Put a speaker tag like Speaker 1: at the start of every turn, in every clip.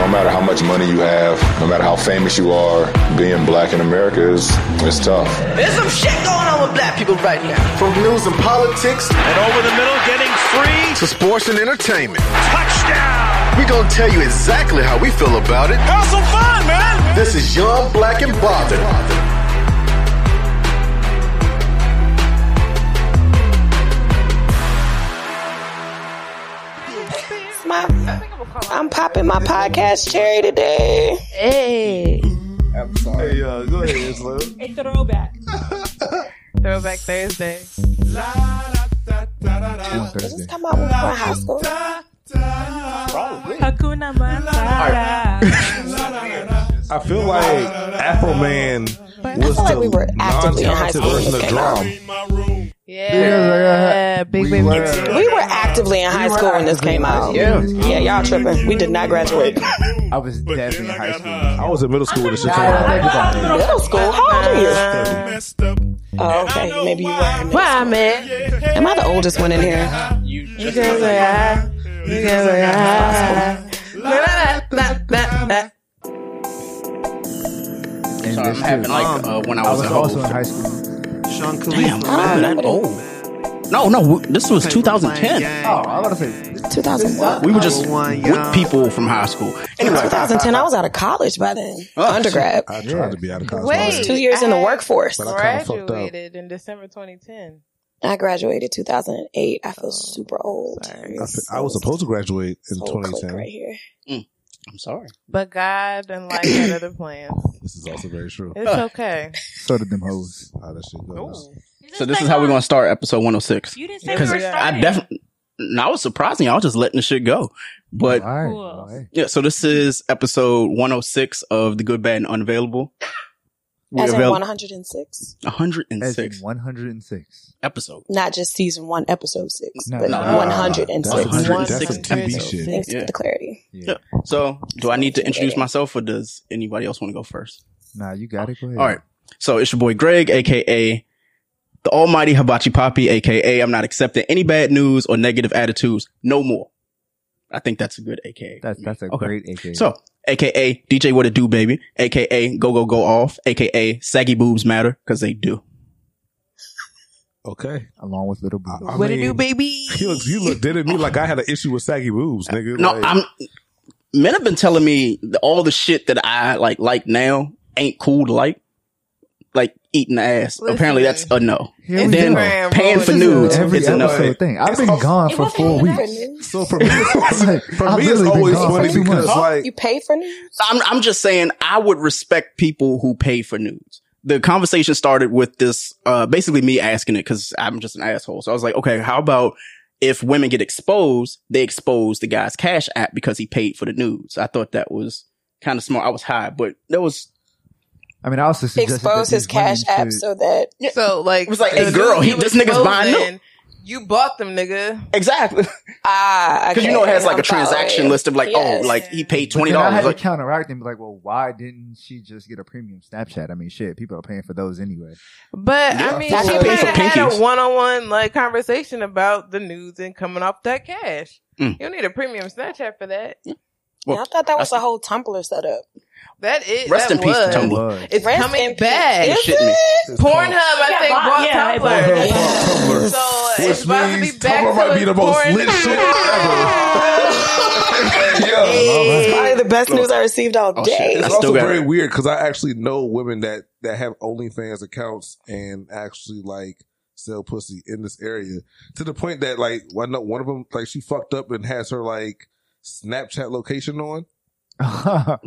Speaker 1: no matter how much money you have, no matter how famous you are, being black in America is it's tough.
Speaker 2: There's some shit going on with black people right now.
Speaker 3: From news and politics
Speaker 4: And over the middle, getting free.
Speaker 3: to sports and entertainment,
Speaker 4: Touchdown!
Speaker 3: we gonna tell you exactly how we feel about it.
Speaker 4: Have some fun, man!
Speaker 3: This is Young Black and Bothered.
Speaker 2: It's my, I'm popping my podcast cherry today.
Speaker 5: Hey.
Speaker 6: Hey, uh, go ahead, Isla.
Speaker 7: A throwback.
Speaker 5: Throwback Thursday.
Speaker 2: Did this come out when we were in high school?
Speaker 6: Oh,
Speaker 7: Hakuna Matata.
Speaker 6: I feel like Afro Man
Speaker 2: I
Speaker 6: was
Speaker 2: feel like
Speaker 6: the
Speaker 2: we were actively in high
Speaker 6: non-talented
Speaker 2: school. when
Speaker 6: version
Speaker 2: this
Speaker 6: of
Speaker 2: came out.
Speaker 6: drum.
Speaker 5: Yeah. Uh, Big
Speaker 6: We
Speaker 5: Big
Speaker 6: were-
Speaker 5: Mix.
Speaker 2: We were actively in high school when this came out. Yeah. Yeah, y'all tripping. We did not graduate.
Speaker 8: I was definitely in high school.
Speaker 6: I was in middle school when this shit came
Speaker 8: I
Speaker 6: out.
Speaker 8: think about it.
Speaker 2: Middle school? How old are you?
Speaker 6: Uh,
Speaker 2: Oh, okay. Maybe you were. in middle
Speaker 5: Why, man?
Speaker 2: school. Am I the oldest one in here?
Speaker 5: You guys are high. You guys are high. La, la, la, la, la.
Speaker 8: And
Speaker 9: Sorry, I'm
Speaker 8: this
Speaker 9: having
Speaker 8: too.
Speaker 9: like uh, when I
Speaker 8: Um, I
Speaker 9: was,
Speaker 8: was
Speaker 9: a
Speaker 8: also
Speaker 9: hoe.
Speaker 8: in high school.
Speaker 10: Sean Khalifa.
Speaker 2: I don't know.
Speaker 9: Oh. No, no, w- this was 2010.
Speaker 8: Oh, I was about to say.
Speaker 2: 2001.
Speaker 9: We were just
Speaker 10: One,
Speaker 9: with
Speaker 10: y'all.
Speaker 9: people from high school. Anyway,
Speaker 2: 2010. I was out of college by then.
Speaker 9: Oh,
Speaker 2: Undergrad.
Speaker 6: I tried to be out of college.
Speaker 5: Wait.
Speaker 2: Two years in the
Speaker 5: I-
Speaker 2: workforce.
Speaker 6: I kinda fucked up.
Speaker 5: Graduated in December 2010.
Speaker 2: I graduated 2008. I
Speaker 5: Oh,
Speaker 2: feel super old.
Speaker 6: I, f- I was supposed to graduate in
Speaker 2: Old clique
Speaker 6: 2010.
Speaker 2: right here.
Speaker 9: Mm, I'm sorry.
Speaker 5: But God and life had other plans.
Speaker 6: This is also very true.
Speaker 5: It's okay.
Speaker 8: So did them hoes.
Speaker 6: How Ah, that shit goes.
Speaker 9: So this is how we're gonna start episode 106.
Speaker 7: You didn't say we were
Speaker 9: Because
Speaker 7: starting.
Speaker 9: I definitely, I was surprising. I was just letting the shit go. But
Speaker 8: All right.
Speaker 7: Cool.
Speaker 8: all right.
Speaker 9: yeah, so this is episode 106 of the Good, Bad, and Unavailable. We
Speaker 2: As in
Speaker 9: avail-
Speaker 2: 106.
Speaker 8: As in
Speaker 9: 106
Speaker 8: 106.
Speaker 9: episode.
Speaker 2: Not just season one, episode six,
Speaker 8: No,
Speaker 2: but
Speaker 9: no,
Speaker 6: no. That's
Speaker 2: 106.
Speaker 6: a hundred-
Speaker 5: One
Speaker 6: that's a
Speaker 5: hundred
Speaker 6: TV
Speaker 5: six.
Speaker 6: shit.
Speaker 2: Thanks for the clarity.
Speaker 8: Yeah.
Speaker 9: So do I need to introduce myself or does anybody else want to go first?
Speaker 8: Nah, you got it. Go ahead.
Speaker 9: All right. So it's your boy Greg, aka the Almighty Hibachi Poppy, aka I'm not accepting any bad news or negative attitudes no more. I think that's a good AKA.
Speaker 8: That's that's a
Speaker 9: Okay.
Speaker 8: great AK.
Speaker 9: So, aka DJ What It Do Baby, aka Go Go Go Off, aka Saggy Boobs Matter, because they do.
Speaker 6: Okay.
Speaker 8: along with little boo.
Speaker 6: I
Speaker 5: What it
Speaker 6: mean,
Speaker 5: do, baby?
Speaker 6: You looked, you looked dead at me like I had an issue with saggy boobs, nigga.
Speaker 9: No,
Speaker 6: like,
Speaker 9: I'm men have been telling me that all the shit that I like like now ain't cool to like. Like eating ass. Apparently that's
Speaker 5: Listen.
Speaker 9: a no.
Speaker 8: Here
Speaker 9: and
Speaker 8: we
Speaker 9: then
Speaker 5: go.
Speaker 9: paying
Speaker 5: This
Speaker 9: for
Speaker 5: is
Speaker 9: nudes.
Speaker 8: Every
Speaker 9: It's a no.
Speaker 8: episode thing. I've been gone for four weeks.
Speaker 6: So for me, it's,
Speaker 8: Like,
Speaker 6: for
Speaker 8: I've
Speaker 6: me, it's
Speaker 8: literally been
Speaker 6: always
Speaker 8: gone for
Speaker 6: funny
Speaker 8: two
Speaker 6: because
Speaker 8: months.
Speaker 6: like
Speaker 2: You pay for news?
Speaker 9: I'm I'm just saying I would respect people who pay for nudes. The conversation started with this uh basically me asking it because I'm just an asshole. So I was like, okay, how about if women get exposed, they expose the guy's cash app because he paid for the nudes. I thought that was kind of smart. I was high, but that was
Speaker 8: I mean, I also suggested
Speaker 2: Expose
Speaker 8: that these
Speaker 2: his cash
Speaker 8: women
Speaker 2: app
Speaker 8: should-
Speaker 2: so that
Speaker 5: So like,
Speaker 9: It was like,
Speaker 5: the
Speaker 9: hey, girl,
Speaker 5: dude
Speaker 9: he- this nigga's buying
Speaker 5: exposing, You bought them, nigga.
Speaker 9: exactly because
Speaker 2: ah,
Speaker 9: you know it has like
Speaker 2: I'm
Speaker 9: a transaction
Speaker 2: following.
Speaker 9: list of like,
Speaker 2: Yes.
Speaker 9: oh, like he paid
Speaker 8: But
Speaker 9: twenty
Speaker 8: then I
Speaker 9: dollars.
Speaker 8: had
Speaker 9: Like,
Speaker 8: to counteract and be like, well, why didn't she just get a premium Snapchat? I mean, shit, people are paying for those anyway.
Speaker 5: But
Speaker 9: Yeah.
Speaker 5: I mean,
Speaker 2: That's
Speaker 5: she
Speaker 2: what
Speaker 5: kind
Speaker 2: we
Speaker 5: of
Speaker 9: pay for
Speaker 5: had a
Speaker 9: pinkies.
Speaker 5: one-on-one like conversation about the nudes and coming off that cash.
Speaker 9: Mm.
Speaker 5: You don't need a premium Snapchat for that.
Speaker 2: Yeah, I thought that was a whole Tumblr setup.
Speaker 5: That is
Speaker 9: Rest
Speaker 5: that
Speaker 9: in peace to
Speaker 5: was.
Speaker 9: Tumblr.
Speaker 8: But
Speaker 5: It's
Speaker 2: Rest in
Speaker 5: coming
Speaker 2: peace.
Speaker 5: back.
Speaker 2: Is
Speaker 9: Shit me.
Speaker 2: it?
Speaker 5: Pornhub, I
Speaker 7: Yeah,
Speaker 5: think,
Speaker 7: bought-
Speaker 5: bought
Speaker 7: yeah, it bought
Speaker 5: Tumblr.
Speaker 6: Tumblr.
Speaker 5: So uh, it's
Speaker 6: Which
Speaker 5: about to
Speaker 6: means
Speaker 5: be back
Speaker 6: Tumblr
Speaker 5: to
Speaker 6: might
Speaker 5: the
Speaker 6: be the most
Speaker 5: porn.
Speaker 6: lit shit ever. yeah.
Speaker 2: It's probably the best news I received all
Speaker 9: Oh, shit.
Speaker 2: day.
Speaker 9: I
Speaker 6: It's
Speaker 9: still
Speaker 6: also
Speaker 9: got it.
Speaker 6: very weird because I actually know women that that have OnlyFans accounts and actually like sell pussy in this area to the point that like one one of them like she fucked up and has her like Snapchat location on.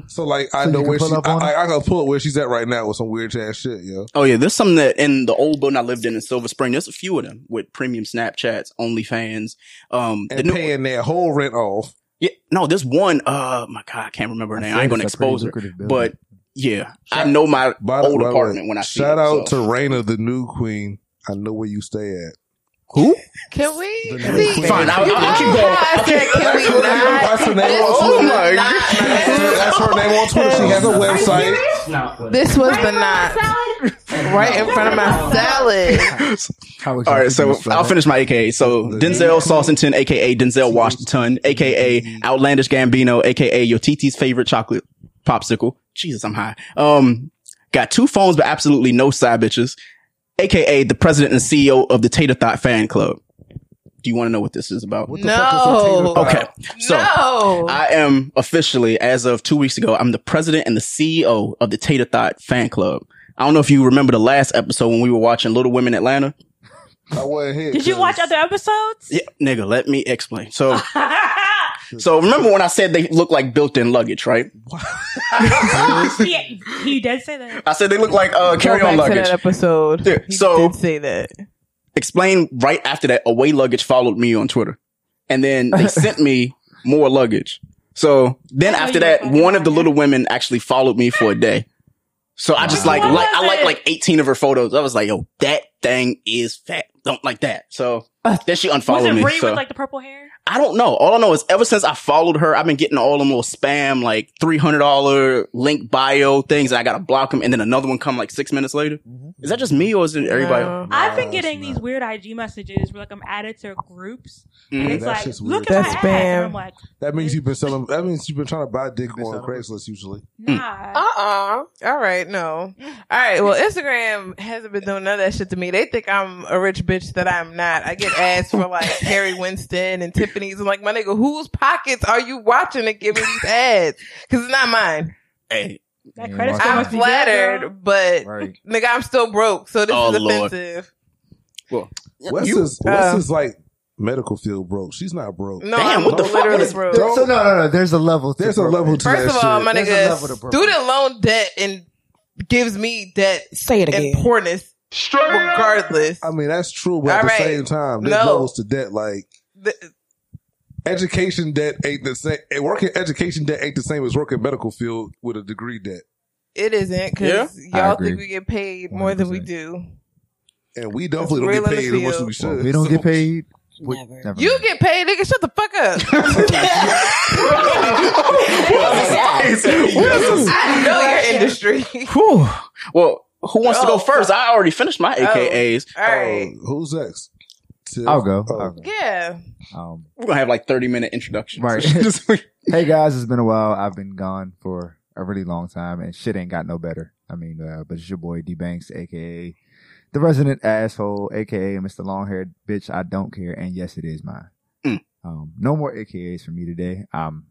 Speaker 6: So like I
Speaker 8: So you
Speaker 6: know
Speaker 8: can
Speaker 6: where
Speaker 8: pull
Speaker 6: she
Speaker 8: up
Speaker 6: I,
Speaker 8: on her?
Speaker 6: I, I gotta pull up where she's at right now with some weird ass shit, yo.
Speaker 9: Oh yeah, there's some that in the old building I lived in in Silver Spring. There's a few of them with premium Snapchats, OnlyFans. Um, the
Speaker 6: And
Speaker 9: new-
Speaker 6: paying their whole rent off.
Speaker 9: yeah, no, there's one. Uh, my God, I can't remember her name. I ain't gonna expose her, but yeah, I know my
Speaker 6: By the-
Speaker 9: old
Speaker 6: by the way,
Speaker 9: apartment when I see
Speaker 6: shout
Speaker 9: it,
Speaker 6: out
Speaker 9: so.
Speaker 6: to Raina, the new queen. I know where you stay at.
Speaker 9: who?
Speaker 5: Can we?
Speaker 6: The new
Speaker 5: See,
Speaker 6: queen.
Speaker 9: Fine, I'll,
Speaker 5: you
Speaker 9: I'll keep
Speaker 5: know
Speaker 9: going.
Speaker 5: how I said, can we
Speaker 6: That's her name
Speaker 5: not?
Speaker 6: on
Speaker 9: Oh
Speaker 6: Twitter.
Speaker 9: my God.
Speaker 6: That's her name on Twitter. She has a website.
Speaker 5: This was the knot right in front of my salad.
Speaker 8: All
Speaker 9: All right, so I'll finish my AKA. So Denzel Saucington, aka Denzel Washington, aka Outlandish Gambino, aka Your Titi's favorite chocolate popsicle. Jesus, I'm high. Um, got two phones, but absolutely no side bitches, aka the president and CEO of the Tater Thought Fan Club. Do you want to know what this is about?
Speaker 5: No.
Speaker 9: Okay, so
Speaker 5: no.
Speaker 9: I am officially, as of two weeks ago, I'm the president and the CEO of the Tater Thought Fan Club. I don't know if you remember the last episode when we were watching Little Women Atlanta.
Speaker 6: I wasn't here.
Speaker 7: Did you watch other episodes?
Speaker 9: Yeah, nigga, let me explain. So, so remember when I said they look like built-in luggage, right?
Speaker 7: yeah, he did say that.
Speaker 9: I said they look like uh,
Speaker 5: Go
Speaker 9: carry-on
Speaker 5: back to
Speaker 9: luggage.
Speaker 5: that episode.
Speaker 9: Yeah,
Speaker 5: He
Speaker 9: so-
Speaker 5: did say that.
Speaker 9: Explain right after that, away luggage followed me on Twitter, and then they sent me more luggage. So then
Speaker 7: Oh,
Speaker 9: after
Speaker 7: you
Speaker 9: that,
Speaker 7: fucking
Speaker 9: one of the
Speaker 7: liar.
Speaker 9: little women actually followed me for a day. So I just like,
Speaker 7: What
Speaker 9: like I
Speaker 7: was
Speaker 9: like
Speaker 7: it?
Speaker 9: like eighteen of her photos. I was like, yo, that thing is fat. Don't like that. So then she
Speaker 7: Uh, Was
Speaker 9: unfollowed
Speaker 7: it
Speaker 9: me.
Speaker 7: Ree
Speaker 9: so.
Speaker 7: with like the purple hair?
Speaker 9: I don't know. All I know is ever since I followed her, I've been getting all them little spam, like $300 link bio things, and I gotta block them, and then another one come like six minutes later. Is that just me or is it everybody?
Speaker 6: Oh,
Speaker 5: No.
Speaker 7: I've been getting these weird IG messages where like I'm added to groups. And
Speaker 9: Mhm.
Speaker 7: it's
Speaker 6: Mm, That's
Speaker 7: like,
Speaker 6: just
Speaker 7: look
Speaker 6: Mm-hmm. weird.
Speaker 7: at
Speaker 5: That's
Speaker 7: my ass.
Speaker 5: spam.
Speaker 7: And I'm like,
Speaker 6: That means you've been selling. That means you've been trying to buy dick on Craigslist usually.
Speaker 5: Mm.
Speaker 6: Mm.
Speaker 7: nah.
Speaker 5: Uh-uh. All right, no. All right, well, Instagram hasn't been doing none of that shit to me. They think I'm a rich bitch that I'm not. I get ads for like Harry Winston and Tiffany's. and like, my nigga, whose pockets are you watching and giving these ads? Because it's not mine.
Speaker 9: Hey,
Speaker 7: That credit score
Speaker 5: I'm
Speaker 7: must be good, girl.
Speaker 5: flattered, but
Speaker 8: Right.
Speaker 5: nigga, I'm still broke, so this
Speaker 9: Oh,
Speaker 5: is
Speaker 9: Lord.
Speaker 5: offensive.
Speaker 6: Wes
Speaker 9: you-
Speaker 6: is Wes
Speaker 5: uh,
Speaker 6: is like medical field broke. She's not broke.
Speaker 5: No,
Speaker 9: Damn,
Speaker 5: I'm
Speaker 9: what the fuck?
Speaker 5: literally
Speaker 9: What is-
Speaker 5: broke.
Speaker 8: So no, no, no. There's a level. to
Speaker 6: There's a
Speaker 8: broke.
Speaker 6: level to
Speaker 5: First
Speaker 6: that
Speaker 5: of all,
Speaker 6: shit.
Speaker 5: my
Speaker 8: There's a
Speaker 5: nigga,
Speaker 8: level to broke.
Speaker 5: student loan debt and gives me debt
Speaker 2: Say it
Speaker 5: and
Speaker 2: again.
Speaker 5: poorness regardless.
Speaker 6: I mean, that's true, but at
Speaker 5: All
Speaker 6: the
Speaker 5: right.
Speaker 6: same time, there's
Speaker 5: No.
Speaker 6: levels to debt. Like
Speaker 5: The-
Speaker 6: education debt ain't the same. and Working education debt ain't the same as working medical field with a degree debt.
Speaker 5: It isn't
Speaker 9: Yeah?
Speaker 5: because
Speaker 8: I
Speaker 5: y'all
Speaker 8: agree.
Speaker 5: think we get paid more than we
Speaker 8: 100%.
Speaker 5: do.
Speaker 6: And we
Speaker 5: That's
Speaker 6: definitely don't
Speaker 5: real
Speaker 6: get
Speaker 5: in the
Speaker 6: paid as much as
Speaker 5: field.
Speaker 6: we
Speaker 8: Well,
Speaker 6: should.
Speaker 8: if we don't
Speaker 6: So-
Speaker 8: get paid. we-
Speaker 2: Never.
Speaker 8: never
Speaker 5: You
Speaker 8: mind.
Speaker 5: get paid, nigga. Shut the fuck up. I know your industry.
Speaker 9: Whew. Well, who wants to go
Speaker 5: Oh.
Speaker 9: first? I already finished my AKAs.
Speaker 5: All right.
Speaker 6: Oh, who's next? Tiff?
Speaker 8: I'll go.
Speaker 6: Oh,
Speaker 8: I'll go.
Speaker 5: Yeah.
Speaker 8: Um,
Speaker 9: We're gonna have like 30 minute introductions.
Speaker 8: Right.
Speaker 9: Just-
Speaker 8: hey guys, it's been a while. I've been gone for a really long time, and shit ain't got no better. I mean, uh, but it's your boy D Banks, aka the resident asshole, aka Mr. Longhaired Bitch. I don't care, and yes, it is mine.
Speaker 9: Mm.
Speaker 8: Um, no more AKAs for me today. I'm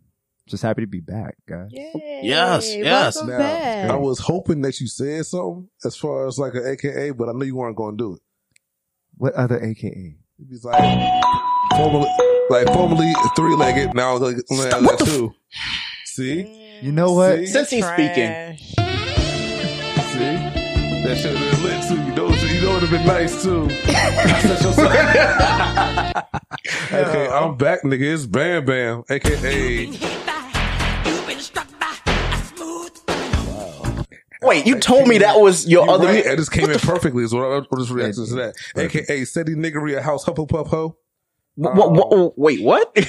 Speaker 8: just happy to be back, guys.
Speaker 9: Yes, yes.
Speaker 5: welcome
Speaker 6: Now,
Speaker 5: back.
Speaker 6: I was hoping that you said something as far as like an AKA, but I knew you weren't going to do it.
Speaker 8: What other AKA?
Speaker 6: It'd be like formerly, like formerly three legged. Now I'm like, I'm
Speaker 9: What
Speaker 6: like
Speaker 9: the f-
Speaker 6: two. See,
Speaker 8: You know what?
Speaker 6: See?
Speaker 9: Since he's speaking,
Speaker 5: Trash.
Speaker 6: see, that should have been lit too. You know, you know, would have been nice too. Set yourself- okay, I'm back, nigga. It's Bam Bam, aka.
Speaker 9: wait, you told me that was your
Speaker 6: You're
Speaker 9: other.
Speaker 6: right.
Speaker 9: mu-
Speaker 6: I just came in perfectly. Is what I what is reaction to that?
Speaker 8: Perfect.
Speaker 6: AKA SETI niggery a house Hufflepuff ho.
Speaker 9: Wha- wha- wha- wait, what?
Speaker 2: Can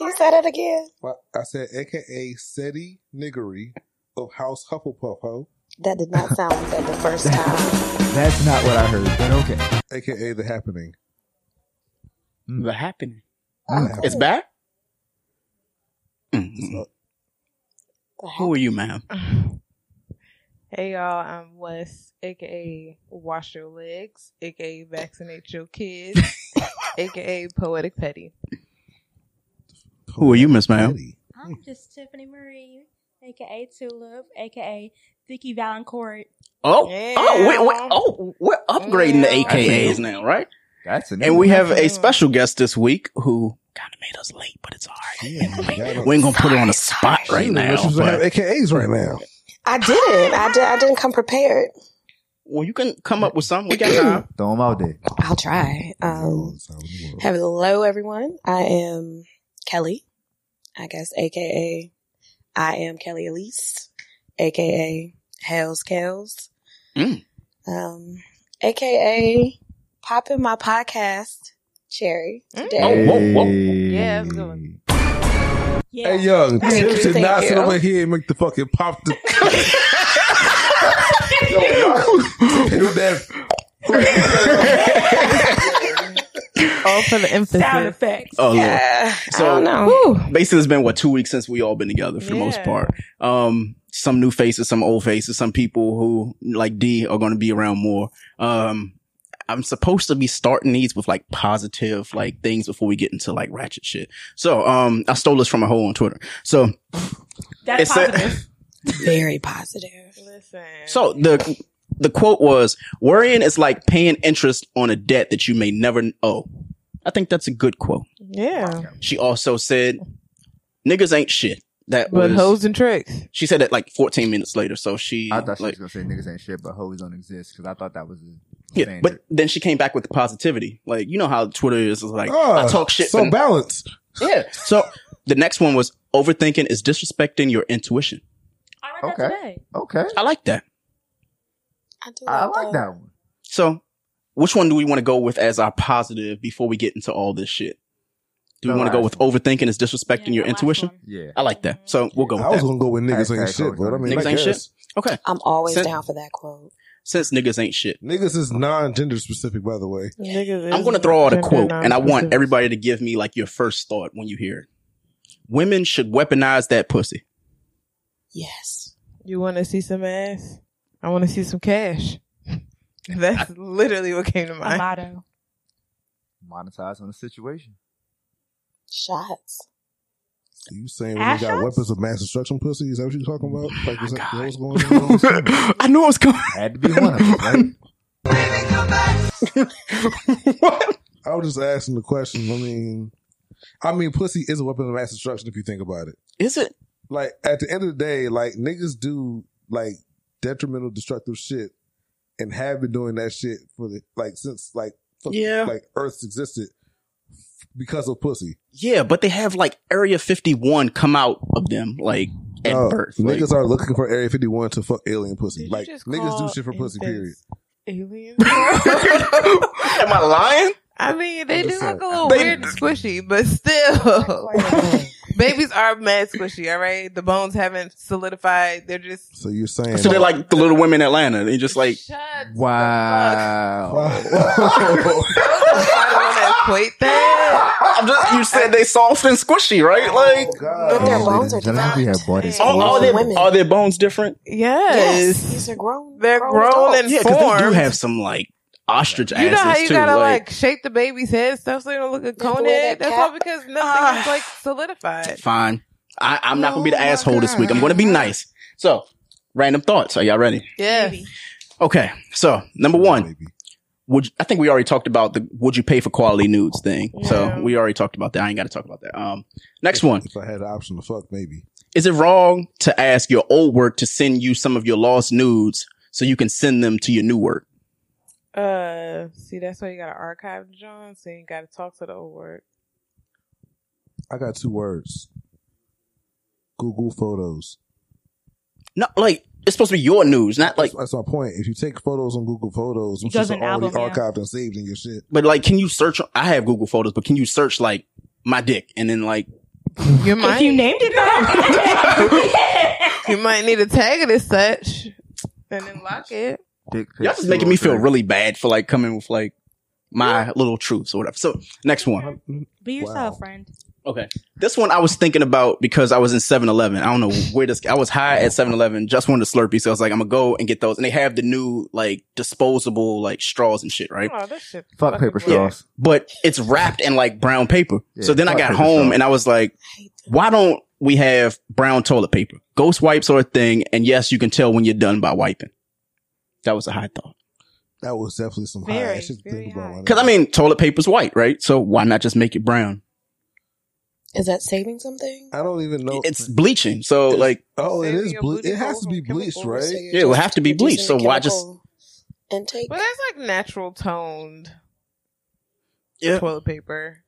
Speaker 2: you say that again?
Speaker 6: Well, I said AKA SETI niggery of house Hufflepuff ho.
Speaker 2: That did not sound like that the first time.
Speaker 8: That's not what I heard, but okay.
Speaker 6: AKA the happening.
Speaker 9: what happened?
Speaker 6: Mm.
Speaker 9: It's back. Mm. Who are you, ma'am?
Speaker 5: Hey y'all, I'm Wes, aka Wash Your Legs, aka Vaccinate Your Kids, aka Poetic Petty.
Speaker 9: Who are you, Miss Ma'am?
Speaker 6: Hmm.
Speaker 7: I'm just Tiffany Marie, aka Tulip, aka Vicky Valancourt.
Speaker 9: Oh,
Speaker 5: Yeah.
Speaker 9: oh, we, we, oh, we're upgrading the
Speaker 5: Yeah.
Speaker 9: AKAs now, right?
Speaker 8: That's an
Speaker 9: And we have a
Speaker 5: Definitely.
Speaker 9: special guest this week who kind of made us late, but it's all right. We ain't gonna put her on the spot right now. but-
Speaker 6: AKAs right now.
Speaker 2: I didn't. I, did, I didn't come prepared.
Speaker 9: well, you can come up with something. We got time.
Speaker 8: throw them out there.
Speaker 2: I'll try. Um, hello, everyone. I am Kelly, I guess, aka I am Kelly Elise, aka Hell's Kells,
Speaker 9: Mm.
Speaker 2: um, aka Pop in My Podcast, Cherry. Today.
Speaker 9: Oh, whoa, whoa.
Speaker 5: Yeah, that's a good one.
Speaker 7: Yeah.
Speaker 6: Hey, young,
Speaker 2: Thank
Speaker 6: Tiff
Speaker 2: you,
Speaker 6: did
Speaker 2: thank
Speaker 6: not
Speaker 2: you.
Speaker 6: sit over here and make the fucking pop the. Who that?
Speaker 5: All for the emphasis.
Speaker 7: Sound effects.
Speaker 9: Oh, Lord.
Speaker 2: Yeah,
Speaker 9: So-
Speaker 2: I don't know.
Speaker 9: Basically, it's been what two weeks since we all been together for the most
Speaker 5: Yeah.
Speaker 9: part. Um, some new faces, some old faces, some people who like D are going to be around more. Um, I'm supposed to be starting these with like positive like things before we get into like ratchet shit. So, um, I stole this from a hoe on Twitter. So,
Speaker 7: That's
Speaker 9: It's a-
Speaker 7: positive.
Speaker 2: Very positive.
Speaker 5: Listen.
Speaker 9: so the the quote was, "Worrying is like paying interest on a debt that you may never owe." I think that's a good quote.
Speaker 5: yeah,
Speaker 9: She also said, "Niggas ain't shit." That
Speaker 5: but
Speaker 9: was
Speaker 5: hoes and tricks.
Speaker 9: She said that like 14 minutes later. So she,
Speaker 8: I thought she
Speaker 9: like,
Speaker 8: was gonna say niggas ain't shit, but hoes don't exist because I thought that was the
Speaker 9: yeah.
Speaker 8: standard.
Speaker 9: But then she came back with the positivity. Like, you know how Twitter is is like,
Speaker 6: Ah,
Speaker 9: I talk shit.
Speaker 6: So
Speaker 9: but-
Speaker 6: balanced.
Speaker 9: yeah. So the next one was overthinking is disrespecting your intuition.
Speaker 7: I read that
Speaker 8: Okay.
Speaker 7: today.
Speaker 8: okay,
Speaker 9: I like that.
Speaker 2: I do.
Speaker 8: I like that one.
Speaker 9: So which one do we want to go with as our positive before we get into all this shit? Do we
Speaker 8: The
Speaker 9: want to go
Speaker 8: last
Speaker 9: with overthinking is disrespecting
Speaker 7: Yeah,
Speaker 9: your
Speaker 7: the last
Speaker 9: intuition?
Speaker 7: one.
Speaker 8: Yeah,
Speaker 9: I like that. So we'll go
Speaker 6: I was
Speaker 9: with that.
Speaker 6: gonna go with niggas
Speaker 8: Hashtag
Speaker 6: ain't shit, but I mean,
Speaker 9: Niggas
Speaker 6: I
Speaker 9: ain't
Speaker 6: guess.
Speaker 9: shit. Okay.
Speaker 2: I'm always
Speaker 9: Sen-
Speaker 2: down for that quote.
Speaker 9: Since niggas ain't shit.
Speaker 6: Niggas is non-gender specific, by the way.
Speaker 5: Niggas
Speaker 9: I'm
Speaker 5: is
Speaker 9: going to throw out a
Speaker 5: gender
Speaker 9: quote, and I want
Speaker 5: non-specific.
Speaker 9: everybody to give me like your first thought when you hear it. Women should weaponize that pussy.
Speaker 2: Yes.
Speaker 5: You want to see some ass? I want to see some cash. That's literally what came to
Speaker 7: A
Speaker 5: mind.
Speaker 7: motto.
Speaker 8: monetize on the situation.
Speaker 2: Shots.
Speaker 6: You saying when you got
Speaker 7: Asha?
Speaker 6: weapons of mass destruction, pussy? Is that what you talking about? Like, is that,
Speaker 9: God.
Speaker 6: what's going on?
Speaker 9: I knew it was coming.
Speaker 8: Oh Had to be one of them, right?
Speaker 6: I was just asking the question. I mean, I mean, pussy is a weapon of mass destruction if you think about it.
Speaker 9: Is it?
Speaker 6: Like at the end of the day, like niggas do like detrimental, destructive shit, and have been doing that shit for the like since like fuck-
Speaker 9: Yeah.
Speaker 6: like Earth's existed because of pussy.
Speaker 9: Yeah, but they have like Area 51 come out of them like at
Speaker 6: Uh,
Speaker 9: birth. Like,
Speaker 6: niggas are looking for Area 51 to fuck alien pussy.
Speaker 5: Did you
Speaker 6: like
Speaker 5: just
Speaker 6: niggas
Speaker 5: call
Speaker 6: do shit for pussy. Period.
Speaker 5: infants Aliens.
Speaker 9: Am I lying?
Speaker 5: I mean, they do
Speaker 6: Understand.
Speaker 5: look a little
Speaker 9: They-
Speaker 5: weird and squishy, but still, babies are mad squishy. All right, the bones haven't solidified; they're just
Speaker 6: So you're saying
Speaker 9: So they're like the little women in Atlanta. They just like,
Speaker 5: Shut
Speaker 8: Wow.
Speaker 5: the fuck up. I don't wanna equate that.
Speaker 9: I'm just, you said they soft and squishy, right? Like,
Speaker 2: But their bones are
Speaker 8: Ladies and gentlemen, we have bought
Speaker 2: different.
Speaker 8: his-
Speaker 9: all, all,
Speaker 2: Grown
Speaker 9: their,
Speaker 2: women.
Speaker 9: all their bones different?
Speaker 5: Yes,
Speaker 2: yes, these are grown.
Speaker 5: they're grown
Speaker 2: adults.
Speaker 5: and
Speaker 9: Yeah, because they do
Speaker 5: formed.
Speaker 9: have some like ostrich asses
Speaker 5: you know how you
Speaker 9: too.
Speaker 5: gotta
Speaker 9: like,
Speaker 5: like, shape the baby's head stuff so you don't look a
Speaker 2: have to
Speaker 5: cone
Speaker 2: wear
Speaker 5: head.
Speaker 2: that
Speaker 5: That's
Speaker 2: cap.
Speaker 5: all because nothing
Speaker 9: Ah.
Speaker 5: is like solidified.
Speaker 9: fine. I, I'm not gonna be the
Speaker 6: Oh my
Speaker 9: asshole this week. I'm
Speaker 6: God.
Speaker 9: gonna be nice. So, random thoughts. Are y'all ready?
Speaker 5: Yeah,
Speaker 9: Okay. So, number one, would you- I think we already talked about the would you pay for quality nudes thing?
Speaker 5: Yeah.
Speaker 9: So we already talked about that. I ain't got to talk about that. Um, next one.
Speaker 6: If I had the option to fuck, maybe.
Speaker 9: Is it wrong to ask your old work to send you some of your lost nudes so you can send them to your new work?
Speaker 5: Uh, see, that's why you gotta archive the John, so you gotta talk to the old work.
Speaker 6: I got two words. Google Photos.
Speaker 9: Not like it's supposed to be your nudes, not like.
Speaker 6: that's, that's my point. If you take photos on Google Photos, which
Speaker 7: does
Speaker 6: is
Speaker 7: an
Speaker 6: already
Speaker 7: album, yeah.
Speaker 6: archived and saved in your shit,
Speaker 9: But like, can you search? I have Google Photos, but can you search like my dick and then like
Speaker 5: You
Speaker 7: If you
Speaker 5: might
Speaker 7: named it that.
Speaker 5: you might need to tag it as such, and then lock it.
Speaker 8: Dick pics
Speaker 9: Y'all just making me
Speaker 8: too,
Speaker 9: feel
Speaker 8: okay.
Speaker 9: really bad for like coming with like my little truths or whatever. So next one.
Speaker 7: Be yourself,
Speaker 6: Wow.
Speaker 7: friend.
Speaker 9: Okay. This one I was thinking about because I was in 7-Eleven. I don't know where this, I was high at 7-Eleven, just wanted a Slurpee. So I was like, I'm gonna go and get those. And they have the new like disposable like straws and shit, right?
Speaker 5: Oh, that shit.
Speaker 8: Fuck
Speaker 5: fucking
Speaker 8: paper
Speaker 5: blows.
Speaker 8: straws.
Speaker 9: But it's wrapped in like brown paper.
Speaker 8: Yeah,
Speaker 9: so then I
Speaker 8: fuck
Speaker 9: got
Speaker 8: paper
Speaker 9: home
Speaker 8: straws.
Speaker 9: and I was like, why don't we have brown toilet paper? Ghost wipes are a thing. And yes, you can tell when you're done by wiping. That was a high thought.
Speaker 6: that was definitely some high
Speaker 7: Very,
Speaker 6: ass shit to
Speaker 7: very
Speaker 6: think about.
Speaker 7: high.
Speaker 6: right
Speaker 9: Cause I
Speaker 6: now.
Speaker 9: mean, toilet paper's white, right? So why not just make it brown?
Speaker 2: Is that saving something?
Speaker 6: I don't even know.
Speaker 9: It's bleaching. So
Speaker 6: It's-
Speaker 9: like,
Speaker 6: oh, it
Speaker 5: Saving
Speaker 6: is.
Speaker 5: your
Speaker 6: Ble-
Speaker 5: booty
Speaker 6: it has
Speaker 5: hole
Speaker 6: to be
Speaker 5: from
Speaker 6: bleached,
Speaker 5: chemicals.
Speaker 6: right?
Speaker 2: you're
Speaker 9: Yeah, it would
Speaker 2: just
Speaker 9: have to be bleached,
Speaker 2: reducing
Speaker 9: so
Speaker 2: the
Speaker 9: why just-
Speaker 2: chemical intake?
Speaker 5: Well, that's like natural toned
Speaker 9: yeah.
Speaker 5: toilet paper.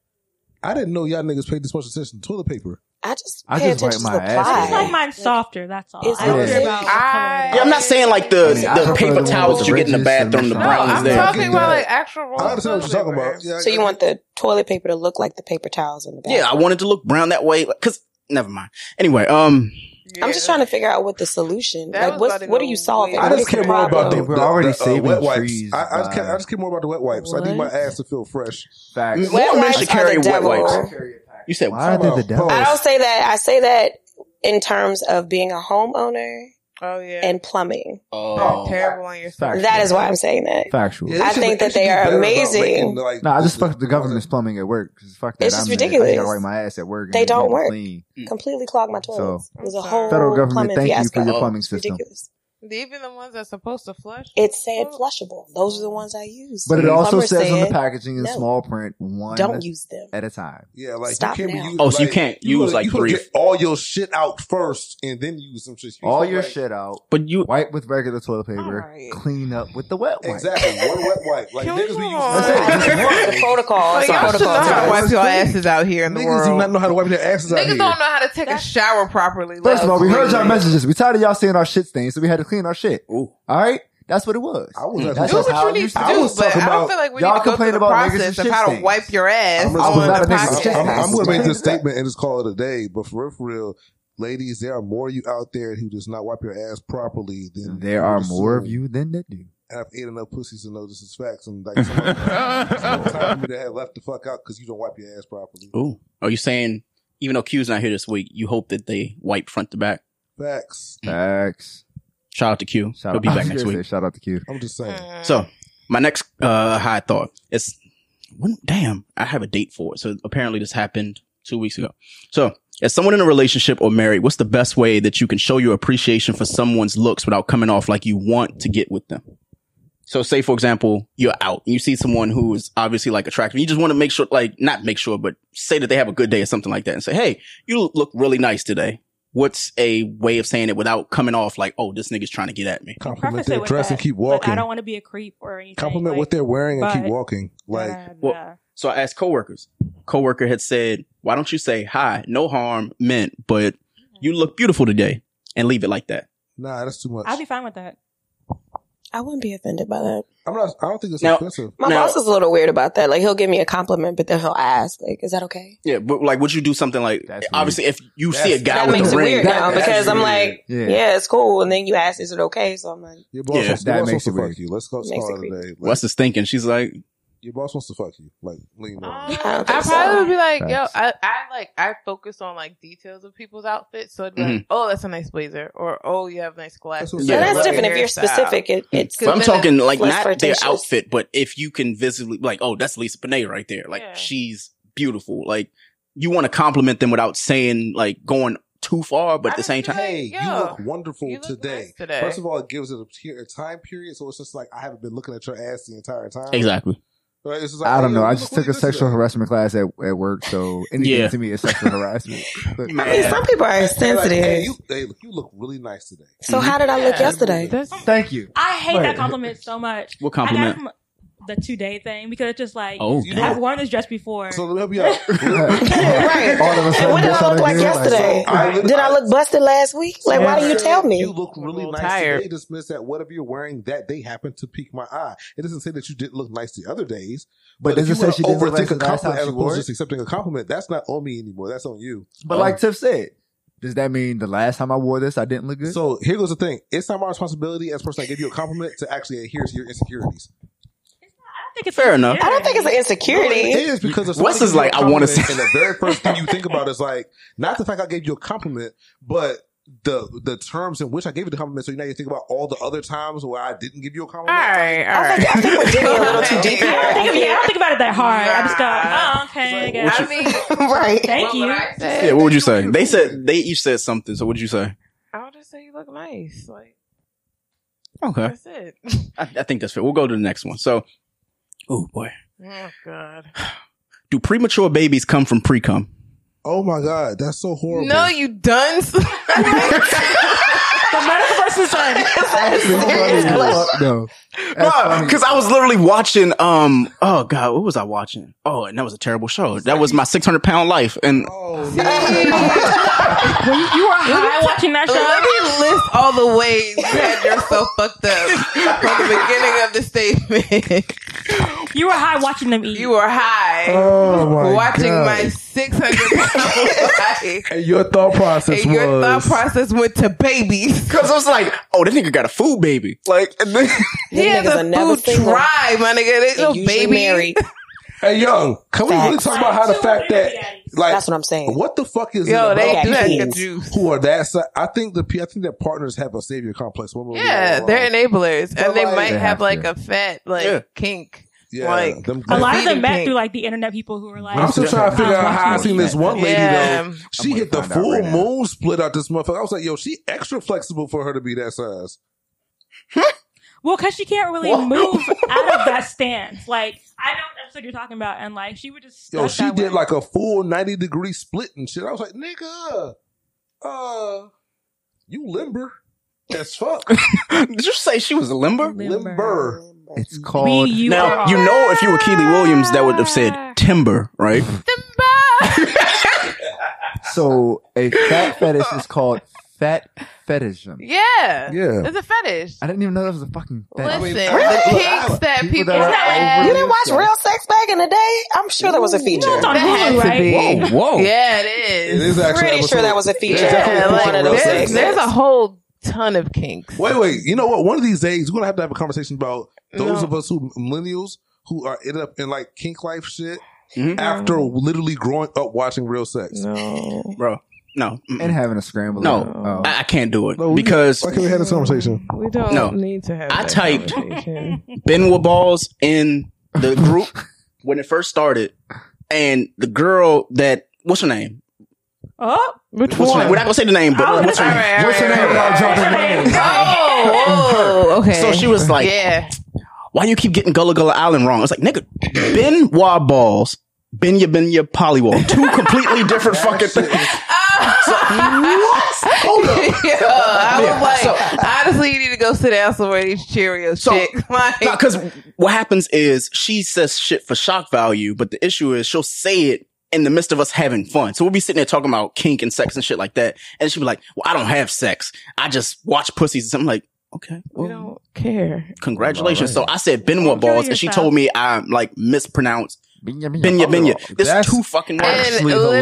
Speaker 6: I didn't know y'all niggas paid this much attention to toilet paper.
Speaker 2: I just
Speaker 8: I
Speaker 2: pay
Speaker 8: just wipe
Speaker 2: attention
Speaker 8: my
Speaker 2: to the
Speaker 8: ass
Speaker 7: I
Speaker 2: pie.
Speaker 7: just like
Speaker 8: Right.
Speaker 7: mine softer. That's all.
Speaker 2: It's
Speaker 7: I don't
Speaker 8: not-
Speaker 7: care about what color it
Speaker 5: I-
Speaker 9: Yeah, I'm not saying like the
Speaker 8: I mean,
Speaker 9: the
Speaker 8: I prefer the
Speaker 9: paper
Speaker 8: one
Speaker 9: towels
Speaker 8: with
Speaker 9: you get in the
Speaker 8: ridges and
Speaker 9: bathroom. The
Speaker 8: the
Speaker 5: No,
Speaker 9: brown
Speaker 8: flowers.
Speaker 9: is
Speaker 5: I'm
Speaker 9: there.
Speaker 5: talking
Speaker 6: Getting
Speaker 5: about
Speaker 6: that.
Speaker 5: like actual rolls.
Speaker 6: I understand
Speaker 5: of
Speaker 6: what you're talking
Speaker 5: toilet
Speaker 6: about.
Speaker 5: paper.
Speaker 6: Yeah,
Speaker 2: So you
Speaker 6: I-
Speaker 2: want the toilet paper to look like the paper towels in the back?
Speaker 9: yeah, I wanted to look brown that way. Like, Cause never mind. Anyway, um,
Speaker 2: I'm just trying to figure out what the solution.
Speaker 5: That
Speaker 2: like,
Speaker 5: was about
Speaker 2: what's
Speaker 5: to
Speaker 2: what are
Speaker 5: go
Speaker 2: you solving?
Speaker 5: way
Speaker 6: I
Speaker 2: What
Speaker 6: just
Speaker 2: is the
Speaker 6: care more about the,
Speaker 2: problem?
Speaker 8: We're
Speaker 6: the-
Speaker 8: already
Speaker 6: the, uh,
Speaker 8: saving
Speaker 6: wet wipes.
Speaker 8: trees
Speaker 6: I, I, just care,
Speaker 8: by-
Speaker 6: I just care more about the wet wipes. I need my
Speaker 2: What?
Speaker 6: ass to feel fresh.
Speaker 8: Facts.
Speaker 9: Wet
Speaker 2: Wet
Speaker 9: men
Speaker 2: wipes
Speaker 9: should
Speaker 2: are
Speaker 9: carry
Speaker 2: the
Speaker 9: wet wipes.
Speaker 2: devil.
Speaker 9: You said
Speaker 8: Why are
Speaker 6: Time
Speaker 8: they the
Speaker 6: out.
Speaker 8: devil?
Speaker 2: I
Speaker 6: Pause.
Speaker 2: don't say that. I say that in terms of being a homeowner
Speaker 5: Oh yeah,
Speaker 2: and plumbing.
Speaker 5: They're
Speaker 9: Oh.
Speaker 5: terrible on your
Speaker 8: Factual.
Speaker 2: That is why I'm saying that.
Speaker 8: Factual.
Speaker 6: they
Speaker 2: I
Speaker 6: should-
Speaker 2: think that
Speaker 6: should
Speaker 2: they
Speaker 6: do
Speaker 2: are
Speaker 6: better about
Speaker 2: amazing.
Speaker 6: making, like,
Speaker 8: Nah, I just fucked the
Speaker 6: the-
Speaker 8: government's plumbing at work. 'cause fuck that.
Speaker 2: It's just
Speaker 8: I'm mad. I just gotta
Speaker 2: ridiculous.
Speaker 8: wipe my ass at work. And
Speaker 2: They don't
Speaker 8: be
Speaker 2: work.
Speaker 8: Clean.
Speaker 2: Completely clogged my
Speaker 8: mm. So-
Speaker 2: toilets. it was a
Speaker 5: I'm sorry.
Speaker 2: whole
Speaker 8: Federal government,
Speaker 2: plumbing
Speaker 8: thank you
Speaker 2: fiasco.
Speaker 8: for your
Speaker 9: Oh.
Speaker 8: plumbing
Speaker 2: It's
Speaker 8: system.
Speaker 2: ridiculous.
Speaker 5: Even the ones that's supposed to flush.
Speaker 2: It said
Speaker 5: Oh.
Speaker 2: flushable. Those are the ones I used.
Speaker 8: But it
Speaker 2: The
Speaker 8: also
Speaker 2: plumber
Speaker 8: says on the
Speaker 2: said,
Speaker 8: packaging in
Speaker 2: no.
Speaker 8: small print, one
Speaker 2: don't use them.
Speaker 8: at a time.
Speaker 6: Yeah, like
Speaker 2: Stop
Speaker 6: you can't be
Speaker 2: now.
Speaker 6: using.
Speaker 9: Oh, so you
Speaker 6: like,
Speaker 9: can't
Speaker 6: you
Speaker 9: use,
Speaker 6: gotta-
Speaker 9: like,
Speaker 6: you gotta
Speaker 9: three-
Speaker 6: Get all your shit out first, and then use some shit. You
Speaker 8: All
Speaker 6: can't,
Speaker 8: your
Speaker 6: like-
Speaker 8: shit out.
Speaker 9: But you
Speaker 8: Wipe with regular toilet paper.
Speaker 5: Alright.
Speaker 8: Clean up with the wet wipe.
Speaker 6: Exactly. One wet wipe. Like
Speaker 5: Can we
Speaker 6: niggas be
Speaker 5: move
Speaker 6: using.
Speaker 5: on?
Speaker 8: That's it.
Speaker 6: That's
Speaker 8: Just one.
Speaker 2: The protocol.
Speaker 5: Like,
Speaker 2: It's a
Speaker 5: Oh, y'all should know
Speaker 2: protocol.
Speaker 5: how to
Speaker 6: That's
Speaker 5: wipe
Speaker 6: the
Speaker 5: your
Speaker 6: thing.
Speaker 5: asses out here in the
Speaker 6: Niggas do not
Speaker 5: world.
Speaker 6: know how to wipe their asses out
Speaker 5: Niggas
Speaker 6: here.
Speaker 5: don't know how to take a shower properly.
Speaker 8: First of all, we heard y'all
Speaker 5: Love.
Speaker 8: messages. We tired of y'all seeing our shit stains, so we had to clean our shit.
Speaker 9: Ooh.
Speaker 8: All right, that's what it was. Mm-hmm.
Speaker 6: I was
Speaker 8: That's
Speaker 5: do
Speaker 8: just how
Speaker 5: what
Speaker 8: it
Speaker 5: you need
Speaker 8: used
Speaker 5: to
Speaker 8: to
Speaker 6: I
Speaker 5: do,
Speaker 6: was
Speaker 5: but
Speaker 6: talking
Speaker 5: I don't
Speaker 6: about-
Speaker 5: feel like we
Speaker 8: y'all
Speaker 5: need to go through
Speaker 8: complaining
Speaker 5: the
Speaker 8: about niggas and
Speaker 5: process of
Speaker 8: shit
Speaker 5: how to
Speaker 8: stains.
Speaker 5: wipe your ass
Speaker 6: I'm
Speaker 5: on
Speaker 6: just
Speaker 8: about
Speaker 5: the
Speaker 8: to make some
Speaker 5: podcast.
Speaker 8: shit
Speaker 6: I'm, I'm
Speaker 8: That's
Speaker 6: gonna make
Speaker 8: crazy.
Speaker 6: this statement and just call it a day. But for real, for real, ladies, there are more of you out there who does not wipe your ass properly than
Speaker 8: There are
Speaker 6: would
Speaker 8: more of
Speaker 6: assume.
Speaker 8: you than that do.
Speaker 6: And I've ate enough pussies to know this is facts. And like some of time that have left the fuck out because you don't wipe your ass properly.
Speaker 9: Ooh. Are you saying even though Q's not here this week, you hope that they wipe front to back?
Speaker 6: Facts.
Speaker 8: Facts.
Speaker 9: Shout out to Q.
Speaker 8: Shout
Speaker 9: He'll
Speaker 8: out,
Speaker 9: be
Speaker 8: I
Speaker 9: back
Speaker 8: was
Speaker 9: next
Speaker 8: gonna
Speaker 9: week.
Speaker 8: say Shout out to Q.
Speaker 6: I'm just saying.
Speaker 2: Uh,
Speaker 9: So my next uh high thought is when, damn, I have a date for it. So apparently this happened two weeks ago. So as someone in a relationship or married, what's the best way that you can show your appreciation for someone's looks without coming off like you want to get with them? So say for example, you're out and you see someone who is obviously like attractive. You just want to make sure, like not make sure, but say that they have a good day or something like that and say, Hey, you look really nice today. What's a way of saying it without coming off like, Oh, this nigga's trying to get at me.
Speaker 6: Compliment
Speaker 7: Preface
Speaker 6: their
Speaker 7: it with
Speaker 6: dress
Speaker 7: that,
Speaker 6: and keep
Speaker 7: like,
Speaker 6: walking.
Speaker 7: I don't want to be a creep or anything.
Speaker 6: Compliment
Speaker 7: like,
Speaker 6: what they're wearing and keep
Speaker 7: but-
Speaker 6: walking. Like
Speaker 7: da, da,
Speaker 9: Well,
Speaker 7: da.
Speaker 9: So I asked coworkers. Coworker had said, "Why don't you say hi? No harm meant, but you look beautiful today," and leave it like that.
Speaker 6: Nah, that's too much.
Speaker 7: I'd be fine with that.
Speaker 2: I wouldn't be offended by that.
Speaker 6: I'm not. I don't think it's
Speaker 9: Now-
Speaker 6: offensive.
Speaker 2: My
Speaker 9: Now-
Speaker 2: boss is a little weird about that. Like, he'll give me a compliment, but then he'll ask, like, is that okay?
Speaker 9: Yeah, but like, would you do something like?
Speaker 8: That's
Speaker 9: obviously, if you
Speaker 6: That's-
Speaker 9: see a guy
Speaker 2: That
Speaker 6: would
Speaker 9: with a
Speaker 2: makes it
Speaker 9: ring,
Speaker 2: weird
Speaker 6: That-
Speaker 2: now
Speaker 6: that's
Speaker 2: because I'm
Speaker 6: weird.
Speaker 2: like,
Speaker 8: Yeah.
Speaker 2: yeah, it's cool. And then you ask, is it okay? So I'm like,
Speaker 6: Your boss,
Speaker 9: Yeah.
Speaker 6: wants, your
Speaker 8: That
Speaker 6: boss
Speaker 8: makes
Speaker 6: wants to
Speaker 8: it
Speaker 6: fuck
Speaker 8: weird.
Speaker 6: you. Let's call, let's
Speaker 2: Makes it
Speaker 6: call it a
Speaker 2: creepy.
Speaker 6: day. Like,
Speaker 9: what's his thinking? She's like,
Speaker 6: your boss wants to fuck you. Like lean on. it.
Speaker 2: I
Speaker 5: I
Speaker 2: don't think
Speaker 5: probably
Speaker 2: so.
Speaker 5: would be like, yo,
Speaker 8: Facts.
Speaker 5: I, I like I focus on like details of people's outfits. So it'd
Speaker 9: Mm-hmm.
Speaker 5: be
Speaker 8: Mm-hmm.
Speaker 5: like, oh, that's a nice blazer, or oh, you have nice glasses.
Speaker 6: what I'm
Speaker 9: Yeah,
Speaker 2: Now,
Speaker 5: Or,
Speaker 2: that's
Speaker 5: "Oh,
Speaker 9: right.
Speaker 2: different. If
Speaker 5: your
Speaker 2: you're
Speaker 5: style."
Speaker 2: specific, it,
Speaker 5: Hmm.
Speaker 8: Mm-hmm.
Speaker 2: it's
Speaker 9: but I'm
Speaker 5: then
Speaker 9: talking like
Speaker 2: less
Speaker 9: not their
Speaker 2: flirtatious.
Speaker 9: outfit, but if you can visibly like, oh, that's Lisa Bonet right there. Like,
Speaker 5: Yeah.
Speaker 9: she's beautiful. Like, you want to compliment them without saying like going too far, but
Speaker 5: I
Speaker 9: at the
Speaker 5: just
Speaker 9: same
Speaker 5: feel
Speaker 9: time,
Speaker 5: like-
Speaker 6: Hey, you
Speaker 5: Yeah.
Speaker 6: look wonderful
Speaker 5: You look
Speaker 6: today.
Speaker 5: nice today.
Speaker 6: First of all, it gives it a, per- a time period, so it's just like I haven't been looking at your ass the entire time.
Speaker 9: exactly.
Speaker 6: Right? It's just like,
Speaker 8: I don't
Speaker 6: hey,
Speaker 8: know.
Speaker 6: yo,
Speaker 8: I
Speaker 6: you
Speaker 8: just
Speaker 6: look
Speaker 8: took a
Speaker 6: really good
Speaker 8: sexual
Speaker 6: today.
Speaker 8: harassment class at, at work, so anything
Speaker 9: Yeah.
Speaker 8: to me is sexual harassment. But
Speaker 2: I mean,
Speaker 9: Yeah.
Speaker 2: some people are
Speaker 6: Hey, like,
Speaker 2: insensitive.
Speaker 6: hey, you, hey, look, you look really nice today.
Speaker 2: so
Speaker 9: Mhm.
Speaker 2: how did I look
Speaker 5: Yeah.
Speaker 2: yesterday?
Speaker 5: That's
Speaker 8: thank you.
Speaker 7: I hate
Speaker 8: Right.
Speaker 7: that compliment so much.
Speaker 9: What
Speaker 7: I
Speaker 9: compliment?
Speaker 7: got from the two day thing because it's just like
Speaker 9: oh,
Speaker 6: You
Speaker 9: damn.
Speaker 7: I've worn this dress before.
Speaker 6: So let me help you out.
Speaker 2: right.
Speaker 8: All of a
Speaker 2: And
Speaker 8: sudden,
Speaker 2: what did
Speaker 8: that's
Speaker 2: I
Speaker 8: all
Speaker 2: look
Speaker 8: they
Speaker 2: like
Speaker 8: do,
Speaker 2: yesterday?
Speaker 6: I lit-
Speaker 2: did I look busted last week? Like, why do you
Speaker 6: Someone
Speaker 2: tell
Speaker 6: said,
Speaker 2: me?
Speaker 6: You look really
Speaker 5: little
Speaker 6: nice
Speaker 5: tired.
Speaker 6: today. This means that whatever you're wearing that day happened to pique my eye. It doesn't say that you didn't look nice the other days. if
Speaker 8: But does it
Speaker 6: you
Speaker 8: say
Speaker 6: wanna
Speaker 8: she didn't look nice
Speaker 6: overthink
Speaker 8: the
Speaker 6: a
Speaker 8: last time
Speaker 6: compliment
Speaker 8: she
Speaker 6: as
Speaker 8: wore
Speaker 6: opposed to
Speaker 8: it?
Speaker 6: just accepting a compliment? That's not on me anymore. That's on you.
Speaker 8: But like Tiff said, does that mean the last time I wore this, I didn't look good?
Speaker 6: So here goes the thing. It's not my responsibility as a person that gave you a compliment to actually adhere to your insecurities.
Speaker 7: I think it's
Speaker 9: Fair enough.
Speaker 2: I don't think it's an insecurity.
Speaker 6: It is because if
Speaker 9: Wes
Speaker 6: somebody
Speaker 9: is
Speaker 6: gives you a
Speaker 9: like, I wanna
Speaker 6: compliment
Speaker 9: say-
Speaker 6: and the very first thing you think about is like, not the fact I gave you a compliment, but the the terms in which I gave you the compliment. So now you think about all the other times where I didn't give you a
Speaker 5: all
Speaker 6: compliment.
Speaker 5: right, all
Speaker 2: I
Speaker 5: right.
Speaker 2: think, I think we're digging a little too deep
Speaker 7: I don't think,
Speaker 2: here.
Speaker 7: of- yeah, I don't think about it that hard. I just go,
Speaker 5: Nah.
Speaker 7: oh, okay, I
Speaker 9: What
Speaker 7: guess.
Speaker 9: you-
Speaker 5: I mean,
Speaker 2: right.
Speaker 7: Thank you.
Speaker 9: Yeah, what would you say? They said they each said something. So what would you say?
Speaker 5: I'll just say you look nice. Like
Speaker 9: Okay,
Speaker 5: that's it.
Speaker 9: I, I think that's fair. We'll go to the next one. So, oh boy,
Speaker 5: oh God.
Speaker 9: do premature babies come from pre cum?
Speaker 6: Oh my god, that's so horrible.
Speaker 5: No, you dunce.
Speaker 7: The medical person said,
Speaker 8: That's funny as fuck, though. That's
Speaker 5: Um,
Speaker 8: funny.
Speaker 9: Because I was literally watching. Um, oh god, what was I watching? Oh, and that was a terrible show. That was my six hundred pound life. And
Speaker 6: Oh,
Speaker 5: Let
Speaker 7: I watching that show.
Speaker 5: me list all the ways you had yourself fucked up from the beginning of the statement.
Speaker 7: You were high watching them eat.
Speaker 5: You were high
Speaker 6: Oh my
Speaker 5: watching
Speaker 6: God.
Speaker 5: my 600 pound life.
Speaker 6: And your thought process
Speaker 5: And your
Speaker 6: was
Speaker 5: thought process went to babies.
Speaker 9: Because I was like, oh, this nigga got a food baby. Like, and then,
Speaker 5: He
Speaker 2: Them
Speaker 5: has
Speaker 2: niggas
Speaker 5: a
Speaker 2: are never
Speaker 5: food
Speaker 2: single.
Speaker 5: tribe, my nigga. There's
Speaker 2: They
Speaker 5: no
Speaker 2: usually
Speaker 5: baby.
Speaker 2: married.
Speaker 6: Hey, young, can we really talk about how the fact that like
Speaker 2: That's what I'm saying.
Speaker 6: What the fuck is
Speaker 5: Yo,
Speaker 6: it
Speaker 5: they
Speaker 6: about
Speaker 2: got
Speaker 5: got
Speaker 2: kids.
Speaker 5: the juice.
Speaker 6: who are that? si- I think the pe- I think that partners have a savior complex. One way or
Speaker 5: Yeah,
Speaker 6: another.
Speaker 5: they're enablers,
Speaker 6: But
Speaker 5: and they
Speaker 6: like-
Speaker 5: might
Speaker 8: They
Speaker 5: have
Speaker 8: have
Speaker 5: like
Speaker 8: to.
Speaker 5: a fat like
Speaker 9: Yeah.
Speaker 5: kink.
Speaker 6: yeah,
Speaker 5: like,
Speaker 6: them-
Speaker 7: a lot of
Speaker 5: Feeding
Speaker 7: them met
Speaker 5: pink.
Speaker 7: through like the internet people who were like,
Speaker 6: I'm still trying to figure out how I seen this one lady
Speaker 5: Yeah.
Speaker 6: though.
Speaker 8: I'm
Speaker 6: She
Speaker 8: gonna
Speaker 6: hit the
Speaker 8: find out
Speaker 6: full
Speaker 8: right now.
Speaker 6: moon split out this motherfucker. I was like, yo, she extra flexible for her to be that size.
Speaker 7: Well, because she can't really
Speaker 9: What?
Speaker 7: move out of that stance. Like, I know what episode you're talking about, and like, she would just.
Speaker 6: Yo,
Speaker 7: stuck
Speaker 6: she
Speaker 7: that
Speaker 6: did
Speaker 7: way.
Speaker 6: like a full 90 degree split and shit. I was like, nigga, uh, you limber as fuck.
Speaker 9: did you say she was a limber?
Speaker 6: limber.
Speaker 8: It's
Speaker 7: B
Speaker 8: called.
Speaker 7: U
Speaker 9: now,
Speaker 7: R.
Speaker 9: you know, if you were Keely Williams, that would have said timber, right?
Speaker 8: So a fat fetish is called fat fetishism.
Speaker 5: Yeah,
Speaker 6: Yeah.
Speaker 5: it's a fetish.
Speaker 8: I didn't even know that was a fucking fetish.
Speaker 5: Listen, the
Speaker 6: Really?
Speaker 5: kinks that people,
Speaker 8: People that are
Speaker 5: have.
Speaker 8: over
Speaker 2: You didn't watch Real Sex back in the day? I'm sure that was a feature.
Speaker 7: it's on
Speaker 5: That had
Speaker 7: Hulu,
Speaker 5: to
Speaker 7: right?
Speaker 5: be.
Speaker 9: Whoa, whoa.
Speaker 5: Yeah, it is.
Speaker 6: It is actually
Speaker 2: Pretty
Speaker 6: episode-
Speaker 2: sure that was a feature.
Speaker 6: It's definitely
Speaker 5: yeah,
Speaker 6: a
Speaker 2: One
Speaker 5: like
Speaker 6: feature
Speaker 2: of
Speaker 6: Real
Speaker 2: those
Speaker 5: there's,
Speaker 6: Sex.
Speaker 5: there's a
Speaker 2: sexes.
Speaker 5: whole ton of kinks.
Speaker 6: Wait, wait. You know what? One of these days, we're gonna have to have a conversation about those
Speaker 5: No.
Speaker 6: of us who millennials who are ended up in like kink life shit
Speaker 9: Mhm.
Speaker 6: after literally growing up watching real sex.
Speaker 5: Mm-hmm. No,
Speaker 9: Bro, no. Mm-mm.
Speaker 8: and having a scramble.
Speaker 9: No.
Speaker 8: Oh.
Speaker 9: I, I can't do it.
Speaker 6: No, we
Speaker 9: because
Speaker 6: Why can't we have this conversation?
Speaker 5: we don't
Speaker 9: No.
Speaker 5: need to have.
Speaker 9: I
Speaker 5: that
Speaker 9: typed-
Speaker 5: conversation.
Speaker 9: Benoit Balls in the group when it first started, and the girl that what's her name?
Speaker 7: Oh,
Speaker 5: Which
Speaker 9: What's her name?
Speaker 5: one?
Speaker 9: We're not gonna say the name, but
Speaker 7: Oh,
Speaker 9: what's her
Speaker 5: all
Speaker 9: name?
Speaker 5: right, all
Speaker 8: What's her
Speaker 5: right,
Speaker 8: name?
Speaker 5: all right,
Speaker 8: Without
Speaker 5: all right.
Speaker 8: dropping names.
Speaker 5: Oh, oh, okay.
Speaker 9: So she was like,
Speaker 5: yeah.
Speaker 9: "Why you keep getting Gullah Gullah Island wrong?" I was like, "Nigga, Benoit Balls, Benya Benya Polywall, two completely different fucking things." Hold up.
Speaker 5: yeah, I
Speaker 9: Yeah,
Speaker 5: was like, honestly, you need to go sit down somewhere and eat Cheerios,
Speaker 9: So-
Speaker 5: chick. Like,
Speaker 9: Because what happens is she says shit for shock value, but the issue is she'll say it in the midst of us having fun. So we'll be sitting there talking about kink and sex and shit like that. And she'll be like, well, I don't have sex. I just watch pussies. And I'm like, okay,
Speaker 5: we
Speaker 9: well,
Speaker 5: don't care.
Speaker 9: congratulations. So I said
Speaker 7: Well,
Speaker 9: Benoit
Speaker 7: kill
Speaker 9: balls and she
Speaker 7: yourself.
Speaker 9: told me I like mispronounced
Speaker 8: Binya,
Speaker 9: Benya Benya. There's
Speaker 6: That's-
Speaker 9: two fucking words.
Speaker 5: And
Speaker 6: Actually
Speaker 5: literally,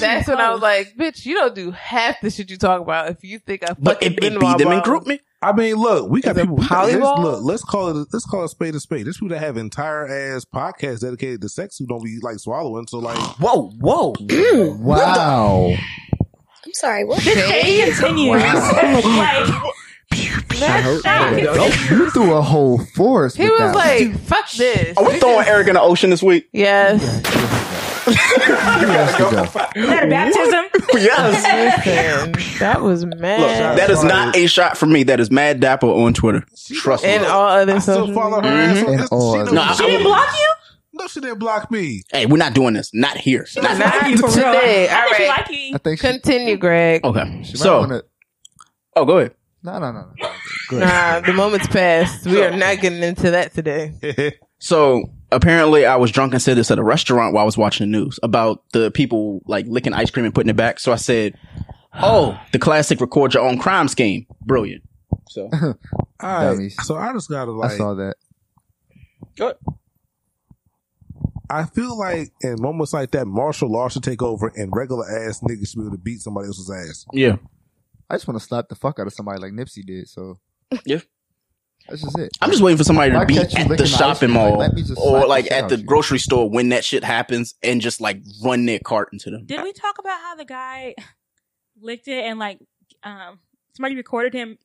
Speaker 5: that's when I was like, bitch, you don't do half the shit you talk about if you think I
Speaker 9: But it,
Speaker 5: fucking
Speaker 9: it
Speaker 5: Benoit
Speaker 9: be them in
Speaker 5: Ball.
Speaker 9: group me.
Speaker 6: I mean, look, we got
Speaker 5: Is it
Speaker 6: people. we got- let's-
Speaker 5: polywall?
Speaker 6: look, let's call it. Let's call it spade a spade. There's people that have entire ass podcasts dedicated to sex who don't be like swallowing. So like,
Speaker 9: Whoa, whoa.
Speaker 8: Wow.
Speaker 2: I'm sorry, what?
Speaker 7: it continues. like,
Speaker 8: You threw a whole forest.
Speaker 5: He
Speaker 8: with
Speaker 5: was
Speaker 8: that
Speaker 5: like, fuck this.
Speaker 9: Are we throwing Eric in the ocean this week?
Speaker 5: Yes.
Speaker 8: one. Who has to go?
Speaker 7: is that a baptism?
Speaker 9: yes.
Speaker 5: Listen, that was mad.
Speaker 9: That is not a shot from me. That is Mad Dapper on Twitter. Trust me.
Speaker 5: and all
Speaker 6: I
Speaker 5: other
Speaker 6: still
Speaker 5: social
Speaker 6: follow her.
Speaker 5: media.
Speaker 9: Mm-hmm.
Speaker 6: ass on
Speaker 8: And
Speaker 7: Mm-hmm.
Speaker 6: Insta.
Speaker 8: all
Speaker 6: She
Speaker 8: other-
Speaker 6: don't-
Speaker 9: No, I-
Speaker 6: she
Speaker 9: I
Speaker 6: didn't
Speaker 9: won't-
Speaker 6: block.
Speaker 7: you?
Speaker 6: No, she didn't block me.
Speaker 9: Hey, we're not doing this. Not here. Not-
Speaker 5: Not
Speaker 7: For real.
Speaker 5: today.
Speaker 7: I
Speaker 5: All
Speaker 7: think she
Speaker 5: right.
Speaker 7: like you.
Speaker 8: I think she,
Speaker 5: Continue, Greg.
Speaker 9: okay.
Speaker 8: she might
Speaker 9: So,
Speaker 8: wanna,
Speaker 9: oh, go ahead.
Speaker 8: no, no, no, no. Good.
Speaker 5: Nah, the moment's passed. We are not getting into that today.
Speaker 9: So apparently, I was drunk and said this at a restaurant while I was watching the news about the people like licking ice cream and putting it back. So I said, "Oh, the classic record your own crime scheme, brilliant." So
Speaker 6: All right,
Speaker 8: Dummies.
Speaker 6: so I just gotta
Speaker 8: I
Speaker 6: like.
Speaker 8: saw that.
Speaker 6: I feel like in moments like that, martial law should take over and regular ass niggas should be able to beat somebody else's ass.
Speaker 9: yeah,
Speaker 8: I just want to slap the fuck out of somebody like Nipsey did. So
Speaker 9: Yeah.
Speaker 8: that's just it.
Speaker 9: I'm just waiting for somebody to
Speaker 8: Why
Speaker 9: be
Speaker 8: can't you
Speaker 9: at
Speaker 8: lick an
Speaker 9: the
Speaker 8: ice
Speaker 9: shopping
Speaker 8: cream?
Speaker 9: mall
Speaker 8: Like, let me just slap
Speaker 9: or
Speaker 8: the
Speaker 9: like
Speaker 8: shit
Speaker 9: at
Speaker 8: out
Speaker 9: the
Speaker 8: you.
Speaker 9: grocery store when that shit happens and just like run their cart into them.
Speaker 7: Did we talk about how the guy licked it and like um somebody recorded him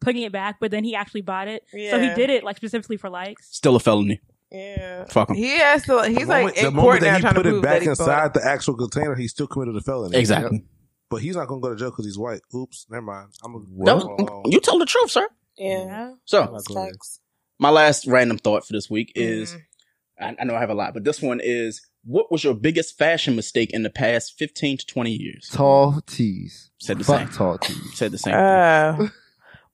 Speaker 7: putting it back, but then he actually bought it, so he
Speaker 5: Yeah.
Speaker 7: did it like specifically for likes.
Speaker 9: Still a felony.
Speaker 5: Yeah.
Speaker 9: Fuck 'em.
Speaker 5: He has to. He's
Speaker 6: the
Speaker 5: like
Speaker 6: moment,
Speaker 5: in
Speaker 6: the moment
Speaker 5: court now
Speaker 6: that he
Speaker 5: trying to
Speaker 6: put
Speaker 5: prove
Speaker 6: it back
Speaker 5: that he
Speaker 6: inside
Speaker 5: inside.
Speaker 6: the actual container, he still committed a felony.
Speaker 9: Exactly.
Speaker 6: But he's not gonna go to jail because he's white. Oops, never mind. I'm gonna
Speaker 9: That
Speaker 6: go
Speaker 9: was-
Speaker 6: along.
Speaker 9: you told the truth, sir.
Speaker 2: Yeah.
Speaker 9: Um, So
Speaker 6: That's
Speaker 2: Facts.
Speaker 9: my last random thought for this week is
Speaker 6: Mm-hmm.
Speaker 9: I, I know I have a lot, but this one is what was your biggest fashion mistake in the past 15 to 20 years?
Speaker 8: Tall tees.
Speaker 9: Said the
Speaker 8: fuck
Speaker 9: same.
Speaker 8: tall tees.
Speaker 9: Said the same.
Speaker 5: Uh,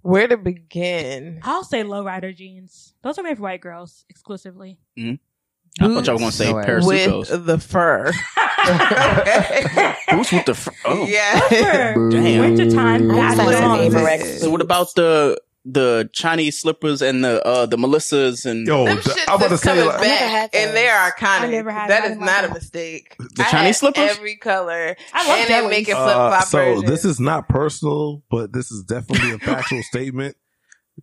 Speaker 5: where to begin?
Speaker 7: I'll say lowrider jeans. Those are made for white girls exclusively.
Speaker 9: Mhm. I thought y'all were gonna say
Speaker 8: No ass.
Speaker 9: parasucos.
Speaker 5: with the fur. okay.
Speaker 9: Boots with the fur. Oh.
Speaker 5: Yeah.
Speaker 7: Sure.
Speaker 9: Damn.
Speaker 7: Wintertime.
Speaker 2: I'm
Speaker 7: That's
Speaker 2: saying
Speaker 5: What
Speaker 7: what
Speaker 5: is
Speaker 2: his name
Speaker 5: it?
Speaker 2: correctly.
Speaker 9: So what about the the Chinese slippers and the uh the Melissas and
Speaker 6: Yo,
Speaker 5: Them
Speaker 6: th-
Speaker 5: shits
Speaker 6: I'm about to
Speaker 5: is
Speaker 6: say
Speaker 5: coming
Speaker 6: like,
Speaker 2: I never
Speaker 5: back,
Speaker 2: had
Speaker 5: and they are
Speaker 7: I
Speaker 5: iconic.
Speaker 7: never had
Speaker 5: that
Speaker 7: one
Speaker 5: is
Speaker 7: like
Speaker 5: not a
Speaker 7: that.
Speaker 5: mistake.
Speaker 9: The
Speaker 5: I
Speaker 9: Chinese
Speaker 5: had
Speaker 9: slippers?
Speaker 5: every color,
Speaker 7: I love
Speaker 5: and they
Speaker 7: jellies.
Speaker 5: make it flip
Speaker 6: uh,
Speaker 5: flop.
Speaker 6: so
Speaker 5: version.
Speaker 6: this is not personal, but this is definitely a factual statement.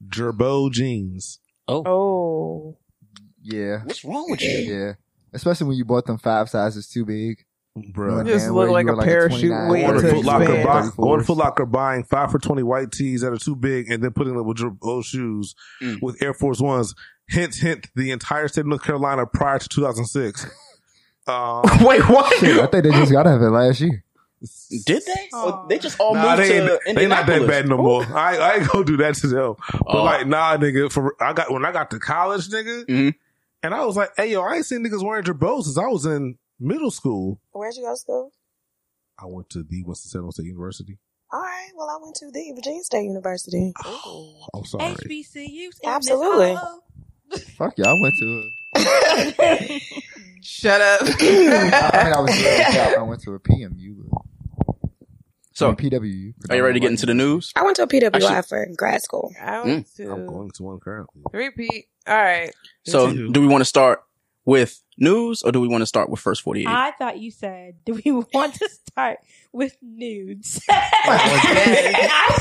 Speaker 6: Gerbo jeans.
Speaker 5: oh,
Speaker 8: Yeah,
Speaker 9: what's wrong with you?
Speaker 8: yeah. Especially when you bought them five sizes too big.
Speaker 6: Bruh.
Speaker 8: Knowing
Speaker 5: Just
Speaker 8: damn
Speaker 5: look
Speaker 8: well
Speaker 5: like
Speaker 8: you
Speaker 5: a
Speaker 8: were
Speaker 5: parachute
Speaker 8: 29,
Speaker 5: waiting
Speaker 6: Or the
Speaker 5: to
Speaker 6: Foot Locker,
Speaker 5: expand.
Speaker 6: buy, or the
Speaker 8: 34s.
Speaker 6: Foot Locker buying five for 20 white tees that are too big and then putting them with Gerbo shoes
Speaker 9: Mm.
Speaker 6: with Air Force Ones. Hint, hint, the entire state of North Carolina prior to 2006. Um,
Speaker 9: Wait, what?
Speaker 8: Shit, I think they just got to have it last year.
Speaker 9: Did they? Or Oh, they just all
Speaker 6: Nah,
Speaker 9: moved
Speaker 6: they,
Speaker 9: to
Speaker 6: ain't, they not that
Speaker 9: Indianapolis?
Speaker 6: bad no more. I, I ain't gonna do that to them. But
Speaker 9: Oh.
Speaker 6: like, nah, nigga. For I got when I got to college, nigga,
Speaker 9: Mhm.
Speaker 6: and I was like, hey yo, I ain't seen niggas wearing Jabos since I was in middle school.
Speaker 2: Where'd you go to school?
Speaker 6: I went to the Winston-Salem State University.
Speaker 2: All right. Well, I went to the Virginia State University.
Speaker 6: Oh, I'm sorry.
Speaker 7: HBCUs.
Speaker 2: Absolutely.
Speaker 8: Fuck yeah, I went to.
Speaker 5: shut up.
Speaker 8: A, I mean, I was. I went to a PMU. but- I
Speaker 9: So
Speaker 8: mean, PWU.
Speaker 9: are you ready to get into the news? Mm.
Speaker 2: I went to a PWI
Speaker 9: Actually-
Speaker 2: for grad school.
Speaker 5: I went to
Speaker 6: I'm going to one currently.
Speaker 5: repeat. All right.
Speaker 9: So
Speaker 6: too.
Speaker 9: do we want to start with news or do we want to start with first forty eight?
Speaker 7: I thought you said, do we want to start with nudes?
Speaker 5: yes.
Speaker 7: I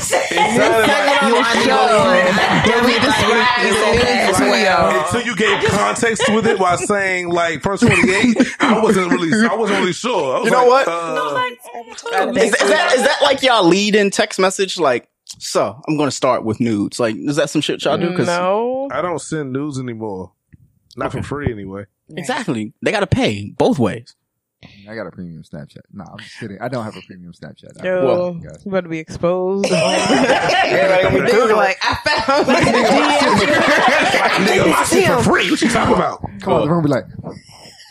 Speaker 7: said,
Speaker 6: Until you gave context with it while saying like first 48, I wasn't really, I wasn't really sure. I was
Speaker 9: You know what?
Speaker 6: like,
Speaker 7: I was
Speaker 6: uh,
Speaker 7: like,
Speaker 5: I
Speaker 9: Is,
Speaker 5: think-
Speaker 9: is that is that like y'all lead in text message? Like, so I'm gonna start with nudes. Like, is that some shit y'all do?
Speaker 5: No.
Speaker 6: I don't send news anymore. Not for free anyway.
Speaker 9: exactly, they gotta pay both ways.
Speaker 8: I got a premium Snapchat. Nah, I'm just kidding. I don't have a premium Snapchat. I-
Speaker 5: Yo,
Speaker 8: Yes.
Speaker 5: you about to be exposed. Everybody gonna be Googling, like, I found
Speaker 6: Nigga, my shit for free. What you talking about?
Speaker 8: Come on, the room be like,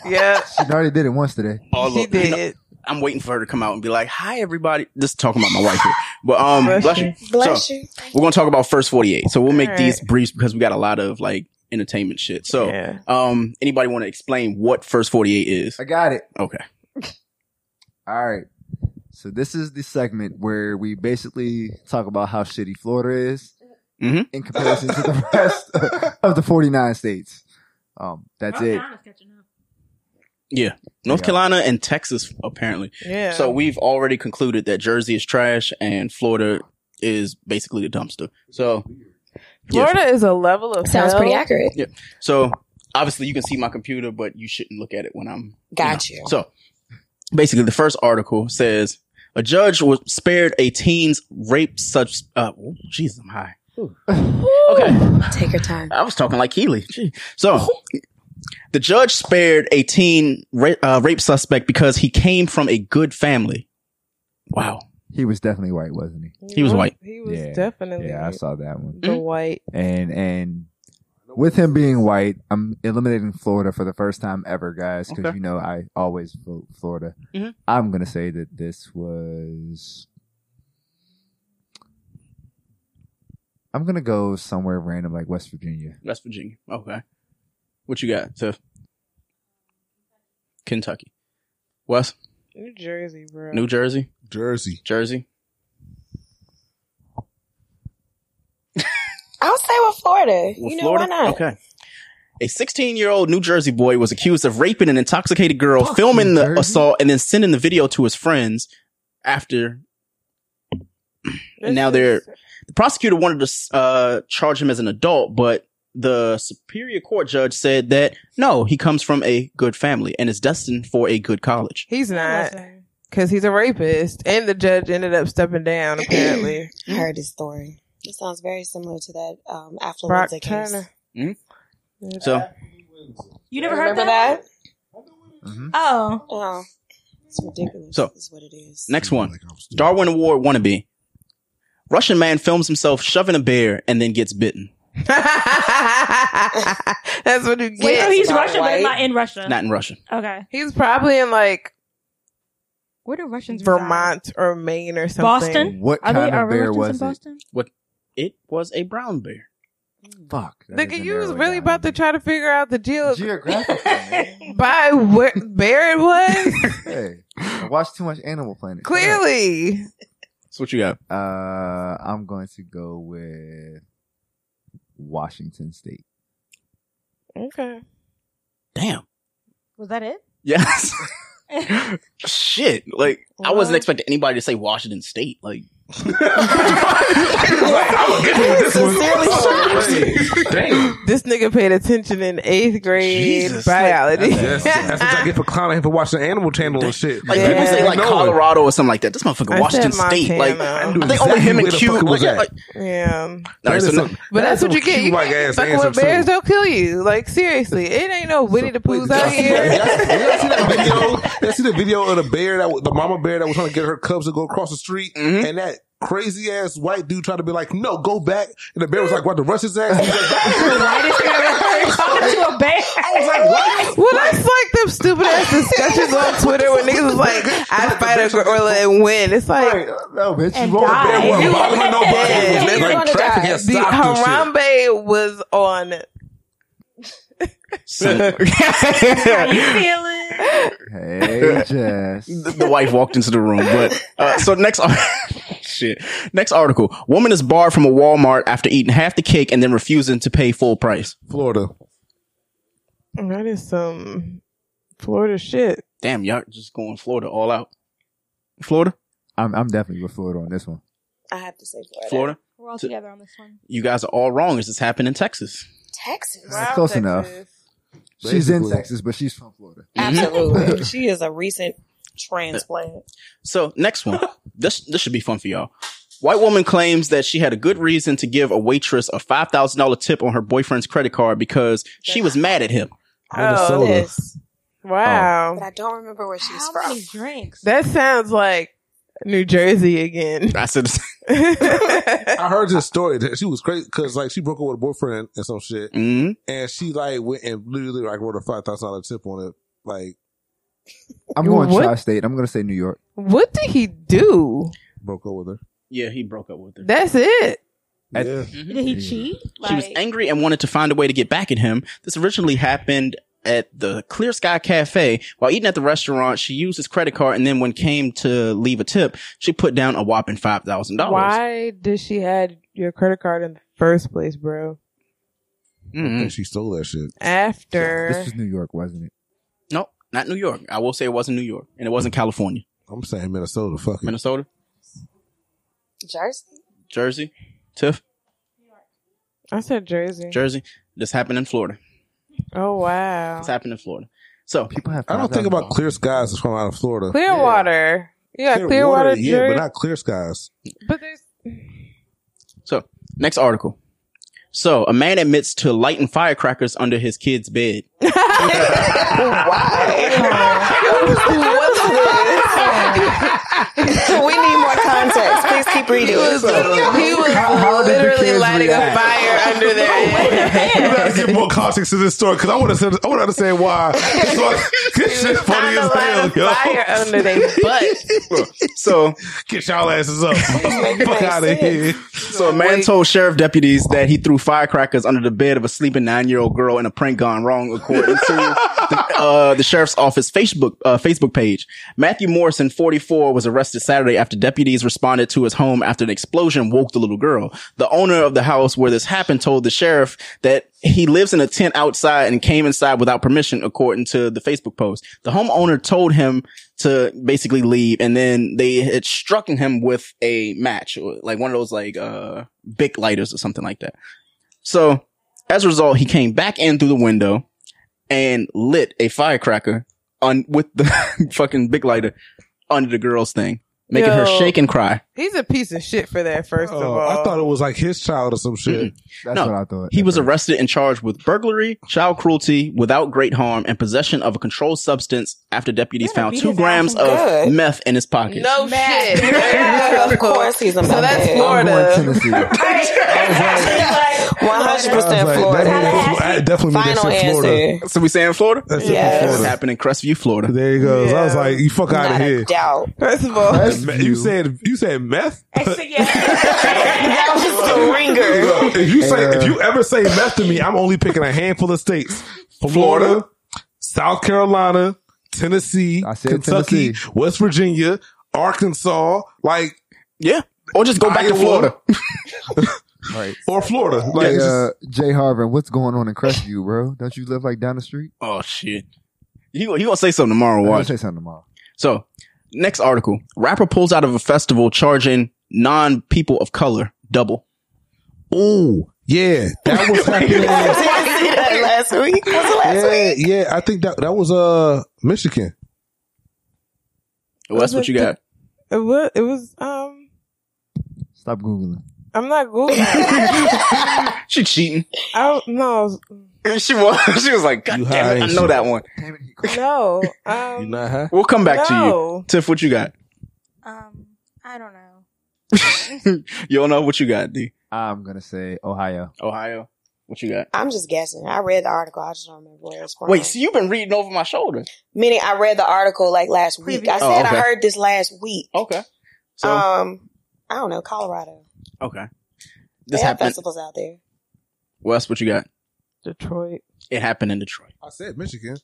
Speaker 5: yeah,
Speaker 8: she already did it once today.
Speaker 6: Oh,
Speaker 9: All
Speaker 5: she
Speaker 9: of- you know,
Speaker 5: did.
Speaker 9: I'm waiting for her to come out and be like, "Hi, everybody." This is talking about my wife here, but um,
Speaker 5: Bless
Speaker 9: bless
Speaker 5: you.
Speaker 9: you.
Speaker 2: Bless
Speaker 9: So-
Speaker 2: you.
Speaker 9: We're gonna talk about first 48. So we'll make
Speaker 5: All
Speaker 9: these
Speaker 5: right.
Speaker 9: briefs because we got a lot of like entertainment shit. So,
Speaker 5: Yeah.
Speaker 9: um, anybody want to explain what first 48 is?
Speaker 8: I got it.
Speaker 6: Oh.
Speaker 9: Okay.
Speaker 8: All right. So this is the segment where we basically talk about how shitty Florida is
Speaker 6: Mm-hmm.
Speaker 9: Mhm.
Speaker 8: in comparison to the rest of the 49 states. Um, that's it.
Speaker 9: North
Speaker 8: Yeah.
Speaker 9: Carolina and Texas apparently.
Speaker 5: Yeah.
Speaker 9: So we've already concluded that Jersey is trash and Florida is basically the dumpster. So
Speaker 5: Florida is a level of
Speaker 2: Sounds pretty
Speaker 5: hell.
Speaker 2: accurate.
Speaker 9: So obviously you can see my computer, but you shouldn't look at it when I'm.
Speaker 2: Got you.
Speaker 9: So basically, the first article says a judge was spared a teen's rape. Such uh, oh, jeez, I'm high. Okay,
Speaker 2: Take your time.
Speaker 9: I was talking like Keely. Gee. So the judge spared a teen ra- uh, rape suspect because he came from a good family. Wow,
Speaker 8: He was definitely white, wasn't he?
Speaker 9: He was white.
Speaker 5: He was
Speaker 8: Yeah.
Speaker 5: definitely
Speaker 8: Yeah, I saw that one.
Speaker 9: Mm-hmm.
Speaker 5: the white.
Speaker 8: And and with him being white, I'm eliminating Florida for the first time ever, guys, because
Speaker 9: Okay.
Speaker 8: you know I always vote Florida.
Speaker 9: Mhm.
Speaker 8: I'm gonna say that this was. I'm gonna go somewhere random like West Virginia.
Speaker 9: West Virginia. Okay, what you got, Tiff? Kentucky, West,
Speaker 5: New Jersey, bro.
Speaker 9: New Jersey.
Speaker 6: Jersey.
Speaker 9: Jersey.
Speaker 2: I'll say with Florida.
Speaker 9: Well,
Speaker 2: you know
Speaker 9: Florida?
Speaker 2: why not?
Speaker 9: Okay. A 16 year old New Jersey boy was accused of raping an intoxicated girl,
Speaker 8: Fuck
Speaker 9: filming
Speaker 8: New
Speaker 9: the
Speaker 8: Jersey.
Speaker 9: assault, and then sending the video to his friends after.
Speaker 5: This
Speaker 9: now
Speaker 5: is-
Speaker 9: they're- The prosecutor wanted to uh, charge him as an adult, but the Superior Court judge said that no, he comes from a good family and is destined for a good college.
Speaker 5: He's not because he's a rapist, and the judge ended up stepping down. Apparently,
Speaker 2: I heard his story. It sounds very similar to that um, affluenza
Speaker 5: Brock
Speaker 2: case.
Speaker 5: Turner.
Speaker 9: Mhm. So,
Speaker 7: You never heard
Speaker 2: Remember
Speaker 7: that?
Speaker 2: that?
Speaker 7: Oh.
Speaker 2: Oh, it's ridiculous.
Speaker 9: So-
Speaker 2: is what it is.
Speaker 9: next one
Speaker 6: Like, I'm stupid.
Speaker 9: Darwin Award wannabe. Russian man films himself shoving a bear and then gets bitten.
Speaker 5: That's what you get.
Speaker 7: Wait, so he's
Speaker 2: Not
Speaker 7: Russian, but
Speaker 2: white.
Speaker 7: not in Russia.
Speaker 9: Not in Russia.
Speaker 7: okay.
Speaker 5: He's probably in like
Speaker 7: Where do Russians reside?
Speaker 5: Vermont or Maine or something.
Speaker 7: Boston?
Speaker 8: What
Speaker 7: Are
Speaker 8: kind
Speaker 7: they are
Speaker 8: of bear
Speaker 7: Russians in
Speaker 8: was it?
Speaker 7: Boston?
Speaker 9: It was a brown bear.
Speaker 7: Mm.
Speaker 8: Fuck. that is
Speaker 5: Nigga,
Speaker 8: in
Speaker 5: you
Speaker 8: there
Speaker 5: was
Speaker 8: right
Speaker 5: really
Speaker 8: now.
Speaker 5: about to try to figure out the geo
Speaker 8: Geographic. man.
Speaker 5: by where where it was.
Speaker 8: hey, I watch too much Animal Planet. Shut up.
Speaker 5: Clearly,
Speaker 9: That's what you got.
Speaker 8: Uh, I'm going to go with Washington State.
Speaker 5: okay.
Speaker 9: Damn.
Speaker 10: Was that it?
Speaker 9: Yes. Shit. Like I wasn't
Speaker 5: Well-
Speaker 9: expecting anybody to say Washington State. Like
Speaker 6: Damn.
Speaker 5: This nigga paid attention in eighth grade
Speaker 9: Jesus, like-
Speaker 5: biology.
Speaker 6: Yes, that's what I get for clowning for watching Animal Channel and shit.
Speaker 9: like
Speaker 5: Yeah.
Speaker 9: people say like
Speaker 6: No.
Speaker 9: Colorado or something like that. This motherfucker
Speaker 5: I said
Speaker 9: Washington State. Like
Speaker 5: Montana.
Speaker 9: I think only him and Q. Like, yeah, like,
Speaker 5: yeah,
Speaker 9: all right, so no-
Speaker 5: but that's, what you get. You
Speaker 6: like
Speaker 5: can't
Speaker 6: ass
Speaker 5: fuck
Speaker 6: answer
Speaker 5: with bears;
Speaker 6: too.
Speaker 5: they'll kill you. Like seriously, it ain't no Winnie the Poohs out
Speaker 6: Y'all
Speaker 5: here.
Speaker 6: see that video? Y'all see the video of the bear that was- the mama bear that was trying to get her cubs to go across the street,
Speaker 9: Mhm.
Speaker 6: and that crazy ass white dude tried to be like, "No, go back," and the bear was like, "What?" To rush his ass. He was like,
Speaker 10: Why did you to a bear?
Speaker 6: I was like, "What?"
Speaker 5: Well, that's like them stupid ass discussions on Twitter when niggas was like, "I fight a gorilla and win." It's like.
Speaker 8: No, bitch,
Speaker 10: And
Speaker 8: you won't
Speaker 10: die.
Speaker 6: Bear wasn't
Speaker 10: You-
Speaker 6: bothering nobody.
Speaker 5: Yeah,
Speaker 6: It was
Speaker 5: niggas
Speaker 6: like
Speaker 5: wanna
Speaker 6: traffic
Speaker 5: die.
Speaker 6: had
Speaker 5: The
Speaker 6: stopped and shit.
Speaker 5: Harambe was on.
Speaker 10: How you feeling?
Speaker 8: Hey, Jess.
Speaker 9: the, the wife walked into the room. But uh, so next, ar- shit. Next article: Woman is barred from a Walmart after eating half the cake and then refusing to pay full price.
Speaker 6: Florida.
Speaker 5: That is some Florida shit.
Speaker 9: Damn, y'all just going Florida all out. Florida,
Speaker 8: I'm, I'm definitely with Florida on this one.
Speaker 2: I have to say Florida.
Speaker 9: Florida.
Speaker 7: We're all together on this one.
Speaker 9: You guys are all wrong. Is this happened in Texas?
Speaker 2: Texas.
Speaker 8: Close enough. She's in
Speaker 6: Basically.
Speaker 8: Texas, but she's from Florida.
Speaker 2: Absolutely. she is a recent transplant.
Speaker 9: So next one. this this should be fun for y'all. White woman claims that she had a good reason to give a waitress a five thousand dollar tip on her boyfriend's credit card because she was mad at him.
Speaker 5: Oh,
Speaker 6: Minnesota.
Speaker 2: This,
Speaker 5: wow.
Speaker 2: but I don't remember where she was
Speaker 10: How
Speaker 2: from.
Speaker 10: many drinks?
Speaker 5: That sounds like New Jersey again.
Speaker 9: I said,
Speaker 5: That's
Speaker 6: I heard this story that she was crazy because like she broke up with a boyfriend and some shit,
Speaker 9: mm,
Speaker 6: and she like went and literally like wrote a five thousand dollar tip on it. Like
Speaker 8: I'm
Speaker 5: You
Speaker 8: going
Speaker 5: what?
Speaker 8: tri-state. I'm going to say New York.
Speaker 5: what did he do?
Speaker 6: broke up with her.
Speaker 9: "Yeah, he broke up with her."
Speaker 5: That's it.
Speaker 8: At-
Speaker 6: yeah.
Speaker 10: Did he cheat?
Speaker 9: She was angry and wanted to find a way to get back at him. This originally happened at the Clear Sky Cafe. While eating at the restaurant, she used his credit card and then when came to leave a tip, she put down a whopping five thousand dollars.
Speaker 5: Why did she had your credit card in the first place, bro?
Speaker 9: Mm-hmm.
Speaker 6: And she stole that shit.
Speaker 5: After
Speaker 8: This was New York, wasn't it?
Speaker 9: No, not New York. I will say it wasn't New York. And it wasn't California.
Speaker 6: I'm saying Minnesota. Fuck it.
Speaker 9: Minnesota?
Speaker 2: Jersey?
Speaker 9: Jersey? Tiff?
Speaker 5: I said Jersey.
Speaker 9: Jersey? This happened in Florida.
Speaker 5: Oh wow.
Speaker 9: This happened in Florida. So
Speaker 8: People have.
Speaker 6: I don't think about
Speaker 8: $5,000.
Speaker 6: clear skies is from out of Florida.
Speaker 5: Clearwater. Yeah, Clearwater,
Speaker 6: yeah,
Speaker 5: Jersey.
Speaker 6: but not clear skies.
Speaker 5: but there's
Speaker 9: So, next article. So, a man admits to lighting firecrackers under his kid's bed.
Speaker 2: we need more context. Please keep
Speaker 5: he
Speaker 2: reading.
Speaker 5: was, he was literally lighting a fire under their head.
Speaker 6: You gotta give more context to this story because I want to. I want to understand why. This, this shit
Speaker 5: Trying
Speaker 6: funny
Speaker 5: to
Speaker 6: as
Speaker 5: light
Speaker 6: hell,
Speaker 5: a
Speaker 6: yo.
Speaker 5: fire under their butt.
Speaker 9: So,
Speaker 6: Get y'all asses up. Fuck out of here.
Speaker 9: so a man told sheriff deputies that he threw firecrackers under the bed of a sleeping nine-year-old girl in a prank gone wrong, according to the, uh, the sheriff's office Facebook uh, Facebook page. Matthew Morrison, 44, was arrested Saturday after deputies responded to his home after an explosion woke the little girl. The owner of the house where this happened told the sheriff that he lives in a tent outside and came inside without permission, according to the Facebook post. The homeowner told him to basically leave and then they had struck him with a match or like one of those like uh big lighters or something like that so as a result he came back in through the window and lit a firecracker on with the fucking big lighter under the girl's thing making her
Speaker 5: Yo.
Speaker 9: shake and cry
Speaker 5: He's a piece of shit for that. First of
Speaker 6: Oh,
Speaker 5: all,
Speaker 6: I thought it was like his child or some shit.
Speaker 8: That's
Speaker 9: No,
Speaker 8: what I thought.
Speaker 9: he was arrested and charged with burglary child cruelty without great harm and possession of a controlled substance after deputies
Speaker 10: That'd
Speaker 9: found
Speaker 10: beat
Speaker 9: two
Speaker 10: his
Speaker 9: grams
Speaker 10: ass
Speaker 9: of
Speaker 10: and
Speaker 2: good.
Speaker 9: meth in his pocket
Speaker 5: No
Speaker 10: Mad.
Speaker 5: shit.
Speaker 2: of course he's a
Speaker 5: So that's
Speaker 2: meth head.
Speaker 8: I'm
Speaker 5: Florida.
Speaker 8: going Tennessee.
Speaker 2: One hundred
Speaker 6: I was
Speaker 2: percent
Speaker 6: like,
Speaker 2: Florida.
Speaker 6: that means- I definitely mean that
Speaker 2: Final
Speaker 6: shit Florida.
Speaker 2: answer.
Speaker 9: so we saying florida
Speaker 6: That shit from
Speaker 2: Yes.
Speaker 9: This
Speaker 6: Florida.
Speaker 9: happened in crestview florida
Speaker 6: There you go. So I was
Speaker 5: Yeah.
Speaker 6: like, you fuck out of
Speaker 2: Not
Speaker 6: here.
Speaker 2: a doubt.
Speaker 5: First of all,
Speaker 8: That's
Speaker 6: You said you said meth.
Speaker 10: I said, yeah.
Speaker 2: That was the ringer.
Speaker 6: Yo, If you say
Speaker 8: And, uh,
Speaker 6: if you ever say meth to me, I'm only picking a handful of states: Florida,
Speaker 1: Florida.
Speaker 6: South Carolina, Tennessee,
Speaker 8: I said
Speaker 6: Kentucky,
Speaker 8: Tennessee.
Speaker 6: West Virginia, Arkansas, like
Speaker 9: Yeah. Or just go back to
Speaker 6: Iowa.
Speaker 9: Florida.
Speaker 8: Right.
Speaker 6: or Florida. Like
Speaker 8: Hey,
Speaker 6: it's
Speaker 8: uh, Jay Harvin, what's going on in Crestview, bro? Don't you live like down the street?
Speaker 9: Oh shit. You you gonna say something tomorrow?
Speaker 8: I'll
Speaker 9: Watch.
Speaker 8: say something tomorrow.
Speaker 9: So next article: rapper pulls out of a festival charging non people of color double.
Speaker 6: just- ooh, yeah,
Speaker 9: uh,
Speaker 6: that was happening.
Speaker 2: last week. Was it last week?
Speaker 6: yeah, yeah. I think that that was uh Michigan.
Speaker 9: Well, that's what you got.
Speaker 5: It was. It was. Um,
Speaker 8: Stop googling.
Speaker 5: I'm not googling.
Speaker 9: She cheating.
Speaker 5: I no
Speaker 9: She was. She was like, God
Speaker 6: You
Speaker 9: damn it!
Speaker 6: high,
Speaker 9: I know
Speaker 6: ain't
Speaker 9: that one.
Speaker 5: no.
Speaker 6: You
Speaker 5: Um,
Speaker 6: not high?
Speaker 9: We'll come back to you,
Speaker 5: no.
Speaker 9: Tiff. What you got?
Speaker 10: Um, I don't know.
Speaker 9: you don't know what you got, D.
Speaker 8: I'm gonna say Ohio.
Speaker 9: Ohio. What you got?
Speaker 2: I'm just guessing. I read the article. I just don't remember where it's from.
Speaker 9: Wait, so you've been reading over my shoulder?
Speaker 2: meaning I read the article like last week. I
Speaker 10: Previous.
Speaker 2: said
Speaker 9: Oh, okay.
Speaker 2: I heard this last week.
Speaker 9: Okay. So
Speaker 2: um, I don't know Colorado.
Speaker 9: okay,
Speaker 2: They
Speaker 9: this
Speaker 2: have
Speaker 9: happened.
Speaker 2: festivals out there.
Speaker 9: Well, that's what you got.
Speaker 5: Detroit.
Speaker 9: It happened in Detroit.
Speaker 6: I said Michigan.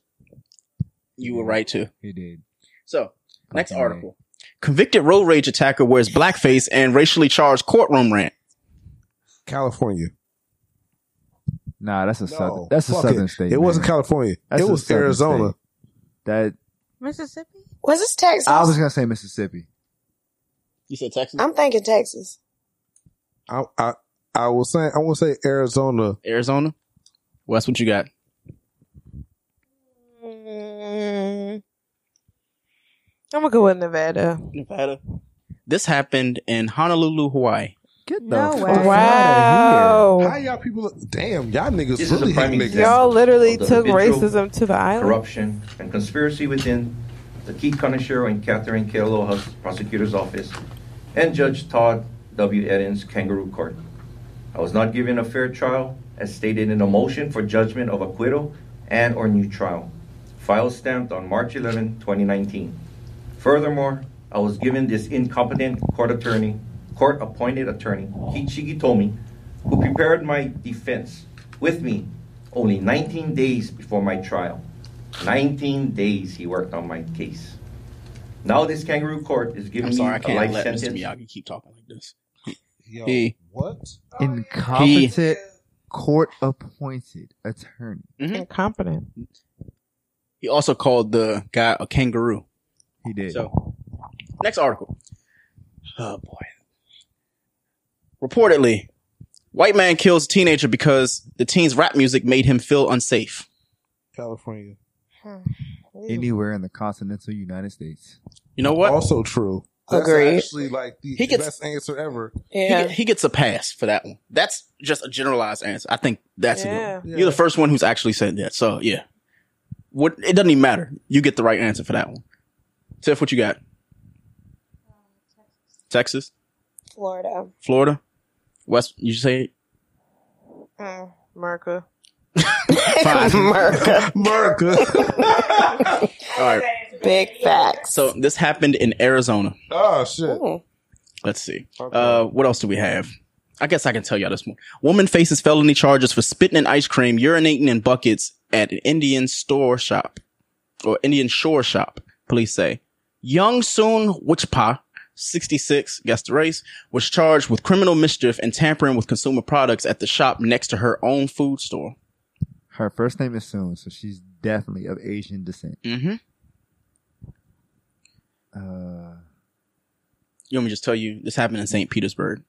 Speaker 9: You were right too.
Speaker 8: He did.
Speaker 9: So next
Speaker 8: Fucking
Speaker 9: article: convicted road rage attacker wears blackface and racially charged courtroom rant.
Speaker 6: California.
Speaker 8: Nah, that's a southern.
Speaker 6: No,
Speaker 8: That's a
Speaker 6: fuck
Speaker 8: southern state.
Speaker 6: It wasn't
Speaker 8: man.
Speaker 6: California.
Speaker 8: That's
Speaker 6: it
Speaker 8: a
Speaker 6: was
Speaker 8: southern
Speaker 6: Arizona.
Speaker 8: state. That
Speaker 10: Mississippi?
Speaker 2: Was this Texas?
Speaker 8: I was gonna say Mississippi.
Speaker 9: You said Texas,
Speaker 2: I'm thinking Texas.
Speaker 6: I, I I was saying I will say Arizona.
Speaker 9: Arizona. Well, that's what you got.
Speaker 2: Mm,
Speaker 5: I'm gonna go with Nevada.
Speaker 9: Nevada. This happened in Honolulu, Hawaii.
Speaker 8: Get the
Speaker 10: No
Speaker 8: fuck
Speaker 10: way.
Speaker 8: outta here.
Speaker 6: How
Speaker 9: Oh.
Speaker 5: Wow.
Speaker 6: y'all people? Damn, y'all niggas
Speaker 11: This is
Speaker 6: really
Speaker 11: the
Speaker 6: hate
Speaker 11: prime
Speaker 6: niggas.
Speaker 11: example.
Speaker 5: Y'all literally
Speaker 11: Of the
Speaker 5: took
Speaker 11: individual
Speaker 5: racism to the island.
Speaker 11: corruption, and conspiracy within the Keith Conisher and Catherine K. Aloha's prosecutor's office and Judge Todd W. Eden's kangaroo court. I was not given a fair trial as stated in a motion for judgment of acquittal and or new trial, file stamped on March 11, 2019. Furthermore, I was given this incompetent court attorney, court-appointed attorney, Kichigi Tomi, who prepared my defense with me only 19 days before my trial. 19 days he worked on my case. Now this kangaroo court is giving
Speaker 9: I'm sorry, I
Speaker 11: me a
Speaker 9: can't
Speaker 11: life
Speaker 9: let Mr.
Speaker 11: sentence.
Speaker 9: Miyagi keep talking like this.
Speaker 6: Yo,
Speaker 9: He-
Speaker 6: what?
Speaker 8: Incompetent court appointed attorney.
Speaker 9: Mm-hmm.
Speaker 5: Incompetent.
Speaker 9: He also called the guy a kangaroo.
Speaker 8: He did.
Speaker 9: So, next article. Oh boy. Reportedly, white man kills teenager because the teen's rap music made him feel unsafe.
Speaker 6: California.
Speaker 8: Anywhere in the continental United States.
Speaker 9: You know what?
Speaker 6: Also true. That's
Speaker 2: Agreed.
Speaker 6: actually like the
Speaker 9: He gets-
Speaker 6: best answer ever.
Speaker 9: He,
Speaker 2: Yeah.
Speaker 9: get- he gets a pass for that one. That's just a generalized answer. I think that's a good
Speaker 5: Yeah.
Speaker 9: one. You're the first one who's actually said that. So yeah, what it doesn't even matter. You get the right answer for that one. Tiff, what you got? Texas,
Speaker 2: Florida.
Speaker 9: Florida, West. You say
Speaker 5: Mm, America.
Speaker 2: America.
Speaker 6: America.
Speaker 9: all right.
Speaker 2: Big facts.
Speaker 9: So this happened in Arizona.
Speaker 6: oh shit.
Speaker 2: Mm.
Speaker 9: Let's see.
Speaker 6: Okay.
Speaker 9: Uh, what else do we have? I guess I can tell y'all this one. Woman faces felony charges for spitting in ice cream, urinating in buckets at an Indian store shop or Indian shore shop. Police say Young Soon Wichpa, 66, guess the race, was charged with criminal mischief and tampering with consumer products at the shop next to her own food store.
Speaker 8: Her first name is Soon, so she's definitely of Asian descent.
Speaker 9: Mm-hmm.
Speaker 8: Uh,
Speaker 9: You want me to just tell you this happened in St. Petersburg?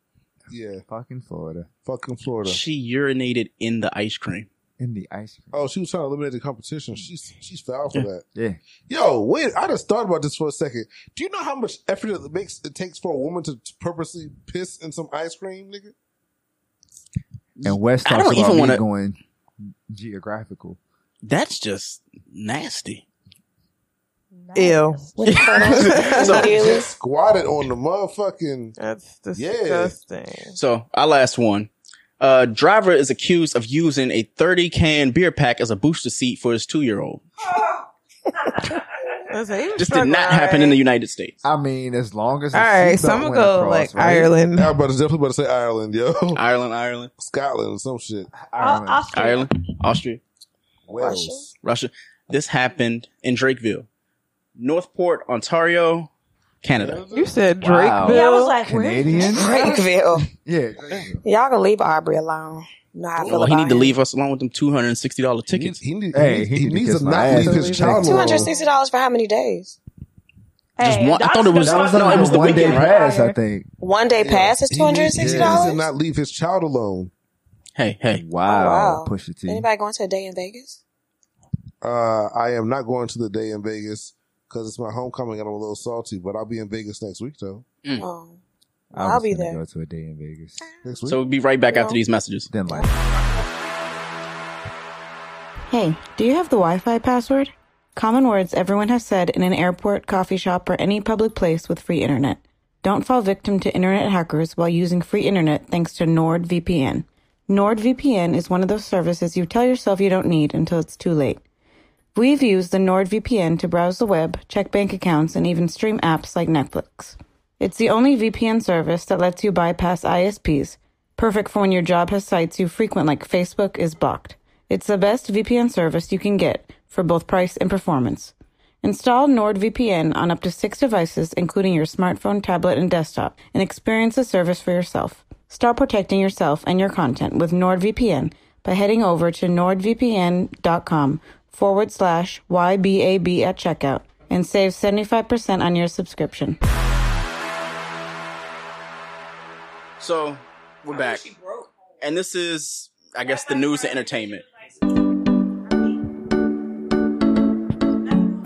Speaker 6: Yeah.
Speaker 8: fucking Florida
Speaker 6: Fucking Florida.
Speaker 9: She urinated in the ice cream.
Speaker 8: in the ice cream.
Speaker 6: Oh, she was trying to eliminate the competition. She's she's foul for that.
Speaker 8: Yeah,
Speaker 6: Yo, wait! I just thought about this for a second. Do you know how much effort it makes it takes for a woman to purposely piss in some ice cream, nigga?
Speaker 8: and West
Speaker 9: I
Speaker 8: talks
Speaker 9: don't
Speaker 8: about
Speaker 9: even
Speaker 8: me
Speaker 9: wanna-
Speaker 8: going geographical.
Speaker 9: That's just nasty.
Speaker 5: Ew.
Speaker 2: Really?
Speaker 6: Just squatted on the motherfucking.
Speaker 5: That's
Speaker 6: Yeah.
Speaker 5: disgusting.
Speaker 9: So our last one. Uh, driver is accused of using a 30 can beer pack as a booster seat for his two year old. This did not happen in the United States.
Speaker 8: I mean, as long as
Speaker 5: All right, so I'm gonna go like Ireland.
Speaker 6: I was definitely about to say Ireland, yo.
Speaker 9: Ireland, Ireland,
Speaker 6: Scotland, some shit.
Speaker 7: Ireland. Austria.
Speaker 9: Ireland, Austria,
Speaker 6: Wales.
Speaker 9: Russia. This happened in Drakeville, Northport, Ontario, Canada.
Speaker 5: You said Drake.
Speaker 8: Wow.
Speaker 5: Bill.
Speaker 2: Yeah, I was like, where is
Speaker 8: Canadian.
Speaker 2: Drakeville.
Speaker 8: Yeah,
Speaker 2: Y'all gonna leave Aubrey alone. No, I feel
Speaker 9: Well, he
Speaker 2: about
Speaker 9: need to
Speaker 2: him.
Speaker 9: leave us alone with them two hundred and sixty dollar
Speaker 6: He,
Speaker 9: tickets.
Speaker 6: he, need-
Speaker 8: Hey,
Speaker 6: he,
Speaker 8: he
Speaker 6: he
Speaker 8: need to
Speaker 6: needs
Speaker 8: kiss
Speaker 6: to
Speaker 8: my
Speaker 6: not
Speaker 8: ass.
Speaker 6: leave his child
Speaker 2: Two
Speaker 6: alone.
Speaker 2: hundred sixty dollars for how many days?
Speaker 9: Just
Speaker 7: Hey,
Speaker 9: one. I thought it was.
Speaker 8: that was
Speaker 9: no,
Speaker 8: only
Speaker 9: it was the
Speaker 8: one day
Speaker 9: weekend, right?
Speaker 8: pass. I think.
Speaker 2: One day pass is
Speaker 6: He
Speaker 2: two hundred and
Speaker 6: needs-
Speaker 2: sixty
Speaker 6: yeah, he needs to
Speaker 2: dollars. Oh,
Speaker 6: not leave his child alone.
Speaker 9: Hey, hey,
Speaker 8: Wow,
Speaker 2: wow.
Speaker 8: push it to
Speaker 2: Anybody going to a day in Vegas?
Speaker 6: Uh, I am not going to the day in Vegas because it's my homecoming and I'm a little salty, but I'll be in Vegas next week, though.
Speaker 9: Mm.
Speaker 2: Oh, I'll be there.
Speaker 8: Go to a day in Vegas.
Speaker 6: Next week.
Speaker 9: so we'll be right back after
Speaker 2: No.
Speaker 9: these messages.
Speaker 8: Then like,
Speaker 12: Hey, do you have the Wi Fi password? Common words everyone has said in an airport, coffee shop, or any public place with free internet. Don't fall victim to internet hackers while using free internet thanks to NordVPN. NordVPN is one of those services you tell yourself you don't need until it's too late. We've used the NordVPN to browse the web, check bank accounts, and even stream apps like Netflix. It's the only VPN service that lets you bypass ISPs, perfect for when your job has sites you frequent like Facebook is blocked. It's the best VPN service you can get for both price and performance. Install NordVPN on up to six devices, including your smartphone, tablet, and desktop, and experience the service for yourself. Start protecting yourself and your content with NordVPN by heading over to nordvpn.com forward slash YBAB at checkout and save 75% on your subscription.
Speaker 9: So we're back, and this is, I guess, the news and entertainment.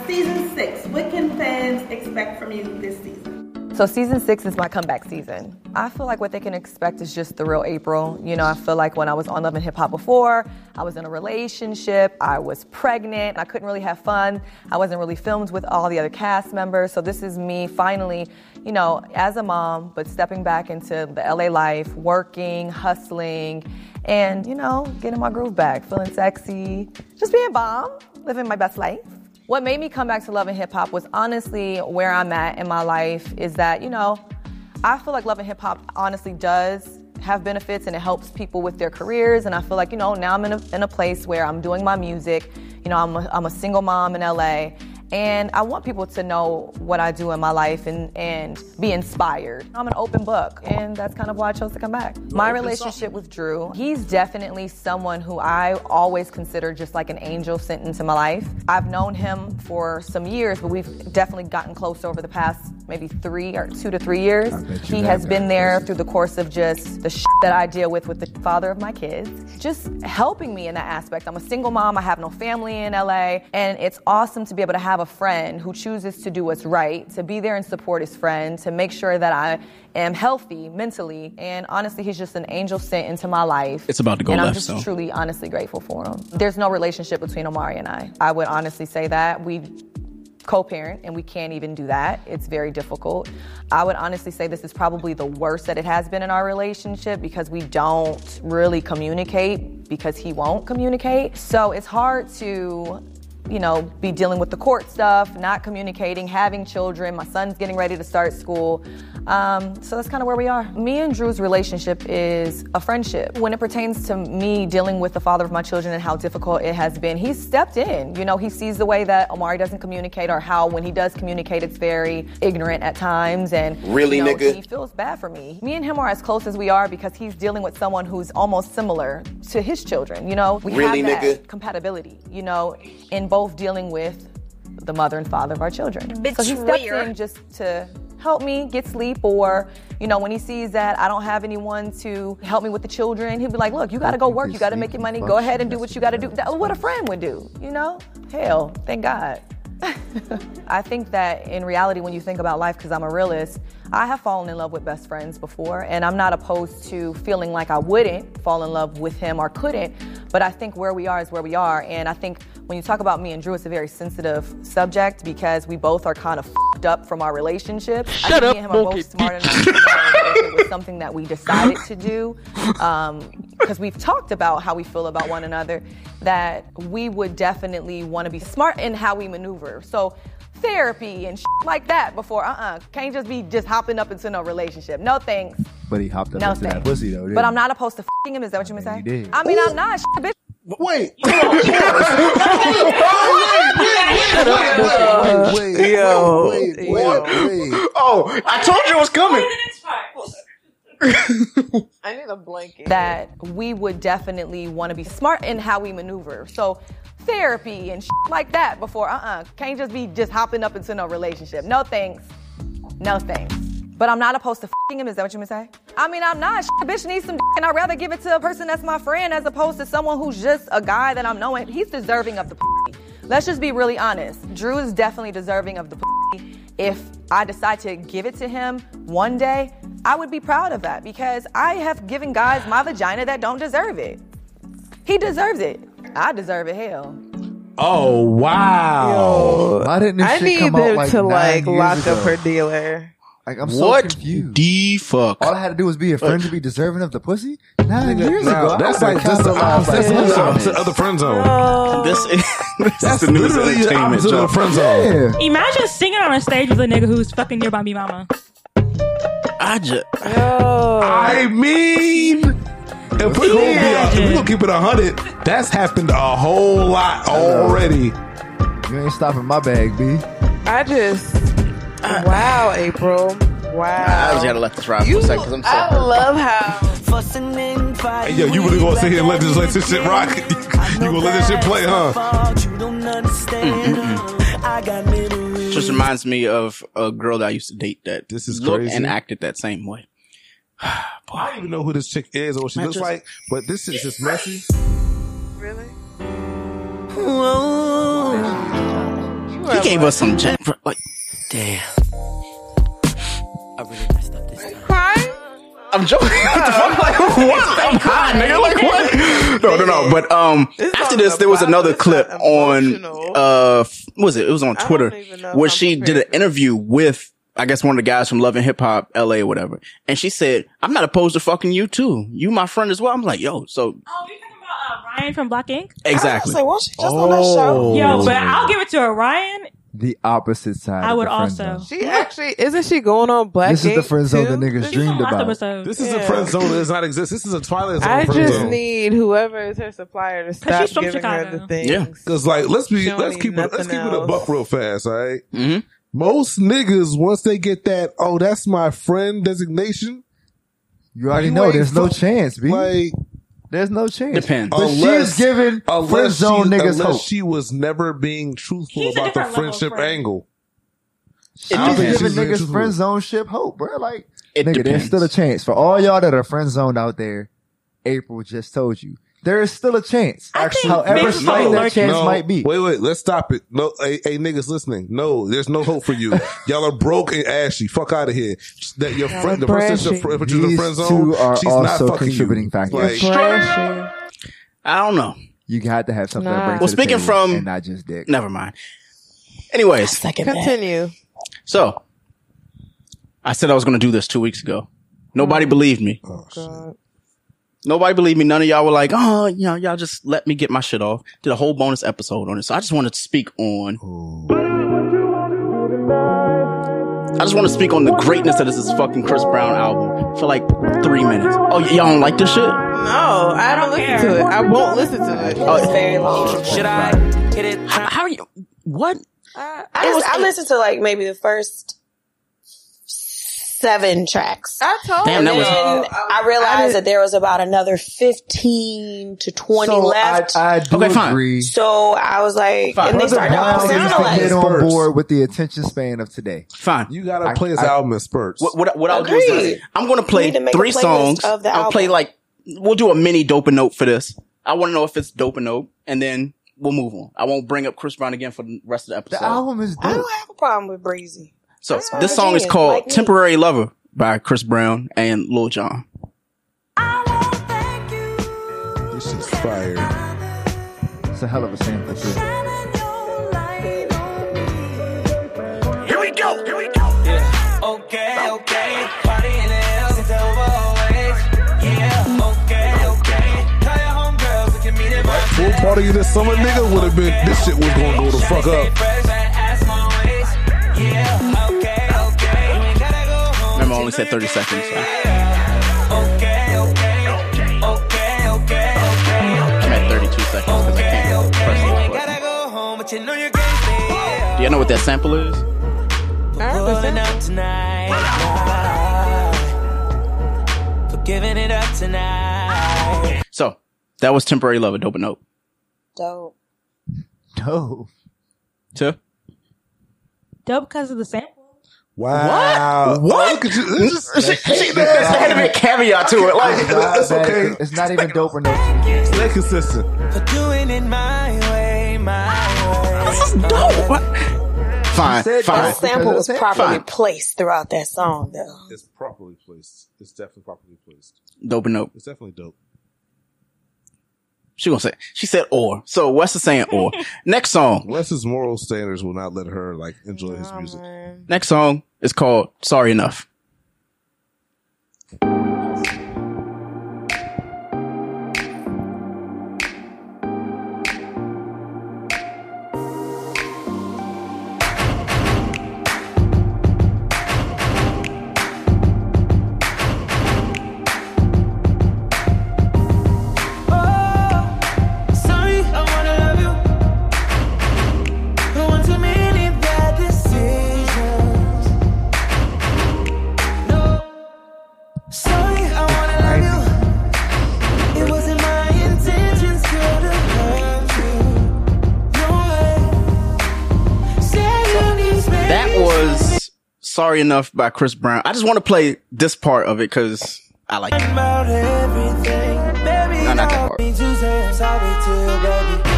Speaker 13: Season six. What can fans expect from you this season?
Speaker 14: So season six is my comeback season. I feel like what they can expect is just the real April. You know, I feel like when I was on Love and Hip Hop before, I was in a relationship, I was pregnant, I couldn't really have fun. I wasn't really filmed with all the other cast members. So this is me finally, you know, as a mom, but stepping back into the LA life, working, hustling, and you know, getting my groove back, feeling sexy, just being bomb, living my best life. What made me come back to Love and Hip Hop was honestly where I'm at in my life is that, you know, I feel like Love and Hip Hop honestly does have benefits and it helps people with their careers. And I feel like, you know, now I'm in a, in a place where I'm doing my music. You know, I'm a, I'm a single mom in LA. And I want people to know what I do in my life and, and be inspired. I'm an open book, and that's kind of why I chose to come back. My
Speaker 13: open
Speaker 14: relationship relationship with Drew. He's definitely someone who I always consider just like an angel sent into my life. I've known him for some years, but we've definitely gotten close over the past maybe three or two to three years.
Speaker 13: you
Speaker 14: He
Speaker 13: have
Speaker 14: has been there through the course of just the shit that I deal with with the father of my kids, just helping me in that aspect. I'm a single mom, I have no family in LA, and it's awesome to be able to have a friend who chooses to do what's right, to be there and support his friend, to make sure that I am healthy mentally. And honestly, he's just an angel sent into my life.
Speaker 9: It's about to go
Speaker 14: and I'm
Speaker 9: left,
Speaker 14: just
Speaker 9: so.
Speaker 14: truly, honestly grateful for him. There's no relationship between Omari and I. I would honestly say that. We co-parent and we can't even do that it's very difficult i would honestly say this is probably the worst that it has been in our relationship because we don't really communicate because he won't communicate so it's hard to you know be dealing with the court stuff not communicating having children my son's getting ready to start school um, so that's kind of where we are me and drew's relationship is a friendship when it pertains to me dealing with the father of my children and how difficult it has been he's stepped in you know he sees the way that omari doesn't communicate or how when he does communicate it's very ignorant at times and
Speaker 15: Really,
Speaker 14: you know,
Speaker 15: nigga?
Speaker 14: he feels bad for me me and him are as close as we are because he's dealing with someone who's almost similar to his children you know we
Speaker 15: Really,
Speaker 14: have that
Speaker 15: nigga?
Speaker 14: compatibility you know in both dealing with the mother and father of our children so he steps
Speaker 13: Betrayer.
Speaker 14: in just to help me get sleep or you know when he sees that i don't have anyone to help me with the children he'll be like look you got to go work you got to make your money go ahead and do what you got to do That- what a friend would do you know hell thank god I think that in reality, when you think about life, because I'm a realist, I have fallen in love with best friends before, and I'm not opposed to feeling like I wouldn't fall in love with him or couldn't, but I think where we are is where we are. And I think when you talk about me and Drew, it's a very sensitive subject because we both are kind of fed up from our relationship. I
Speaker 13: Shut
Speaker 14: think
Speaker 13: up,
Speaker 14: me and him are
Speaker 13: monkey
Speaker 14: both smart enough to know that it was something that we decided to do, because we've talked about how we feel about one another, that we would definitely want to be smart in how we maneuver. So therapy and shit like that before. Uh-uh. Can't just be just hopping up into no relationship. No thanks.
Speaker 8: But he hopped up
Speaker 14: No
Speaker 8: into that
Speaker 14: thanks.
Speaker 8: pussy though.
Speaker 14: But I'm not opposed to fing him. Is that what you mean to say?
Speaker 8: did.
Speaker 14: I mean, I'm not. Shit, bitch.
Speaker 6: Wait.
Speaker 4: wait, wait, yo, wait, wait,
Speaker 9: Uh, Oh, I told you it was coming.
Speaker 14: I need a blanket. That we would definitely want to be smart in how we maneuver. So therapy and shit like that before. Uh-uh. Can't just be just hopping up into no relationship. No thanks. No thanks. But I'm not opposed to fing him. Is that what you mean to say? I mean, I'm not. Shit, bitch needs some dick, and I'd rather give it to a person that's my friend as opposed to someone who's just a guy that I'm knowing. He's deserving of the pussy. Let's just be really honest. Drew is definitely deserving of the pussy. If I decide to give it to him one day, I would be proud of that because I have given guys my vagina that don't deserve it. He deserves it. I deserve it, hell.
Speaker 9: Oh wow!
Speaker 8: Why didn't this
Speaker 5: I
Speaker 8: shit
Speaker 5: need
Speaker 8: come out
Speaker 5: them
Speaker 8: like
Speaker 5: to
Speaker 8: nine
Speaker 5: like
Speaker 8: years
Speaker 5: lock
Speaker 8: ago?
Speaker 5: up her dealer.
Speaker 8: Like I'm so
Speaker 9: what
Speaker 8: confused.
Speaker 9: the fuck?
Speaker 8: All I had to do was be a friend to be deserving of the pussy. Nine years
Speaker 6: Nah,
Speaker 8: ago,
Speaker 6: that's
Speaker 8: I
Speaker 6: like just the opposite. That's literally opposite of the friend zone.
Speaker 9: This is this
Speaker 6: That's
Speaker 9: is the newest
Speaker 6: literally the
Speaker 9: entertainment.
Speaker 6: opposite of
Speaker 9: Joe.
Speaker 6: the friend zone.
Speaker 8: Yeah.
Speaker 7: Imagine singing on a stage with a nigga who's fucking nearby me, mama.
Speaker 9: I just
Speaker 6: I mean, if we're gonna, be, if we gonna keep it a hundred, that's happened a whole lot Oh, already.
Speaker 8: You ain't stopping my bag, B.
Speaker 5: I just wow,
Speaker 9: I
Speaker 5: April. Wow.
Speaker 9: just gotta let this ride for a second because I'm so
Speaker 5: I
Speaker 9: hurt.
Speaker 5: love how
Speaker 6: Hey, yo, you really gonna sit here and let this let this shit rock? you gonna let this shit play, huh?
Speaker 9: Just reminds me of a girl that I used to date that this
Speaker 6: is
Speaker 9: looked
Speaker 6: crazy.
Speaker 9: and acted that same way.
Speaker 6: I don't even know who this chick is or what she
Speaker 9: I
Speaker 6: looks
Speaker 9: just-
Speaker 6: like, but this is just messy.
Speaker 5: really
Speaker 9: He gave us some jack, like damn. I'm joking. What the fuck? Like, what? I'm high, nigga. Like, what? No, no, no. But um, after this, there was another clip on uh, f- what was it? It was on Twitter where she did an interview with I guess one of the guys from Love and Hip Hop LA or whatever, and she said, "I'm not opposed to fucking you too. You my friend as well." I'm like, yo, so
Speaker 7: Oh, you're talking about uh, Ryan from Block Inc.
Speaker 9: exactly. Oh.
Speaker 7: like,
Speaker 5: was she
Speaker 7: just
Speaker 8: on that show?
Speaker 7: Yo, but I'll give it to her. Ryan,
Speaker 8: The opposite side.
Speaker 7: I
Speaker 8: of
Speaker 7: would
Speaker 8: the friend
Speaker 7: also.
Speaker 8: zone.
Speaker 5: She actually isn't she going on black?
Speaker 8: This is the
Speaker 5: Ink
Speaker 8: friend zone
Speaker 5: too?
Speaker 8: the niggas dreamed about.
Speaker 6: This is a friend zone that does not exist. This is a Twilight Zone
Speaker 5: I
Speaker 6: friend
Speaker 5: just
Speaker 6: zone.
Speaker 5: need whoever is her supplier to stop
Speaker 7: she's from
Speaker 5: giving her
Speaker 7: Chicago.
Speaker 5: the things.
Speaker 6: Yeah, because like let's
Speaker 5: She
Speaker 6: be
Speaker 5: don't
Speaker 6: let's
Speaker 5: need
Speaker 6: keep it, let's
Speaker 5: nothing
Speaker 6: keep it a
Speaker 5: else. Mm-hmm.
Speaker 6: buck real fast, all right? Most niggas once they get that oh that's my friend designation,
Speaker 8: You already
Speaker 6: You
Speaker 8: know
Speaker 6: ain't
Speaker 8: there's no
Speaker 6: fu-
Speaker 8: chance, B.
Speaker 6: like
Speaker 8: there's no chance.
Speaker 9: Depends.
Speaker 8: But she's giving friend
Speaker 6: unless
Speaker 8: zone
Speaker 6: she,
Speaker 8: niggas
Speaker 6: unless
Speaker 8: hope.
Speaker 6: she was never being truthful
Speaker 7: He's a
Speaker 6: about the
Speaker 7: different level of
Speaker 6: friendship
Speaker 7: friend.
Speaker 6: angle.
Speaker 8: She's
Speaker 9: It depends.
Speaker 8: giving
Speaker 6: She's being
Speaker 8: niggas
Speaker 6: truthful.
Speaker 8: friend zone ship hope, bro. Like,
Speaker 9: It
Speaker 8: nigga,
Speaker 9: depends.
Speaker 8: there's still a chance for all y'all that are friend zoned out there. April just told you there is still a chance.
Speaker 7: I think
Speaker 8: however
Speaker 7: Big
Speaker 8: slight
Speaker 7: Smoke-
Speaker 8: that chance
Speaker 6: no,
Speaker 8: might be.
Speaker 6: Wait, wait, let's stop it. No, hey, hey, niggas listening. No, there's no hope for you. Y'all are broke and ashy. Fuck out of here. That your
Speaker 5: Y'all
Speaker 6: friend,
Speaker 5: are
Speaker 6: the person that's your
Speaker 5: trashy.
Speaker 6: friend, put you in the
Speaker 8: These
Speaker 6: friend zone,
Speaker 8: two are
Speaker 6: she's not
Speaker 8: also
Speaker 6: fucking
Speaker 8: contributing
Speaker 6: you.
Speaker 8: factors.
Speaker 6: Like,
Speaker 5: Trashy.
Speaker 9: I don't know.
Speaker 8: You got to have something to
Speaker 5: Nah.
Speaker 8: bring to
Speaker 9: Well,
Speaker 8: the
Speaker 9: speaking
Speaker 8: table
Speaker 9: from-
Speaker 8: and not just dick.
Speaker 9: Never mind. Anyways,
Speaker 2: Second that.
Speaker 5: Continue.
Speaker 9: so I said I was gonna do this two weeks ago. Nobody believed me.
Speaker 6: oh, shit.
Speaker 9: Nobody believed me. None of y'all were like, oh, you know, y'all just let me get my shit off. Did a whole bonus episode on it. So I just wanted to speak on. I just want to speak on the greatness that is this fucking Chris Brown album for like three minutes. Oh, y- y'all don't like this shit?
Speaker 5: No, I don't listen to it. I won't listen to it.
Speaker 9: Oh, it's
Speaker 2: Very long.
Speaker 9: Should I hit it? How, Uh, how are you? What?
Speaker 2: Uh, I, just, I listened to like maybe the first seven tracks.
Speaker 5: I told
Speaker 9: Damn, that
Speaker 5: you.
Speaker 9: was-
Speaker 2: then I realized that there was about another 15 to 20
Speaker 8: So
Speaker 2: left.
Speaker 8: I, I do
Speaker 9: Okay, fine.
Speaker 8: agree.
Speaker 2: so I was like,
Speaker 9: Fine.
Speaker 2: and they
Speaker 9: Brother
Speaker 2: started
Speaker 8: Brown
Speaker 2: all
Speaker 8: needs to get
Speaker 2: analyzing.
Speaker 8: on
Speaker 6: First.
Speaker 8: board with the attention span of today.
Speaker 9: Fine.
Speaker 6: You gotta
Speaker 8: I-
Speaker 6: play his
Speaker 8: I-
Speaker 6: album in spurts.
Speaker 9: What, what, what I'll do is this.
Speaker 2: Agreed.
Speaker 9: I'm going to play
Speaker 2: need to make a
Speaker 9: three
Speaker 2: playlist
Speaker 9: songs.
Speaker 2: of the
Speaker 9: I'll play
Speaker 2: album.
Speaker 9: like, we'll do a mini dope and note for this. I want to know if it's dope and note and then we'll move on. I won't bring up Chris Brown again for the rest of the
Speaker 8: The
Speaker 9: episode.
Speaker 8: album is
Speaker 2: I
Speaker 8: dope.
Speaker 2: don't have a problem with Breezy.
Speaker 9: So
Speaker 2: Oh,
Speaker 9: this song is
Speaker 2: genius,
Speaker 9: called
Speaker 2: like me.
Speaker 9: Temporary Lover by Chris Brown and Lil Jon.
Speaker 6: This is fire.
Speaker 8: It's a hell of a sample. Too.
Speaker 9: Here we go. Here we go.
Speaker 15: Okay, okay, party in the house, it's over always. Yeah, okay, okay. Tell your homegirls we can meet in my
Speaker 6: Full party this summer, nigga, would have been this shit was gonna go the fuck up.
Speaker 15: Fresh, fat ass, my waist.
Speaker 9: only said 30 seconds. so. I'm at 32 seconds because I can't press the button. Do y'all know what that sample is?
Speaker 15: Pulling up tonight. For giving it up tonight.
Speaker 9: So that was temporary love, a dope and nope.
Speaker 2: Dope.
Speaker 8: Dope.
Speaker 9: Two.
Speaker 7: Dope because of the sample.
Speaker 6: Wow.
Speaker 9: What? What?
Speaker 6: there had to be
Speaker 9: a caveat
Speaker 6: to it. Like, that's
Speaker 8: That-
Speaker 6: okay.
Speaker 8: It's not even dope or no.
Speaker 6: Stay consistent.
Speaker 15: For doing it my way, my way.
Speaker 9: This is dope.
Speaker 6: Fine,
Speaker 2: That
Speaker 6: fine.
Speaker 2: sample was properly
Speaker 6: Fine.
Speaker 2: placed throughout that song, though.
Speaker 6: It's properly placed. It's definitely properly placed.
Speaker 9: Dope and nope.
Speaker 6: It's definitely dope.
Speaker 9: She gonna say she said or. So Wes is saying or. Next song.
Speaker 6: Wes's moral standards will not let her like enjoy his music.
Speaker 9: Next song is called Sorry Enough.
Speaker 15: Sorry, I wanna love you. But one too many bad decisions. No. Sorry, I wanna love you. It wasn't my intentions to hurt you. No way. Say you need space.
Speaker 9: That was Sorry Enough by Chris Brown. I just want to play this part of it because I like it.
Speaker 15: about everything. Baby,
Speaker 9: No, not that
Speaker 15: I
Speaker 9: part.
Speaker 15: need to say I'm sorry to you, baby.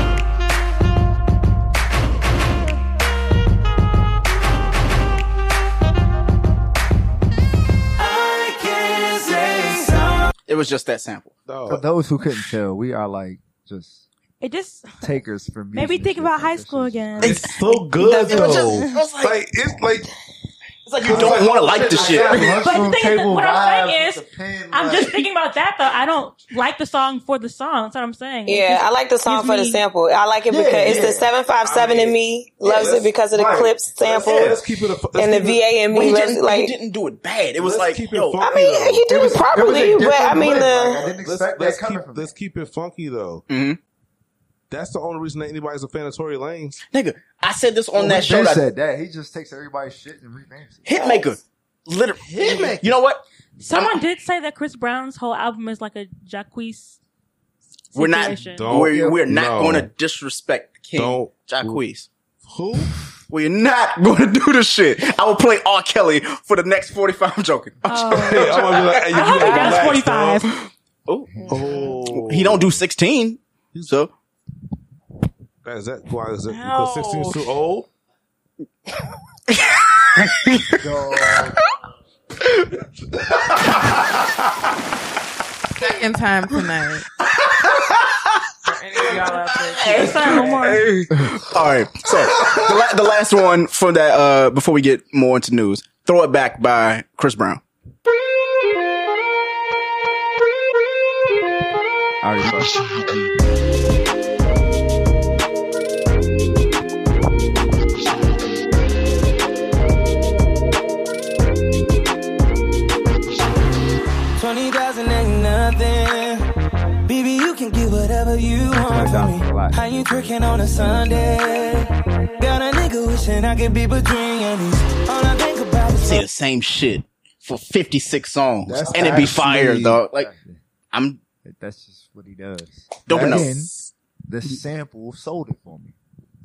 Speaker 15: I can't say sorry.
Speaker 9: It was just that sample.
Speaker 8: For those who couldn't tell, we are like just
Speaker 7: It just
Speaker 8: takers for music.
Speaker 7: made me think about high school again.
Speaker 8: It's
Speaker 6: so good
Speaker 8: It was just-
Speaker 6: though.
Speaker 8: it
Speaker 9: was
Speaker 6: like, it's like
Speaker 9: it's like you don't want to like the shit.
Speaker 7: But the thing is, what I'm saying
Speaker 8: vibes
Speaker 7: is, I'm just thinking about that though. I don't like the song for the song. That's what I'm saying. It
Speaker 2: Yeah,
Speaker 7: just
Speaker 2: I like the song
Speaker 7: gives
Speaker 2: for the
Speaker 7: me-
Speaker 2: sample. I like it
Speaker 7: Yeah,
Speaker 2: because it's the
Speaker 7: yeah.
Speaker 2: seven five seven in me
Speaker 9: yeah,
Speaker 2: loves it
Speaker 9: let's-
Speaker 2: because of the
Speaker 9: right.
Speaker 2: clips
Speaker 9: Let's-
Speaker 2: sample,
Speaker 9: yeah, let's keep it a- let's
Speaker 2: and the
Speaker 9: keep it-
Speaker 2: VA in
Speaker 9: Well,
Speaker 2: me
Speaker 9: he
Speaker 2: loves
Speaker 9: didn't-
Speaker 2: it, E like
Speaker 9: he didn't do it bad. It was like yo,
Speaker 2: I mean, he did it, properly, but I mean, uh,
Speaker 6: let's, let's keep, let's keep it funky though.
Speaker 9: Mm-hmm.
Speaker 6: That's the only reason that anybody's a fan of Tory Lanez.
Speaker 9: Nigga, I said this on
Speaker 6: Well,
Speaker 9: that
Speaker 6: we
Speaker 9: show.
Speaker 6: did
Speaker 9: that-
Speaker 6: said
Speaker 8: that he just takes everybody's shit and revamped it.
Speaker 9: Hitmaker, literally. Hitmaker. You know what?
Speaker 7: Someone did say that Chris Brown's whole album is like a Jacquees.
Speaker 9: We're not.
Speaker 7: situation.
Speaker 9: We're, we're not
Speaker 6: No.
Speaker 9: going to disrespect the king,
Speaker 6: Don't-
Speaker 9: Jacquees.
Speaker 6: Who?
Speaker 9: We're not going to do this shit. I will play R. Kelly for the next forty five. I'm joking. I'm
Speaker 7: Oh.
Speaker 9: joking.
Speaker 6: Hey, I wanna be like, hey, you I hope gotta he does relax, 45.
Speaker 9: Oh, he don't do sixteen. So
Speaker 6: Is that why is it because sixteen is too old?
Speaker 5: Second time tonight.
Speaker 9: All right. So the, la- the last one for that uh, before we get more into news, "Throw It Back" by Chris Brown.
Speaker 8: All right, bye.
Speaker 15: Twenty thousand ain't nothing. Baby, you can get whatever you want from me. How you tricking on a Sunday? Got a nigga wishing I could be between your knees. All I think about is
Speaker 9: Say the same shit for fifty six songs,
Speaker 8: That's
Speaker 9: and it'd be fire,
Speaker 8: actually-
Speaker 9: dog. Like I'm
Speaker 8: That's just what he does.
Speaker 9: Dope enough.
Speaker 8: Again, the sample sold it for me.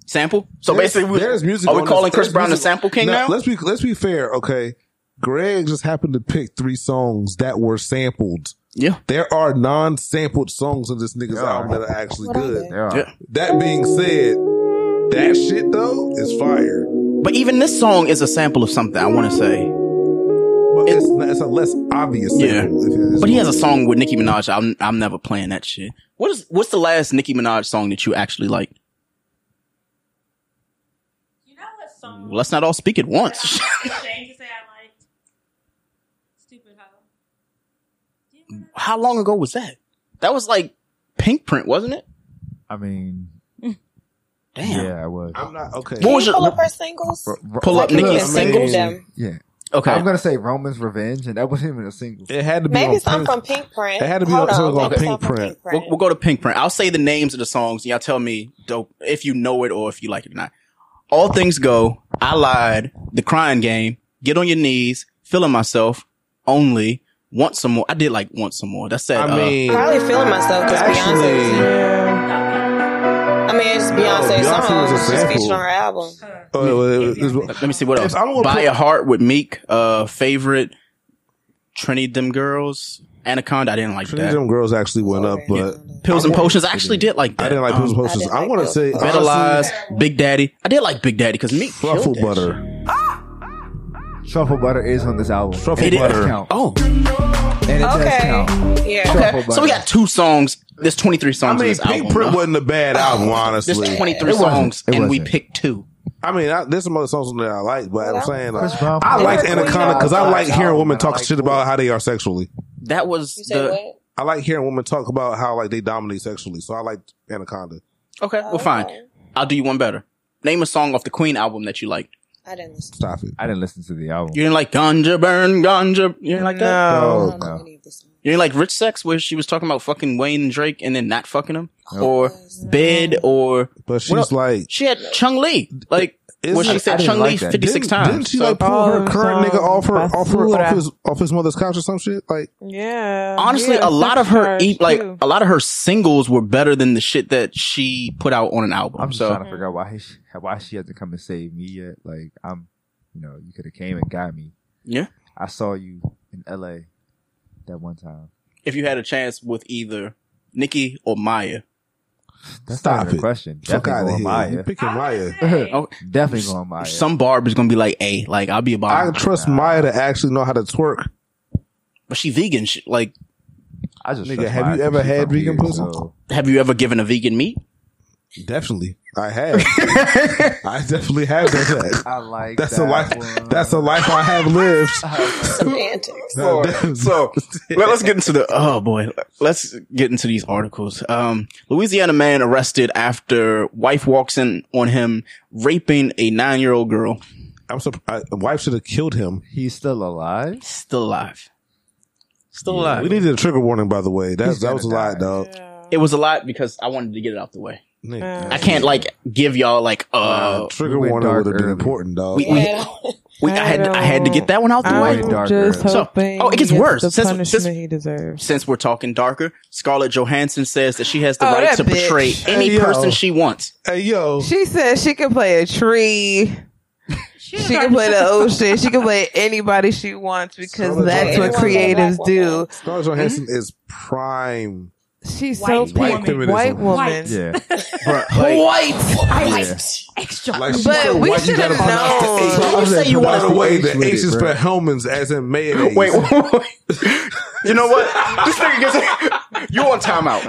Speaker 9: sample. So
Speaker 6: There's-
Speaker 9: basically, we,
Speaker 6: there's music
Speaker 9: are we
Speaker 6: on
Speaker 9: calling
Speaker 6: this-
Speaker 9: Chris
Speaker 6: there's
Speaker 9: Brown the
Speaker 6: music-
Speaker 9: sample king now?
Speaker 6: Let's be let's be fair, okay? Greg just happened to pick three songs that were sampled.
Speaker 9: Yeah,
Speaker 6: there are non-sampled songs in this nigga's album that are actually good.
Speaker 9: Yeah.
Speaker 6: That being said, that shit though is fire.
Speaker 9: But even this song is a sample of something. I want to say.
Speaker 6: But it's, not- it's a less obvious
Speaker 9: Yeah,
Speaker 6: sample. if it is.
Speaker 9: but he has a song with Nicki Minaj. I'm I'm never playing that shit. What is what's the last Nicki Minaj song that you actually like? Let's not all speak at once.
Speaker 7: Shame to say I liked Stupid Hollow.
Speaker 9: How long ago was that? That was like Pink Print, wasn't it?
Speaker 8: I mean,
Speaker 9: damn.
Speaker 8: Yeah, I was.
Speaker 6: I'm not okay.
Speaker 9: What was your-
Speaker 2: pull up her singles.
Speaker 8: R- r-
Speaker 9: Pull up
Speaker 8: Like,
Speaker 9: Nicki's
Speaker 8: look, I mean,
Speaker 9: singles.
Speaker 8: Yeah,
Speaker 9: Okay.
Speaker 8: I'm gonna say Roman's Revenge, and that wasn't even a single.
Speaker 6: It had to
Speaker 2: Maybe some from Pink Print. Hold on. Maybe some from Pink Print.
Speaker 9: We'll, we'll go to Pink Print. I'll say the names of the songs, and y'all tell me dope if you know it or if you like it or not. All things go. I lied. The crying game. Get on your knees. Feeling myself. Only. Want some more? I did like want some more. That's that. uh,
Speaker 2: I
Speaker 9: mean,
Speaker 2: Probably feeling myself because Beyonce. I mean, it's Beyonce's
Speaker 9: Beyonce was a
Speaker 2: song. She's
Speaker 9: sample. Uh,
Speaker 2: featured on her album.
Speaker 9: Let me see what else. Buy a heart with Meek. Uh, favorite Trinity them girls. Anaconda. I didn't like
Speaker 6: Trinity
Speaker 9: that.
Speaker 6: Them Girls actually went up, but
Speaker 9: Pills and
Speaker 6: I wa-
Speaker 9: potions. I actually did like that.
Speaker 6: I didn't like pills and potions. I, want to say
Speaker 9: Better Lies, Big Daddy. I did like Big Daddy because Meek
Speaker 6: Truffle butter.
Speaker 8: Truffle butter is on this album.
Speaker 9: Truffle
Speaker 8: Does
Speaker 9: butter.
Speaker 8: count.
Speaker 9: Oh,
Speaker 8: and it does count.
Speaker 2: Yeah.
Speaker 9: Okay.
Speaker 8: Truffle
Speaker 9: So we
Speaker 8: butter.
Speaker 9: got two songs. There's 23 songs.
Speaker 6: I
Speaker 9: in
Speaker 6: mean,
Speaker 9: this
Speaker 6: Pink
Speaker 9: album, though.
Speaker 6: Print
Speaker 9: Oh.
Speaker 6: wasn't a bad album, honestly.
Speaker 9: There's 23
Speaker 6: It wasn't.
Speaker 9: songs,
Speaker 6: It
Speaker 9: and we
Speaker 6: wasn't.
Speaker 9: picked two.
Speaker 6: I mean, I, there's some other songs on there I like, but I'm saying like,
Speaker 9: Chris Brown.
Speaker 6: I like
Speaker 9: Yeah,
Speaker 6: Anaconda
Speaker 9: Queen
Speaker 6: because I
Speaker 9: Anaconda.
Speaker 6: like hearing women talk
Speaker 9: I like
Speaker 6: shit about how they are sexually.
Speaker 9: That was the.
Speaker 6: I like hearing women talk about how like they dominate sexually, so I like Anaconda.
Speaker 9: Okay, well, fine. I'll do you one better. Name a song off the Queen album that you liked.
Speaker 2: I didn't listen.
Speaker 6: Stop it.
Speaker 8: I didn't listen to the album.
Speaker 9: You didn't like Ganja Burn, Ganja. You didn't like that?
Speaker 8: No. No, no.
Speaker 9: You didn't like Rich Sex, where she was talking about fucking Wayne and Drake and then not fucking him? Or Bed, or.
Speaker 6: But
Speaker 9: she's
Speaker 6: like.
Speaker 9: She had Chung Lee. Like, where she said Chung Lee 56
Speaker 6: Didn't-
Speaker 9: times.
Speaker 6: Didn't she
Speaker 9: So-
Speaker 6: like pull her current nigga off her off her
Speaker 9: basura.
Speaker 6: off his off his mother's couch or some shit? Like
Speaker 5: Yeah.
Speaker 6: um,
Speaker 9: honestly
Speaker 5: yeah,
Speaker 9: a lot of her
Speaker 5: sex
Speaker 9: e-
Speaker 5: charge,
Speaker 9: like
Speaker 5: too.
Speaker 9: a lot of her singles were better than the shit that she put out on an album
Speaker 8: I'm just
Speaker 9: so
Speaker 8: trying to figure out why she, why she hasn't come and save me yet. Like I'm, you know, you could have came and got me.
Speaker 9: Yeah.
Speaker 8: I saw you in L.A. that one time.
Speaker 9: if you had a chance with either nikki or maya
Speaker 6: Oh,
Speaker 8: That's not even a question. Definitely going Maya.
Speaker 6: picking Maya.
Speaker 9: Oh,
Speaker 8: Definitely going Maya.
Speaker 9: some barb is gonna be like a like i'll be a
Speaker 6: I
Speaker 9: barb
Speaker 6: trust Maya to actually know how to twerk.
Speaker 9: but she vegan she, like
Speaker 8: i just
Speaker 6: Nigga, have you ever had vegan pussy?
Speaker 9: have you ever given a vegan meat
Speaker 6: Definitely, I have. I definitely have done that.
Speaker 8: I like
Speaker 6: that's
Speaker 8: that
Speaker 6: a life. That's a life I have lived.
Speaker 2: Semantics.
Speaker 9: So- so well, let's get into the oh boy, let's get into these articles. Um, Louisiana man arrested after wife walks in on him raping a nine year old girl.
Speaker 6: I'm surprised. Wife should have killed him.
Speaker 8: He's still alive.
Speaker 9: Still alive. Still
Speaker 6: Yeah.
Speaker 9: alive.
Speaker 6: We needed a trigger warning, by the way. That
Speaker 9: He's
Speaker 6: that was a
Speaker 9: gonna
Speaker 6: lot, dog.
Speaker 9: It was a lot because I wanted to get it out the way.
Speaker 6: Nigga.
Speaker 9: I can't like give y'all like uh,
Speaker 6: Trigger warning would have been important, dog.
Speaker 9: We, we, we- I had I had to get that one out the
Speaker 5: I'm
Speaker 9: way.
Speaker 5: just
Speaker 9: So-
Speaker 5: hoping
Speaker 9: oh, it gets
Speaker 5: he gets
Speaker 9: worse
Speaker 5: The
Speaker 9: since
Speaker 5: punishment
Speaker 9: since,
Speaker 5: he deserves.
Speaker 9: since we're talking darker. Scarlett Johansson says that she has the
Speaker 5: Oh,
Speaker 9: right
Speaker 5: that
Speaker 9: to portray
Speaker 5: bitch.
Speaker 9: any
Speaker 5: Hey, yo.
Speaker 9: person she wants.
Speaker 6: Hey yo,
Speaker 5: She said she can play a tree. She can play the ocean. She can play anybody she wants because
Speaker 6: Scarlett
Speaker 5: that's what
Speaker 6: Johansson-
Speaker 5: creatives do.
Speaker 6: Scarlett Johansson
Speaker 9: Hmm?
Speaker 6: is prime.
Speaker 5: She's
Speaker 6: White
Speaker 5: so pink.
Speaker 6: feminism.
Speaker 5: White woman.
Speaker 6: Yeah.
Speaker 5: White.
Speaker 6: Extra.
Speaker 5: But we should have known.
Speaker 6: You say you wanted
Speaker 9: wanted
Speaker 6: to
Speaker 9: to
Speaker 6: wait.
Speaker 9: H
Speaker 6: The
Speaker 9: with
Speaker 6: H
Speaker 9: it,
Speaker 6: is
Speaker 9: bro.
Speaker 6: for Hellman's, as in mayonnaise.
Speaker 9: Wait, You know what? this nigga gets you on timeout,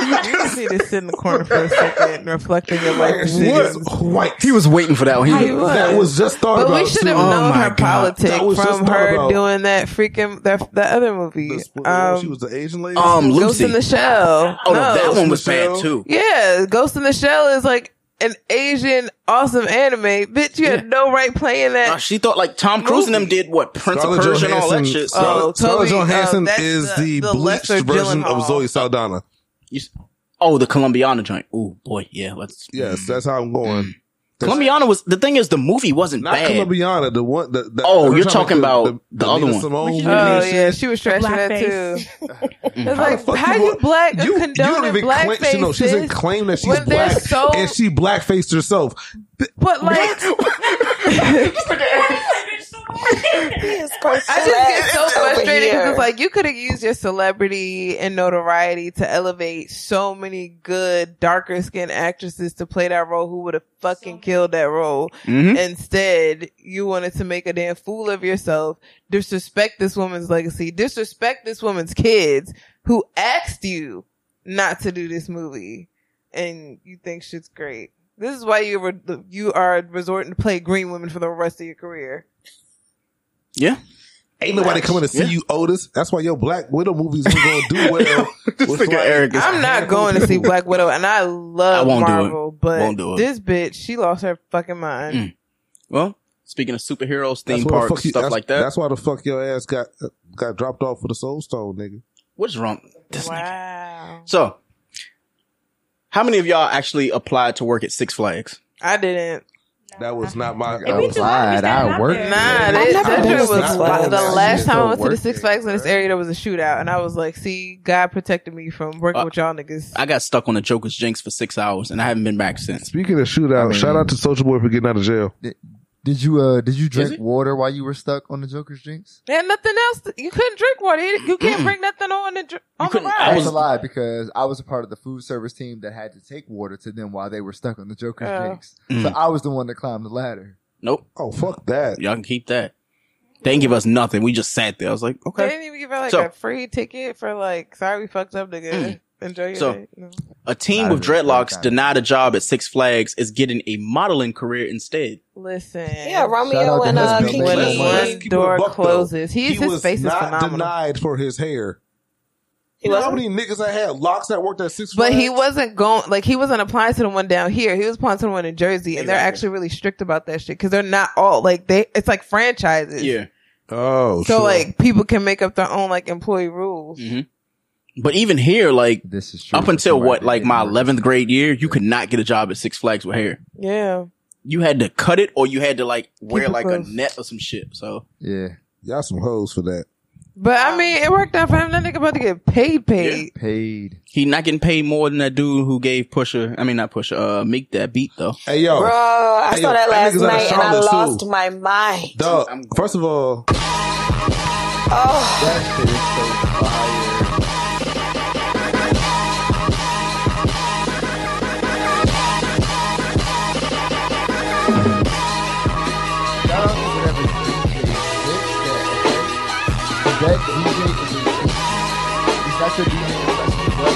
Speaker 5: You just need to sit in the corner for a second and reflect on your life. decisions.
Speaker 6: White.
Speaker 9: He was waiting for that one. He
Speaker 5: He was.
Speaker 6: That Oh, was Oh just thought
Speaker 5: But
Speaker 6: about.
Speaker 5: we should have
Speaker 6: too.
Speaker 5: known her
Speaker 6: That was
Speaker 5: politics
Speaker 6: just
Speaker 5: from
Speaker 6: thought
Speaker 5: her
Speaker 6: about.
Speaker 5: doing that freaking that the other movie. um,
Speaker 6: she was the Asian lady.
Speaker 9: Um,
Speaker 5: Ghost
Speaker 9: Lucy.
Speaker 5: in the Shell.
Speaker 9: Oh, no, that one was
Speaker 6: Ghost in the
Speaker 9: bad
Speaker 6: Shell.
Speaker 9: too.
Speaker 5: Yeah, Ghost in the Shell is like an Asian awesome anime. Bitch, you had no right playing that.
Speaker 9: Nah, she thought like Tom Cruise and them did what Prince
Speaker 6: Scarlett
Speaker 9: of Persia and all that
Speaker 6: Johansson-
Speaker 9: shit.
Speaker 6: Scarlett,
Speaker 5: Oh,
Speaker 6: Scarlett
Speaker 5: Toby, um,
Speaker 6: Johansson
Speaker 5: that's
Speaker 6: is
Speaker 5: the-
Speaker 6: the,
Speaker 5: the
Speaker 6: bleached
Speaker 5: lesser
Speaker 6: version of
Speaker 5: Gyllenhaal.
Speaker 6: Zoe Saldana.
Speaker 9: Oh, the Colombiana joint. Oh boy, yeah. Let's.
Speaker 6: Yes, that's how I'm going.
Speaker 9: Colombiana was the thing is the movie wasn't
Speaker 6: Not
Speaker 9: Mm-hmm. bad.
Speaker 6: Colombiana, the one. The, the,
Speaker 9: Oh,
Speaker 6: her
Speaker 9: you're
Speaker 6: trying to
Speaker 9: talking
Speaker 6: make
Speaker 9: about the other
Speaker 6: Nina
Speaker 9: one.
Speaker 6: Simone
Speaker 5: Oh
Speaker 6: shit.
Speaker 5: yeah, she was trashing that
Speaker 6: Blackface.
Speaker 5: too. it's like, how you black you, condoning
Speaker 6: claim,
Speaker 5: blackface?
Speaker 6: she, no, she doesn't
Speaker 5: sis?
Speaker 6: claim that she's
Speaker 5: When they're
Speaker 6: black,
Speaker 5: so-
Speaker 6: and she blackfaced herself.
Speaker 5: But like, I just get so frustrated because it's like you could have used your celebrity and notoriety to elevate so many good darker skinned actresses to play that role who would have fucking killed that role.
Speaker 9: Mhm.
Speaker 5: Instead, you wanted to make a damn fool of yourself, disrespect this woman's legacy, disrespect this woman's kids who asked you not to do this movie and you think shit's great. This is why you were, you are resorting to play green women for the rest of your career.
Speaker 9: Yeah.
Speaker 6: Ain't nobody coming to see you, Otis. That's why your Black Widow movies ain't gonna do well. With like-
Speaker 5: I'm not going to see Black Widow, and I love
Speaker 9: I won't do it.
Speaker 5: Marvel, but
Speaker 9: Won't do it. Mm.
Speaker 5: this bitch, she lost her fucking mind.
Speaker 9: Well, Speaking of superheroes,
Speaker 6: That's
Speaker 9: theme
Speaker 6: why the
Speaker 9: parks,
Speaker 6: fuck you-
Speaker 9: stuff
Speaker 6: that's-
Speaker 9: like that.
Speaker 6: That's why the fuck your ass got got dropped off for the Soul Stone, nigga.
Speaker 9: What's wrong? So, how many of y'all actually applied to work at Six Flags?
Speaker 5: I didn't.
Speaker 6: That was not my.
Speaker 9: It'd be too hard to stand up there.
Speaker 5: Nah,
Speaker 9: I've
Speaker 5: that,
Speaker 9: never
Speaker 5: that
Speaker 9: been
Speaker 5: shit
Speaker 9: to
Speaker 5: was
Speaker 9: Six Flags.
Speaker 5: wild. the
Speaker 9: Nah,
Speaker 5: last
Speaker 9: shit
Speaker 5: time I
Speaker 9: don't
Speaker 5: went to the
Speaker 9: work
Speaker 5: Six Flags in this area. There was a shootout, and I was like, "See, God protected me from
Speaker 9: Uh,
Speaker 5: working with y'all niggas."
Speaker 9: I got stuck on a Joker's Jinx for six hours, and I haven't been back since.
Speaker 6: Speaking of shootout, shout out to Soldier Boy for getting out of jail.
Speaker 8: Did you uh did you
Speaker 9: it?
Speaker 8: drink water while you were stuck on the Joker's drinks?
Speaker 5: They had nothing else. to- you couldn't drink water. You, you can't bring nothing on the dr- on the ride.
Speaker 8: I was alive because I was a part of the food service team that had to take water to them while they were stuck on the Joker's
Speaker 5: Oh.
Speaker 8: drinks. So I was the one that climbed the ladder.
Speaker 9: Nope.
Speaker 6: Oh fuck that.
Speaker 9: Y'all can keep that. They didn't give us nothing. We just sat there. I was like,
Speaker 5: They
Speaker 9: okay.
Speaker 5: didn't even give her like
Speaker 9: So- Mm.
Speaker 5: a free ticket for like, sorry we fucked up, nigga. Enjoy your
Speaker 9: So-
Speaker 5: day. No.
Speaker 9: A team with dreadlocks denied a job at Six Flags is getting a modeling career instead.
Speaker 5: Listen,
Speaker 2: Yeah, Romeo and uh, Kiki.
Speaker 5: One door closes. He is
Speaker 6: he
Speaker 5: his
Speaker 6: was
Speaker 5: face is
Speaker 6: not
Speaker 5: phenomenal.
Speaker 6: denied for his hair.
Speaker 5: He
Speaker 6: You know how
Speaker 5: wasn't?
Speaker 6: many niggas I had locks that worked at Six
Speaker 5: But
Speaker 6: Flags?
Speaker 5: he wasn't going like he wasn't applying to the one down here. He was applying to the one in Jersey, and they're actually really strict about that shit because they're not all like they. It's like franchises.
Speaker 9: Yeah.
Speaker 6: Oh,
Speaker 5: So like people can make up their own like employee rules.
Speaker 9: Mm-hmm. But even here, like
Speaker 8: this is
Speaker 5: true
Speaker 9: up
Speaker 5: for
Speaker 9: until
Speaker 5: somebody
Speaker 9: what,
Speaker 5: that
Speaker 9: like
Speaker 5: didn't
Speaker 9: my
Speaker 5: work.
Speaker 9: eleventh grade year, you could not get a job at Six Flags with hair.
Speaker 5: Yeah.
Speaker 9: You had to cut it, or you had to like wear
Speaker 5: it
Speaker 9: like a
Speaker 5: close.
Speaker 9: net or some shit. So
Speaker 8: yeah,
Speaker 6: y'all some hoes for that.
Speaker 5: But I mean, it worked out for him. That nigga about to get paid, paid.
Speaker 8: Paid.
Speaker 9: He not getting paid more than that dude who gave Pusher. I mean, not Pusher. Uh, Meek that beat though.
Speaker 6: Hey yo,
Speaker 2: Bro, I saw that last
Speaker 6: niggas out of
Speaker 2: night and I
Speaker 6: Charlotte,
Speaker 2: lost
Speaker 6: too.
Speaker 2: my mind.
Speaker 6: Dog, first of all,
Speaker 2: Oh,
Speaker 8: that shit is so fire. That DJ is a- He's not your DJ. he's not your brother,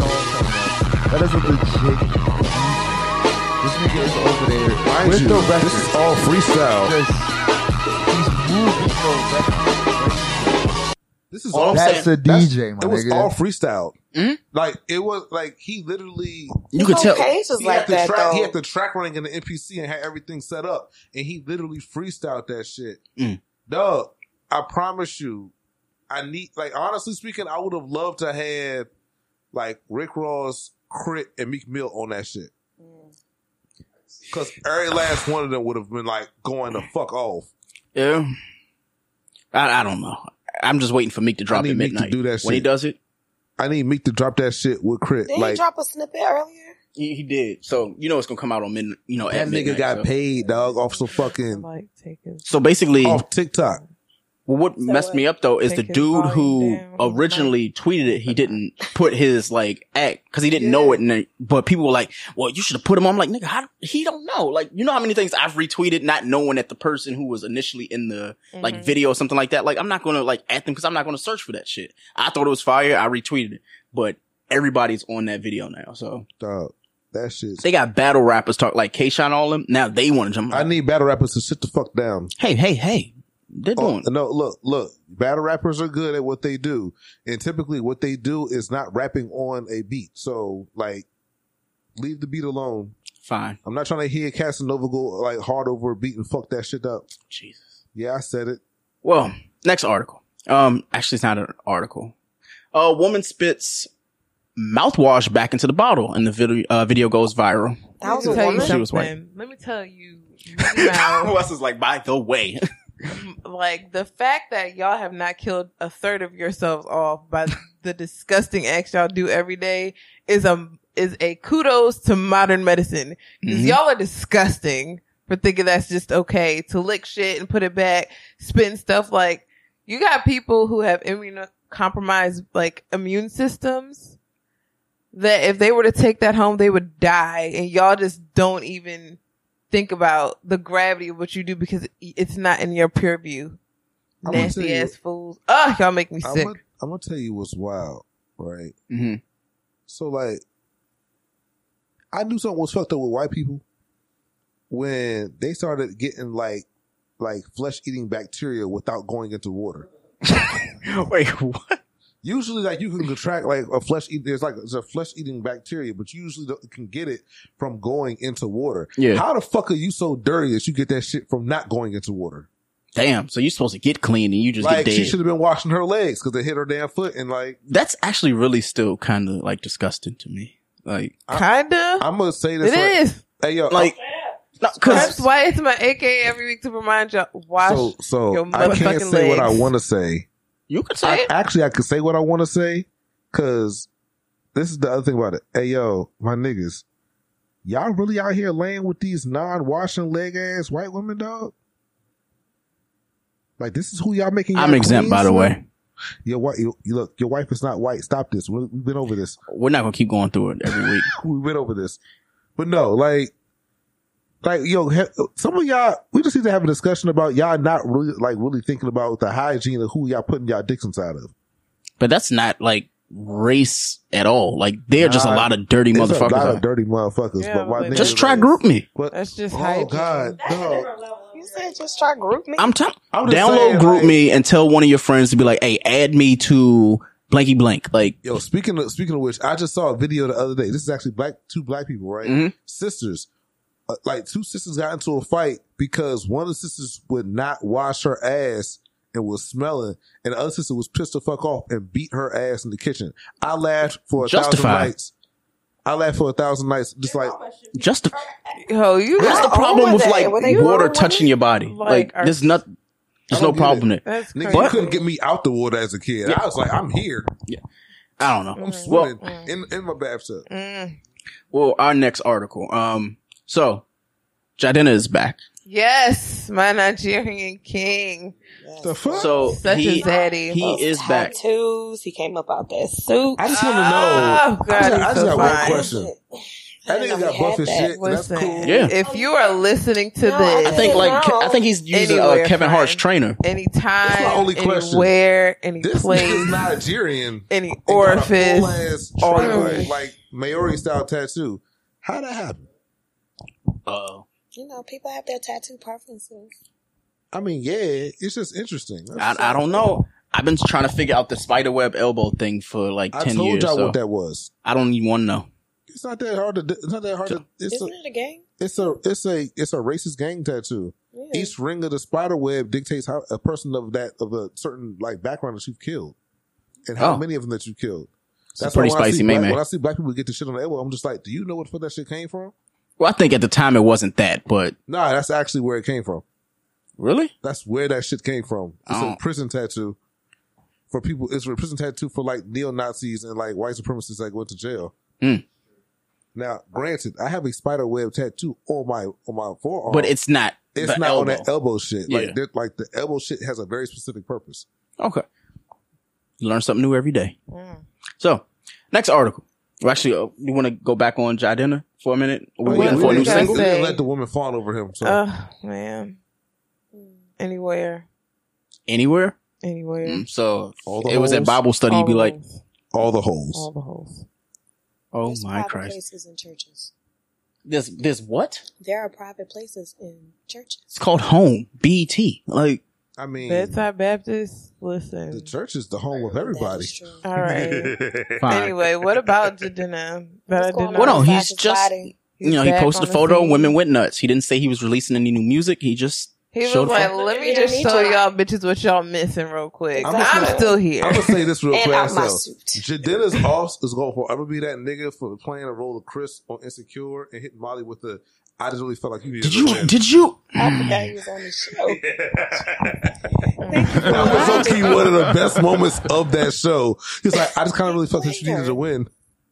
Speaker 5: oh.
Speaker 8: he's your- That is a legit. This nigga is over there.
Speaker 6: Mind
Speaker 8: with
Speaker 6: you,
Speaker 8: the
Speaker 6: this is all freestyle.
Speaker 8: Just, he's moving so
Speaker 6: This is
Speaker 8: all That's a DJ, my
Speaker 6: it was
Speaker 8: nigga.
Speaker 6: all freestyle. Like it was like he literally.
Speaker 9: Hmm? You could tell. Cage
Speaker 2: was
Speaker 6: he
Speaker 2: like
Speaker 6: had the
Speaker 2: that,
Speaker 6: track, He
Speaker 2: though.
Speaker 6: had the track running in the NPC and had everything set up, and he literally freestyled that shit.
Speaker 9: Mm.
Speaker 6: Dog, I promise you, I need like honestly speaking, I would have loved to have like Rick Ross, Crit, and Meek Mill on that shit. Cause every last one of them would have been like going the fuck off.
Speaker 9: Yeah. I, I don't know. I'm just waiting for Meek to drop
Speaker 6: need
Speaker 9: at
Speaker 6: Meek to
Speaker 9: midnight.
Speaker 6: do that
Speaker 9: when he
Speaker 6: shit.
Speaker 9: does it,
Speaker 6: I need Meek to drop that shit with Crit.
Speaker 2: did he
Speaker 6: like
Speaker 2: drop a snippet earlier?
Speaker 9: he, he did. So you know it's gonna come out on mid. You know
Speaker 6: that
Speaker 9: at
Speaker 6: nigga
Speaker 9: midnight,
Speaker 6: got
Speaker 9: so.
Speaker 6: paid, dog, off some fucking
Speaker 5: Like take it.
Speaker 9: So basically,
Speaker 6: off TikTok.
Speaker 9: Well, what messed me up though is the
Speaker 6: Take his
Speaker 9: dude who originally tweeted it. He didn't put his like act because he didn't know it, and then- but people were like, "Well, you should have put him on." I'm like, "Nigga, how, he don't know." Like, you know how many things I've retweeted not knowing that the person who was initially in the like
Speaker 16: Mhm.
Speaker 9: video or something like that. Like, I'm not gonna like at them because I'm not gonna search for that shit. I thought it was fire. I retweeted it, but everybody's on that video now. So
Speaker 6: Dog, that shit.
Speaker 9: they got battle rappers talk like Kayshawn, all them. Now they want to jump.
Speaker 6: I need battle rappers to sit the fuck down.
Speaker 9: Hey, hey, hey. They're
Speaker 6: doing No, look, look. Battle rappers are good at what they do. And typically what they do is not rapping on a beat. So like leave the beat alone.
Speaker 9: Fine.
Speaker 6: I'm not trying to hear Casanova go like hard over a beat and fuck that shit up.
Speaker 9: Jesus.
Speaker 6: Yeah, I said it.
Speaker 9: Well, next article. Um, actually, it's not an article. A woman spits mouthwash back into the bottle, and the video uh, video goes viral.
Speaker 5: That was a
Speaker 9: She
Speaker 5: woman.
Speaker 9: was white.
Speaker 5: Let me tell you,
Speaker 9: Wes is like, by the way,
Speaker 5: like the fact that y'all have not killed a third of yourselves off by the disgusting acts y'all do every day is a is a kudos to modern medicine. 'Cause
Speaker 17: Mhm.
Speaker 5: Y'all are disgusting for thinking that's just okay to lick shit and put it back, spin stuff like you got people who have immunocompromised like immune systems that if they were to take that home they would die and y'all just don't even think about the gravity of what you do because it's not in your purview.
Speaker 6: I'm gonna tell
Speaker 5: Nasty
Speaker 6: you-
Speaker 5: ass fools. Ugh, y'all make me
Speaker 6: I'm
Speaker 5: sick.
Speaker 6: Gonna, I'm gonna tell you what's wild, right?
Speaker 9: Mm-hmm.
Speaker 6: So like, I knew something was fucked up with white people when they started getting like, like flesh eating bacteria without going into water.
Speaker 9: Wait, what?
Speaker 6: Usually, like you can contract like a flesh eat. There's like there's a flesh eating bacteria, but you usually don't, can get it from going into water.
Speaker 9: Yeah.
Speaker 6: How the fuck are you so dirty that you get that shit from not going into water?
Speaker 9: Damn. So you're supposed to get clean and you just
Speaker 6: like
Speaker 9: get
Speaker 6: she
Speaker 9: dead.
Speaker 6: should have been washing her legs because they hit her damn foot and like
Speaker 9: That's actually really still kind of like disgusting to me. Like
Speaker 5: kinda.
Speaker 6: I'm gonna say this.
Speaker 5: It
Speaker 6: right-
Speaker 5: is.
Speaker 6: Hey yo,
Speaker 9: like
Speaker 5: That's why it's my AK every week to remind y'all. Wash
Speaker 6: so
Speaker 5: your
Speaker 6: so I
Speaker 5: motherfucking
Speaker 6: can't say what I
Speaker 5: legs.
Speaker 6: want to say.
Speaker 9: You could
Speaker 5: say it.
Speaker 6: Actually, I could say what I want to say because this is the other thing about it. Hey yo, my niggas, y'all really out here laying with these non-washing leg ass white women, dog? Like this is who y'all making?
Speaker 9: I'm
Speaker 6: y'all
Speaker 9: exempt, by
Speaker 6: queens
Speaker 9: the
Speaker 6: of?
Speaker 9: way.
Speaker 6: Your wife, you, you look, your wife is not white. Stop this. We- We've been over this.
Speaker 9: We're not gonna keep going through it every week.
Speaker 6: we went over this, but no, like, like yo, he, some of y'all, we just need to have a discussion about y'all not really like really thinking about the hygiene of who y'all putting y'all dicks inside of.
Speaker 9: but that's not like race at all. Like they're just a
Speaker 6: Nah,
Speaker 9: lot of dirty
Speaker 6: it's
Speaker 9: motherfuckers.
Speaker 6: A lot
Speaker 9: out
Speaker 6: of dirty motherfuckers. but why
Speaker 9: there. just try group me.
Speaker 5: That's just
Speaker 6: oh
Speaker 5: hygiene.
Speaker 6: god, no.
Speaker 2: You said just try group me.
Speaker 9: I'm talking.
Speaker 6: I'm just
Speaker 9: Download
Speaker 6: saying,
Speaker 9: group
Speaker 6: like-
Speaker 9: me and tell one of your friends to be like, "Hey, add me to blanky blank." Like
Speaker 6: Yo, speaking of speaking of which, I just saw a video the other day. This is actually black two black people, right?
Speaker 9: Mm-hmm.
Speaker 6: Sisters, uh, like two sisters got into a fight because one of the sisters would not wash her ass and was smelling, and the other sister was pissed the fuck off and beat her ass in the kitchen. I laughed for a
Speaker 9: Justified.
Speaker 6: thousand nights. I laughed for a thousand nights, just like
Speaker 9: just.
Speaker 5: Yo, you
Speaker 9: What's the
Speaker 5: got
Speaker 9: problem
Speaker 5: over
Speaker 9: with
Speaker 5: that?
Speaker 9: like
Speaker 5: Were they
Speaker 9: water
Speaker 5: over
Speaker 9: touching your body? Like,
Speaker 5: Like, are-
Speaker 9: there's not. There's no problem there.
Speaker 5: That's
Speaker 6: Nigga,
Speaker 9: crazy.
Speaker 6: you couldn't get me out the water as a kid.
Speaker 9: Yeah.
Speaker 6: I was like, I'm here.
Speaker 9: Yeah. I don't know.
Speaker 5: Mm-hmm.
Speaker 6: I'm
Speaker 9: Well-
Speaker 6: swimming in, in my bathtub.
Speaker 5: Mm.
Speaker 9: Well, our next article. Um, so Jadena is back.
Speaker 5: Yes, my Nigerian king.
Speaker 6: The fuck?
Speaker 9: So
Speaker 5: Such
Speaker 9: he-
Speaker 5: a zaddy.
Speaker 9: he
Speaker 5: Those
Speaker 9: is back.
Speaker 2: Tattoos. He came up out that suit.
Speaker 6: I just want to know.
Speaker 5: Oh, God,
Speaker 6: I just, I
Speaker 5: he's
Speaker 6: just
Speaker 5: so fine.
Speaker 6: got one question. That nigga got buff as shit. and That's cool.
Speaker 9: Yeah.
Speaker 5: If you are listening to
Speaker 9: No,
Speaker 5: this,
Speaker 9: I think, like, Ke- I think he's using uh,
Speaker 5: Anywhere,
Speaker 9: Kevin Hart's trainer.
Speaker 5: anytime,
Speaker 6: That's my only question.
Speaker 5: anywhere, any
Speaker 6: This
Speaker 5: place,
Speaker 6: nigga's Nigerian.
Speaker 5: any
Speaker 6: and got a
Speaker 5: orifice,
Speaker 6: full-ass
Speaker 5: or-
Speaker 6: trainer, like, like Maori style tattoo. How'd that happen?
Speaker 9: Oh,
Speaker 2: You know, people have their tattoo preferences.
Speaker 6: I mean, yeah, it's just interesting.
Speaker 9: I, I don't know. I've been trying to figure out the spider web elbow thing for like
Speaker 6: I
Speaker 9: ten
Speaker 6: told
Speaker 9: years.
Speaker 6: y'all
Speaker 9: so
Speaker 6: what that was.
Speaker 9: I don't even want to know.
Speaker 6: It's not that hard to. do- It's not that hard to. It's a,
Speaker 2: Isn't it a gang?
Speaker 6: it's a. It's a. It's a racist gang tattoo.
Speaker 2: Yeah.
Speaker 6: Each ring of the spider web dictates how a person of that of a certain like background that you've killed, and how
Speaker 9: Oh.
Speaker 6: many of them that you killed.
Speaker 9: It's a pretty
Speaker 6: why when I
Speaker 9: spicy
Speaker 6: see
Speaker 9: man,
Speaker 6: black-
Speaker 9: man.
Speaker 6: When I see black people get the shit on the elbow, I'm just like, do you know what fuck that shit came from?
Speaker 9: Well, I think at the time it wasn't that, but
Speaker 6: Nah, that's actually where it came from.
Speaker 9: Really?
Speaker 6: That's where that shit came from. It's
Speaker 9: Oh.
Speaker 6: a prison tattoo for people. It's a prison tattoo for like neo Nazis and like white supremacists that went to jail.
Speaker 9: Mm.
Speaker 6: Now, granted, I have a spider web tattoo on my on my forearm,
Speaker 9: but it's not.
Speaker 6: Oh, it's
Speaker 9: the
Speaker 6: not on
Speaker 9: elbow.
Speaker 6: that elbow shit.
Speaker 9: Yeah.
Speaker 6: Like they're- like the elbow shit has a very specific purpose.
Speaker 9: Okay. You learn something new every day.
Speaker 5: Mm.
Speaker 9: So, next article. Well, actually, uh, you want to go back on Jadena for a minute? We're
Speaker 6: Oh, We
Speaker 9: waiting
Speaker 6: didn't-
Speaker 9: for a
Speaker 6: we
Speaker 9: new
Speaker 6: didn't-
Speaker 9: single.
Speaker 6: we didn't let the woman fawn over him. So
Speaker 5: oh man, anywhere,
Speaker 9: Anywhere?
Speaker 5: anywhere.
Speaker 9: Mm, So,
Speaker 6: All the
Speaker 9: it was at
Speaker 6: holes.
Speaker 9: Bible study. You'd be
Speaker 5: All
Speaker 9: like,
Speaker 6: all the holes.
Speaker 5: All the holes.
Speaker 9: oh
Speaker 2: There's
Speaker 9: my
Speaker 2: private
Speaker 9: Christ.
Speaker 2: places in churches.
Speaker 9: This, this what?
Speaker 2: There are private places in churches.
Speaker 9: It's called home. BT. Like,
Speaker 6: I mean,
Speaker 5: Bedside Baptist. Listen,
Speaker 6: the church is the home of everybody.
Speaker 5: All right.
Speaker 9: Fine.
Speaker 5: Anyway, what about Jadena? That I did not-
Speaker 9: well, no, he's just, you know, he
Speaker 5: back
Speaker 9: posted a
Speaker 5: on the
Speaker 9: photo
Speaker 5: scene.
Speaker 9: women went nuts. He didn't say he was releasing any new music. He just
Speaker 5: He was
Speaker 9: showed a
Speaker 5: like,
Speaker 9: photo.
Speaker 5: "Let me
Speaker 2: Yeah,
Speaker 5: just
Speaker 2: me
Speaker 5: show
Speaker 2: too.
Speaker 5: y'all bitches what y'all missing real quick.
Speaker 6: I'm
Speaker 5: I'm,
Speaker 6: just gonna-
Speaker 5: still here."
Speaker 6: I'm gonna say this real
Speaker 2: And
Speaker 6: quick.
Speaker 2: out my
Speaker 6: myself. Jadena's off is going to forever be that nigga for playing a role of Chris on Insecure and hitting Molly with the. I just really felt like you needed.
Speaker 9: Did you, did you?
Speaker 2: I forgot he was on the show.
Speaker 6: That was low-key one of the best moments of that show. He's like, I just kind of really felt that you needed to win.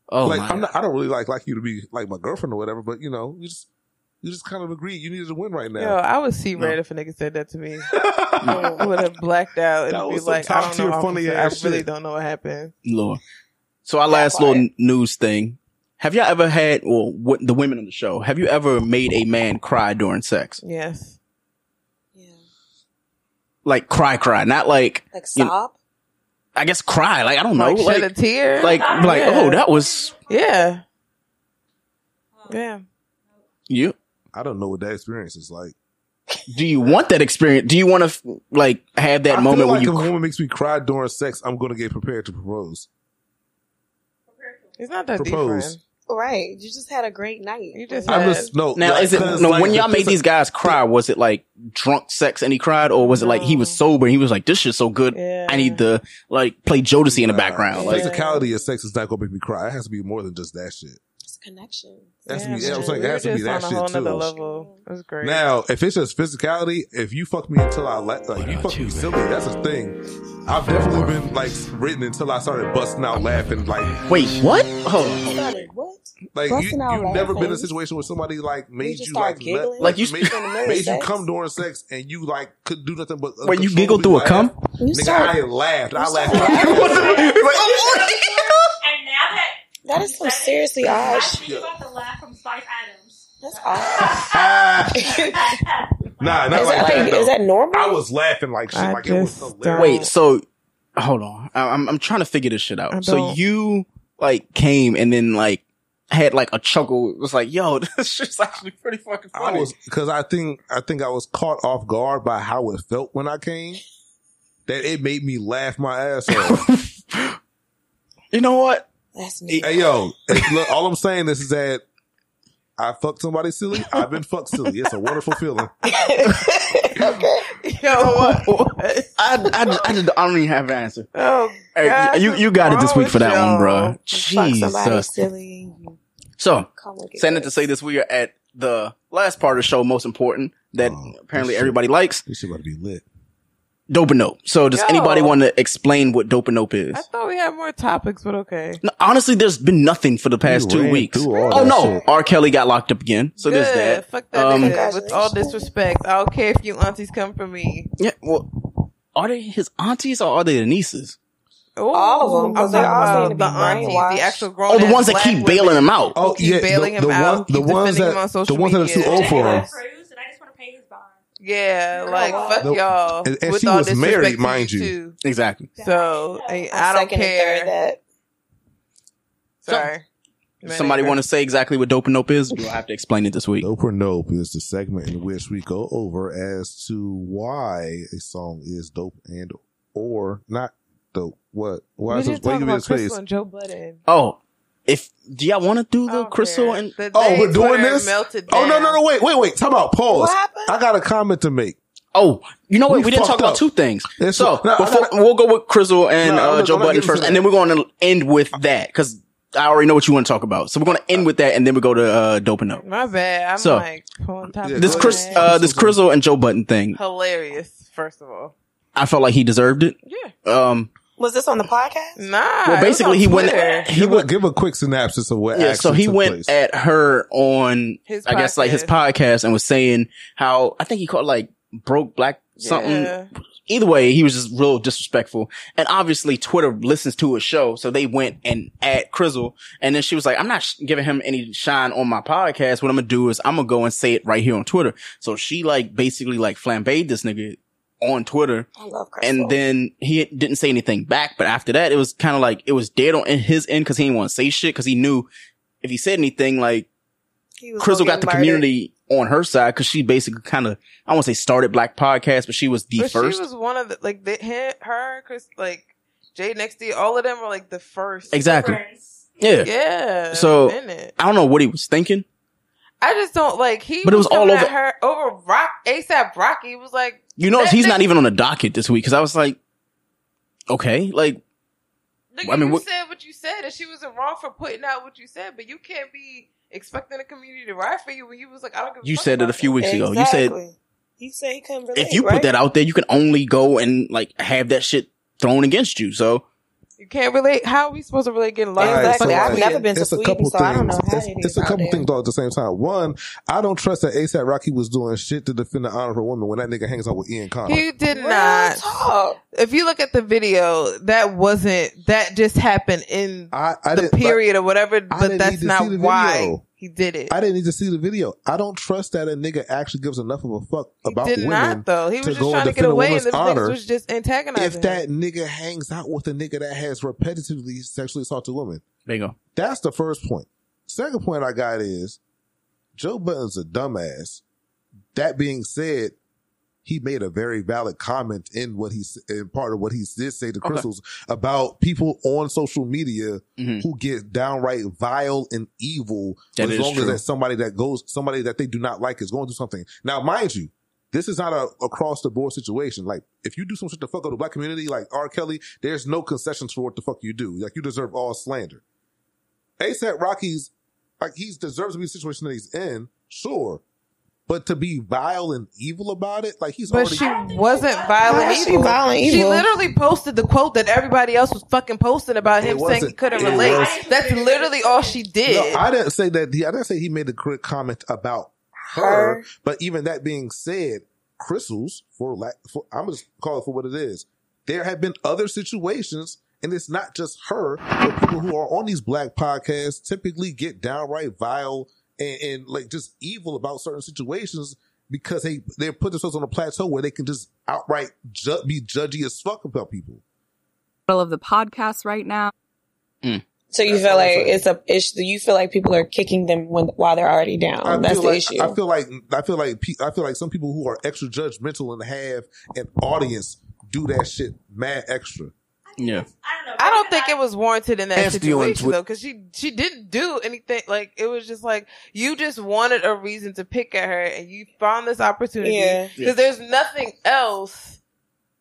Speaker 9: Oh,
Speaker 6: like
Speaker 9: my
Speaker 6: I'm not, I don't really like like you to be like my girlfriend or whatever, but you know, you just you just kind of agreed you needed to win right now.
Speaker 5: Yo, I would see red if a nigga said that to me. I would have blacked out
Speaker 6: That
Speaker 5: and be
Speaker 6: was some
Speaker 5: like, "I don't
Speaker 6: top-tier
Speaker 5: know,
Speaker 6: funny
Speaker 5: officer. I
Speaker 6: ass
Speaker 5: really
Speaker 6: shit.
Speaker 5: don't know what happened."
Speaker 9: Lord. So our last little n- news thing. Have y'all ever had, or what, the women on the show, have you ever made a man cry during sex?
Speaker 5: Yes,
Speaker 9: Like cry, cry, not like,
Speaker 2: Like
Speaker 9: you know,
Speaker 2: sob.
Speaker 9: I guess cry. Like I don't know,
Speaker 5: like,
Speaker 9: like
Speaker 5: shed a tear.
Speaker 9: like like
Speaker 5: Yeah.
Speaker 9: oh that was
Speaker 5: yeah, yeah.
Speaker 9: you.
Speaker 6: I don't know what that experience is like.
Speaker 9: do you want that experience? Do you want to like have that
Speaker 6: I
Speaker 9: moment
Speaker 6: feel
Speaker 9: where
Speaker 6: like
Speaker 9: you?
Speaker 6: if a woman makes me cry during sex, I'm going to get prepared to propose.
Speaker 5: It's not that
Speaker 6: Propose.
Speaker 5: different.
Speaker 2: Right. You just had a great night. You just
Speaker 9: I'm just no. Now is it no? when y'all made these guys cry, was it like drunk sex and he cried, or was it like he was sober and he was like, "This shit's so good, I need to like play Jodeci in the background." Like,
Speaker 6: physicality of sex is not going to make me cry. It has to be more than just that shit.
Speaker 2: It's a connection.
Speaker 6: It has to be. Yeah, I'm saying it has to be that shit too.
Speaker 5: level. It was great.
Speaker 6: Now, if it's just physicality, if you fuck me until I let, like you fuck me silly, that's a thing. I've definitely been like written until I started busting out laughing. Like,
Speaker 9: wait, what? Hold
Speaker 6: on.
Speaker 2: what?
Speaker 6: Like you,
Speaker 2: Busting out
Speaker 6: you've never been in a
Speaker 2: laughing?
Speaker 6: situation where somebody like made
Speaker 2: just
Speaker 6: you
Speaker 2: start
Speaker 6: like
Speaker 2: giggling?
Speaker 6: let-
Speaker 2: Like, you-
Speaker 6: made,
Speaker 2: in the middle of
Speaker 6: made
Speaker 5: eh?
Speaker 6: you
Speaker 2: sex?
Speaker 6: come during sex and you like could do nothing but uh,
Speaker 9: Wait, you giggled through a
Speaker 6: laugh.
Speaker 9: cum? You
Speaker 6: Nigga,
Speaker 9: start-
Speaker 6: I laughed. I laughed.
Speaker 2: That is some seriously odd shit.
Speaker 7: about the laugh from Spice Adams.
Speaker 2: That's odd.
Speaker 6: oh, Nah, not
Speaker 2: Is
Speaker 6: like
Speaker 2: that
Speaker 6: that.
Speaker 2: like-
Speaker 6: though.
Speaker 2: is that normal?
Speaker 6: I was laughing like shit.
Speaker 9: I
Speaker 6: like it was hilarious.
Speaker 9: Wait, so hold on. I, I'm I'm trying to figure this shit
Speaker 6: I
Speaker 9: out. So
Speaker 6: don't-
Speaker 9: you like came and then like had like a chuckle. It was like, "Yo, this shit's actually pretty fucking
Speaker 6: I
Speaker 9: funny."
Speaker 6: was because I think I think I was caught off guard by how it felt when I came. That it made me laugh my ass off.
Speaker 9: you know what?
Speaker 2: That's
Speaker 6: Hey yo, it- look, all I'm saying is, is that I fucked somebody silly. I've been fucked silly. It's a wonderful feeling.
Speaker 15: Oh,
Speaker 9: I, I, I, just- I don't even have an answer.
Speaker 5: Oh,
Speaker 9: Hey,
Speaker 5: God,
Speaker 9: you you got it this
Speaker 5: what's
Speaker 9: week for that
Speaker 5: wrong
Speaker 9: one, bro.
Speaker 2: Fuck somebody
Speaker 9: Jesus.
Speaker 2: silly.
Speaker 9: So,
Speaker 2: Come look at
Speaker 9: saying that to say this, we are at the last part of the show, most important that apparently
Speaker 6: Oh, shit.
Speaker 9: everybody likes.
Speaker 6: This shit about to be lit.
Speaker 9: Dope and nope. So, does
Speaker 5: Yo.
Speaker 9: anybody want to explain what dope and nope is?
Speaker 5: I thought Oh, we had more topics, but okay.
Speaker 9: No, honestly, there's been nothing for the past
Speaker 6: ran
Speaker 9: two weeks.
Speaker 6: through all
Speaker 9: Oh
Speaker 6: that
Speaker 9: no, R. Kelly got locked up again. So there's that.
Speaker 5: Fuck that
Speaker 9: Um,
Speaker 5: nigga. With all disrespect, I don't care if you aunties come for me.
Speaker 9: Yeah. Well, are they his aunties or are they the nieces?
Speaker 5: all
Speaker 2: of them, 'cause
Speaker 5: I'm
Speaker 2: they all seem
Speaker 5: talking
Speaker 2: to
Speaker 5: about
Speaker 2: be
Speaker 5: the aunties,
Speaker 2: brainwashed.
Speaker 5: the actual grown.
Speaker 9: Oh, the ones that keep bailing him out.
Speaker 6: Oh
Speaker 5: keep bailing him out, keep defending him on social media. Yeah, like fuck
Speaker 6: The-
Speaker 5: y'all.
Speaker 6: and- and
Speaker 5: with
Speaker 6: she
Speaker 5: all
Speaker 6: was
Speaker 5: disrespect
Speaker 6: married,
Speaker 5: to
Speaker 6: mind you.
Speaker 5: two.
Speaker 9: Exactly.
Speaker 5: So I, I don't
Speaker 2: second and
Speaker 5: care.
Speaker 2: third that.
Speaker 5: Sorry.
Speaker 9: Somebody want to say exactly what dope and nope is? We'll have to explain it this week.
Speaker 6: Dope or Nope is the segment in which we go over as to why a song is dope and or not dope. What? Why
Speaker 5: We
Speaker 6: is
Speaker 5: just
Speaker 6: it? Why you
Speaker 5: talking
Speaker 6: give me
Speaker 5: about
Speaker 6: this face?
Speaker 5: Crystal and Joe Budden.
Speaker 9: Oh, if do y'all want to do the crystal and
Speaker 5: The
Speaker 6: Oh,
Speaker 5: day
Speaker 6: we're doing
Speaker 5: Twitter
Speaker 6: this.
Speaker 5: melted
Speaker 6: Oh no,
Speaker 5: down.
Speaker 6: no, no! Wait, wait, wait! Time out. Pause.
Speaker 5: What happened?
Speaker 6: I got a comment to make.
Speaker 9: Oh, you know what? We, didn't talk
Speaker 6: fucked
Speaker 9: about
Speaker 6: up.
Speaker 9: two things.
Speaker 6: It's-
Speaker 9: so
Speaker 6: no, I
Speaker 9: before we'll go with Crizzle and
Speaker 6: No, I'm
Speaker 9: uh,
Speaker 6: not-
Speaker 9: Joe
Speaker 6: I'm not
Speaker 9: Budden
Speaker 6: getting
Speaker 9: first,
Speaker 6: to
Speaker 9: and then we're going to end with that because I already know what you want to talk about. So we're going to end with that, and then we go to uh, Dope and Up.
Speaker 5: My bad. I'm
Speaker 9: So,
Speaker 5: like pulling top. of
Speaker 9: this
Speaker 5: my
Speaker 9: Chris,
Speaker 5: head.
Speaker 9: uh, this Crizzle and Joe Budden thing,
Speaker 5: hilarious. First of all,
Speaker 9: I felt like he deserved it. Yeah. Um.
Speaker 2: Was this on the podcast?
Speaker 5: Nah.
Speaker 9: Well, basically, he went. He
Speaker 6: Give,
Speaker 9: went.
Speaker 6: a, give a quick synopsis of what.
Speaker 9: Yeah.
Speaker 6: actually
Speaker 9: So he
Speaker 6: took
Speaker 9: went
Speaker 6: place.
Speaker 9: at her on,
Speaker 5: His
Speaker 9: I guess, like his podcast, and was saying how I think he called it, like broke black something.
Speaker 5: Yeah.
Speaker 9: Either way, he was just real disrespectful. And obviously, Twitter listens to his show, so they went and at Crizzle, and then she was like, "I'm not sh- giving him any shine on my podcast. What I'm gonna do is I'm gonna go and say it right here on Twitter." So she like basically like flambéed this nigga on Twitter.
Speaker 2: I love
Speaker 9: And then he didn't say anything back. But after that, it was kind of like it was dead on in his end because he didn't want to say shit because he knew if he said anything, like
Speaker 2: was
Speaker 9: Crystal
Speaker 2: gonna
Speaker 9: got
Speaker 2: get
Speaker 9: the
Speaker 2: murdered.
Speaker 9: community on her side because she basically kind of I won't say started Black Podcast, but she was the
Speaker 5: but
Speaker 9: first.
Speaker 5: she was one of the like the, he- her, Chris, like Jay Nexty, all of them were like the first.
Speaker 9: exactly. Yeah.
Speaker 5: Yeah. Yeah.
Speaker 9: So
Speaker 5: in it.
Speaker 9: I don't know what he was thinking.
Speaker 5: I just don't like he.
Speaker 9: But it was all
Speaker 5: coming
Speaker 9: over-
Speaker 5: at her over Rock ASAP Rocky. He was like,
Speaker 9: You notice
Speaker 5: That
Speaker 9: he's not
Speaker 5: nigga-
Speaker 9: even on the docket this week because I was like, okay, like
Speaker 5: Nigga,
Speaker 9: I mean,
Speaker 5: you
Speaker 9: what-
Speaker 5: said what you said, and she was wrong for putting out what you said, but you can't be expecting the community to ride for you when you was like, I don't give a
Speaker 9: you
Speaker 5: fuck
Speaker 9: said it
Speaker 5: about
Speaker 9: a few weeks ago. You said
Speaker 2: He said he couldn't relate.
Speaker 9: if you
Speaker 2: right?
Speaker 9: put that out there, you can only go and like have that shit thrown against you. So
Speaker 5: You can't relate. How are we supposed to relate getting lost?
Speaker 6: All right, so, like,
Speaker 5: to
Speaker 6: it's a couple things. it's, it's a
Speaker 5: out
Speaker 6: couple
Speaker 5: there.
Speaker 6: things all at the same time. One, I don't trust that ASAP Rocky was doing shit to defend the honor of a woman when that nigga hangs out with Ian Connor.
Speaker 5: He did not. If you look at the video, that wasn't that just happened in
Speaker 6: I
Speaker 5: the
Speaker 6: didn't-
Speaker 5: period or whatever, but
Speaker 6: didn't need
Speaker 5: that's
Speaker 6: to
Speaker 5: not
Speaker 6: see the
Speaker 5: why
Speaker 6: video.
Speaker 5: he did it.
Speaker 6: I didn't need to see the video. I don't trust that a nigga actually gives enough of a fuck about
Speaker 5: did
Speaker 6: women.
Speaker 5: not though. He was just
Speaker 6: go
Speaker 5: trying
Speaker 6: and
Speaker 5: to get
Speaker 6: defend a
Speaker 5: away, and
Speaker 6: woman's
Speaker 5: the
Speaker 6: honor
Speaker 5: niggas was just antagonizing.
Speaker 6: If that nigga hangs out with a nigga that has repetitively sexually assaulted women,
Speaker 9: there you go.
Speaker 6: That's the first point. Second point I got is Joe Button's a dumbass That being said, he made a very valid comment in what he s- in part of what he did say to
Speaker 16: Okay.
Speaker 6: Crystals about people on social media who get downright vile and evil
Speaker 16: That
Speaker 6: as
Speaker 16: is
Speaker 6: long as
Speaker 16: true.
Speaker 6: that's somebody that goes somebody that they do not like is going through something. Now, mind you, this is not a across the board situation. Like if you do some shit to fuck up the black community, like R. Kelly, there's no concessions for what the fuck you do. Like you deserve all slander. ASAP Rocky's like he deserves to be in the situation that he's in, sure. But to be vile and evil about it, like he's
Speaker 5: But
Speaker 6: already
Speaker 5: she wasn't violent.
Speaker 6: How is she
Speaker 5: evil.
Speaker 6: violent
Speaker 5: She
Speaker 6: evil?
Speaker 5: literally posted the quote that everybody else was fucking posting about him saying he
Speaker 6: wasn't.
Speaker 5: couldn't
Speaker 6: It
Speaker 5: relate.
Speaker 6: was-
Speaker 5: That's literally all she did.
Speaker 6: No, I didn't say that. I didn't say he made a correct comment about her. But even that being said, crystals for lack. For, I'm just call it for what it is. There have been other situations, and it's not just her. But people who are on these black podcasts typically get downright vile and, and like just evil about certain situations because they they put themselves on a plateau where they can just outright ju- be judgy as fuck about people.
Speaker 17: middle of the podcast right now.
Speaker 9: Mm.
Speaker 2: So you feel like it's a issue. You feel like people are kicking them when while they're already down.
Speaker 6: I
Speaker 2: Um, That's
Speaker 6: feel
Speaker 2: the
Speaker 6: like,
Speaker 2: issue.
Speaker 6: I feel like I feel like pe- I feel like some people who are extra judgmental and have an audience do that shit mad extra.
Speaker 9: Yeah.
Speaker 5: I don't think it was warranted in that
Speaker 6: That's dealing
Speaker 5: situation
Speaker 6: with-
Speaker 5: though, because she she didn't do anything. Like it was just like you just wanted a reason to pick at her, and you found this opportunity
Speaker 2: Yeah.
Speaker 5: because
Speaker 2: Yeah.
Speaker 5: there's nothing else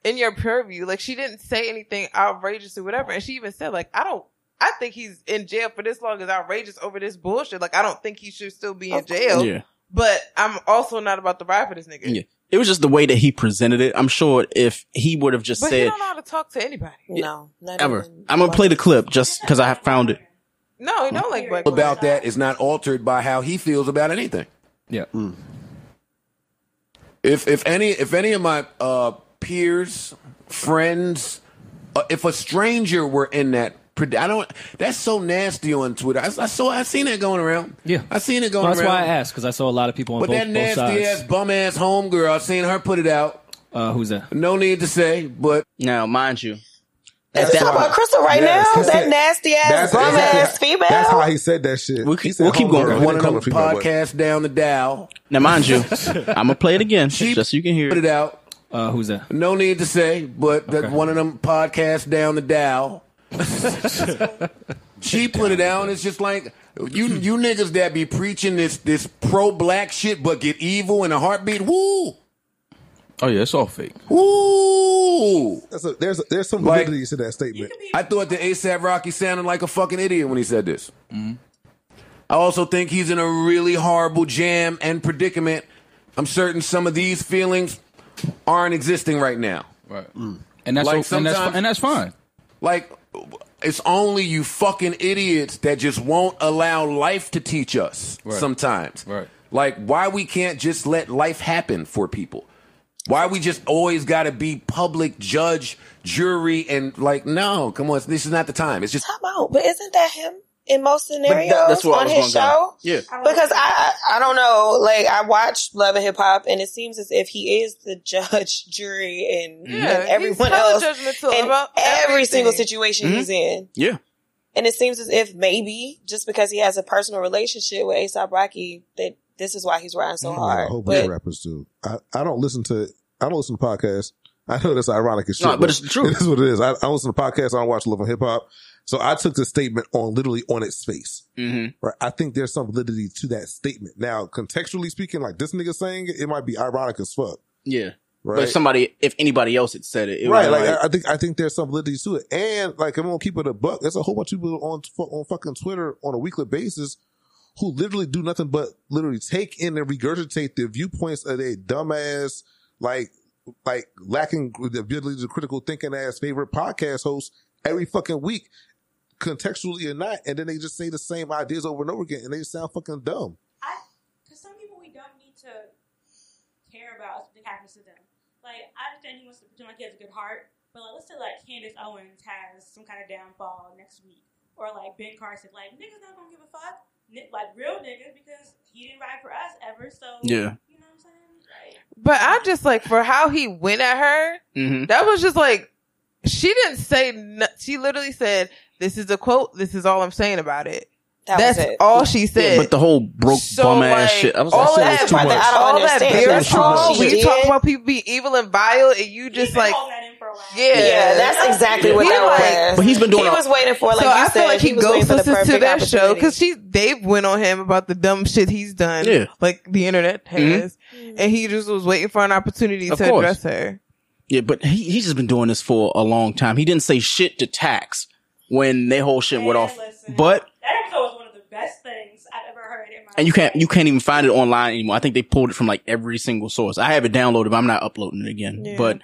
Speaker 5: in your purview. Like she didn't say anything outrageous or whatever, and she even said like I don't. I think he's in jail for this long is outrageous over this bullshit. Like I don't think he should still be in jail.
Speaker 9: Yeah.
Speaker 5: But I'm also not about to ride for this nigga.
Speaker 9: Yeah. It was just the way that he presented it. I'm sure if he would have just
Speaker 5: But he
Speaker 9: said
Speaker 5: don't know how to talk to anybody. No,
Speaker 9: ever, I'm gonna play the clip just because I have found it.
Speaker 5: No, he don't like black. women.
Speaker 16: about that is not altered by how he feels about anything.
Speaker 8: Yeah.
Speaker 6: Hmm.
Speaker 16: If if any if any of my uh, peers, friends, uh, if a stranger were in that, pred- I don't. That's so nasty on Twitter. I, I saw I seen that going around.
Speaker 18: Yeah.
Speaker 16: I seen it going.
Speaker 18: Well, that's
Speaker 16: around.
Speaker 18: why I asked because I saw a lot of people on
Speaker 16: But
Speaker 18: both,
Speaker 16: that
Speaker 18: both
Speaker 16: nasty
Speaker 18: sides.
Speaker 16: ass bum ass homegirl, I seen her put it out.
Speaker 18: Uh, who's that?
Speaker 16: No need to say, but
Speaker 9: now mind you,
Speaker 2: Let's talk about Crystal right
Speaker 16: Yes,
Speaker 2: now.
Speaker 16: that's
Speaker 2: That
Speaker 16: it.
Speaker 2: nasty ass
Speaker 16: That's-
Speaker 2: bum
Speaker 16: that's-
Speaker 2: ass female.
Speaker 6: That's how he said that shit.
Speaker 9: We'll
Speaker 6: He
Speaker 9: keep,
Speaker 6: said
Speaker 9: we'll keep
Speaker 6: homegirl.
Speaker 9: going.
Speaker 6: He didn't call her female, but-
Speaker 16: Podcast down the dial.
Speaker 9: Now, mind you, I'm gonna play it again just so you can hear
Speaker 16: Put it out.
Speaker 18: Uh, who's that?
Speaker 16: No need to say, but that one of them podcasts down the dial. she put it out. and It's just like you you niggas that be preaching this this pro black shit, but get evil in a heartbeat. Woo,
Speaker 19: Oh yeah, it's all fake.
Speaker 16: woo.
Speaker 6: That's a, there's there's some
Speaker 16: Like-
Speaker 6: validity to that statement.
Speaker 16: I thought the ASAP Rocky sounded like a fucking idiot when he said this.
Speaker 19: Mm,
Speaker 16: I also think he's in a really horrible jam and predicament. I'm certain some of these feelings aren't existing right now.
Speaker 19: Right.
Speaker 15: Mm.
Speaker 19: And that's o- and that's fi- and that's fine.
Speaker 16: Like it's only you fucking idiots that just won't allow life to teach us
Speaker 19: Right.
Speaker 16: sometimes. Right. Like why we can't just let life happen for people. Why we just always got to be public judge, jury, and like, no, come on, this is not the time. It's just
Speaker 2: Oh, but isn't that him in most
Speaker 16: But
Speaker 2: scenarios
Speaker 16: that- that's what I
Speaker 2: on
Speaker 16: was
Speaker 2: his
Speaker 16: gonna
Speaker 2: show?
Speaker 16: go. Yeah.
Speaker 2: Because I, I I don't know. Like I watch Love and Hip Hop, and it seems as if he is the judge, jury, and,
Speaker 5: Yeah,
Speaker 2: and
Speaker 5: he's
Speaker 2: everyone
Speaker 5: hella
Speaker 2: else
Speaker 5: judgmental
Speaker 2: in
Speaker 5: about
Speaker 2: every
Speaker 5: everything.
Speaker 2: single situation
Speaker 16: Hmm?
Speaker 2: he's in.
Speaker 9: Yeah.
Speaker 2: And it seems as if maybe just because he has a personal relationship with Aesop Rocky, that this is why he's riding so
Speaker 6: I
Speaker 2: hard.
Speaker 6: hope
Speaker 2: But
Speaker 6: rappers do. I, I don't listen to I don't listen to podcasts. I know that's ironic as shit.
Speaker 9: No, but it's true.
Speaker 6: It is what it is. I, I don't listen to podcasts. I don't watch Love and Hip Hop. So I took the statement on literally on its face.
Speaker 9: Mm-hmm.
Speaker 6: Right. I think there's some validity to that statement. Now, contextually speaking, like this nigga saying it, it might be ironic as fuck.
Speaker 9: Yeah.
Speaker 6: Right.
Speaker 9: But if somebody, if anybody else had said it, it
Speaker 6: right.
Speaker 9: would
Speaker 6: Like,
Speaker 9: like,
Speaker 6: I I think I think there's some validity to it. And like I'm gonna keep it a buck. There's a whole bunch of people on fu- on fucking Twitter on a weekly basis who literally do nothing but literally take in and regurgitate the viewpoints of their dumbass, like like lacking the ability to critical thinking ass favorite podcast hosts every fucking week, contextually or not, and then they just say the same ideas over and over again and they sound fucking dumb.
Speaker 7: Because some people we don't need to care about if something happens to them. Like, I understand he wants to pretend like he has a good heart, but like, let's say like Candace Owens has some kind of downfall next week, or like Ben Carson, like niggas not gonna give a fuck, Ni- like real niggas because he didn't ride for us ever. So
Speaker 5: Yeah. But I just like for how he went at her.
Speaker 2: Mm-hmm.
Speaker 9: Mhm.
Speaker 5: That was just like she didn't say. No, she literally said, "This is a quote. This is all I'm saying about it."
Speaker 2: That
Speaker 5: That's
Speaker 2: was it.
Speaker 5: all she said.
Speaker 9: but the whole broke bum ass shit. I was
Speaker 5: all
Speaker 9: like,
Speaker 5: that,
Speaker 9: that's too much.
Speaker 5: all that
Speaker 2: understand.
Speaker 5: beer
Speaker 2: That's
Speaker 5: talk.
Speaker 2: all she
Speaker 5: We
Speaker 2: did.
Speaker 5: talk about people being evil and vile, and you just like, yeah,
Speaker 2: Yeah, that's exactly what
Speaker 5: He
Speaker 2: that was. But he's been doing He all- was waiting for, like
Speaker 5: so
Speaker 2: you
Speaker 5: I
Speaker 2: said,
Speaker 5: feel like
Speaker 2: he
Speaker 5: he,
Speaker 2: was waiting for
Speaker 5: goes
Speaker 2: the
Speaker 5: listens to
Speaker 2: perfect
Speaker 5: that show
Speaker 2: opportunity.
Speaker 5: because she they went on him about the dumb shit he's done.
Speaker 9: Yeah.
Speaker 5: like the internet
Speaker 2: Mm-hmm.
Speaker 9: Mhm.
Speaker 5: has, and he just was waiting for an opportunity
Speaker 9: Of
Speaker 5: to
Speaker 9: course.
Speaker 5: address her.
Speaker 9: Yeah, but he, he's just been doing this for a long time. He didn't say shit to tax when they whole shit went off. But
Speaker 7: That episode was one of the best things I've ever heard in my
Speaker 9: and you can't you can't even find it online anymore. I think they pulled it from like every single source. I have it downloaded, but I'm not uploading it again.
Speaker 7: Yeah.
Speaker 9: But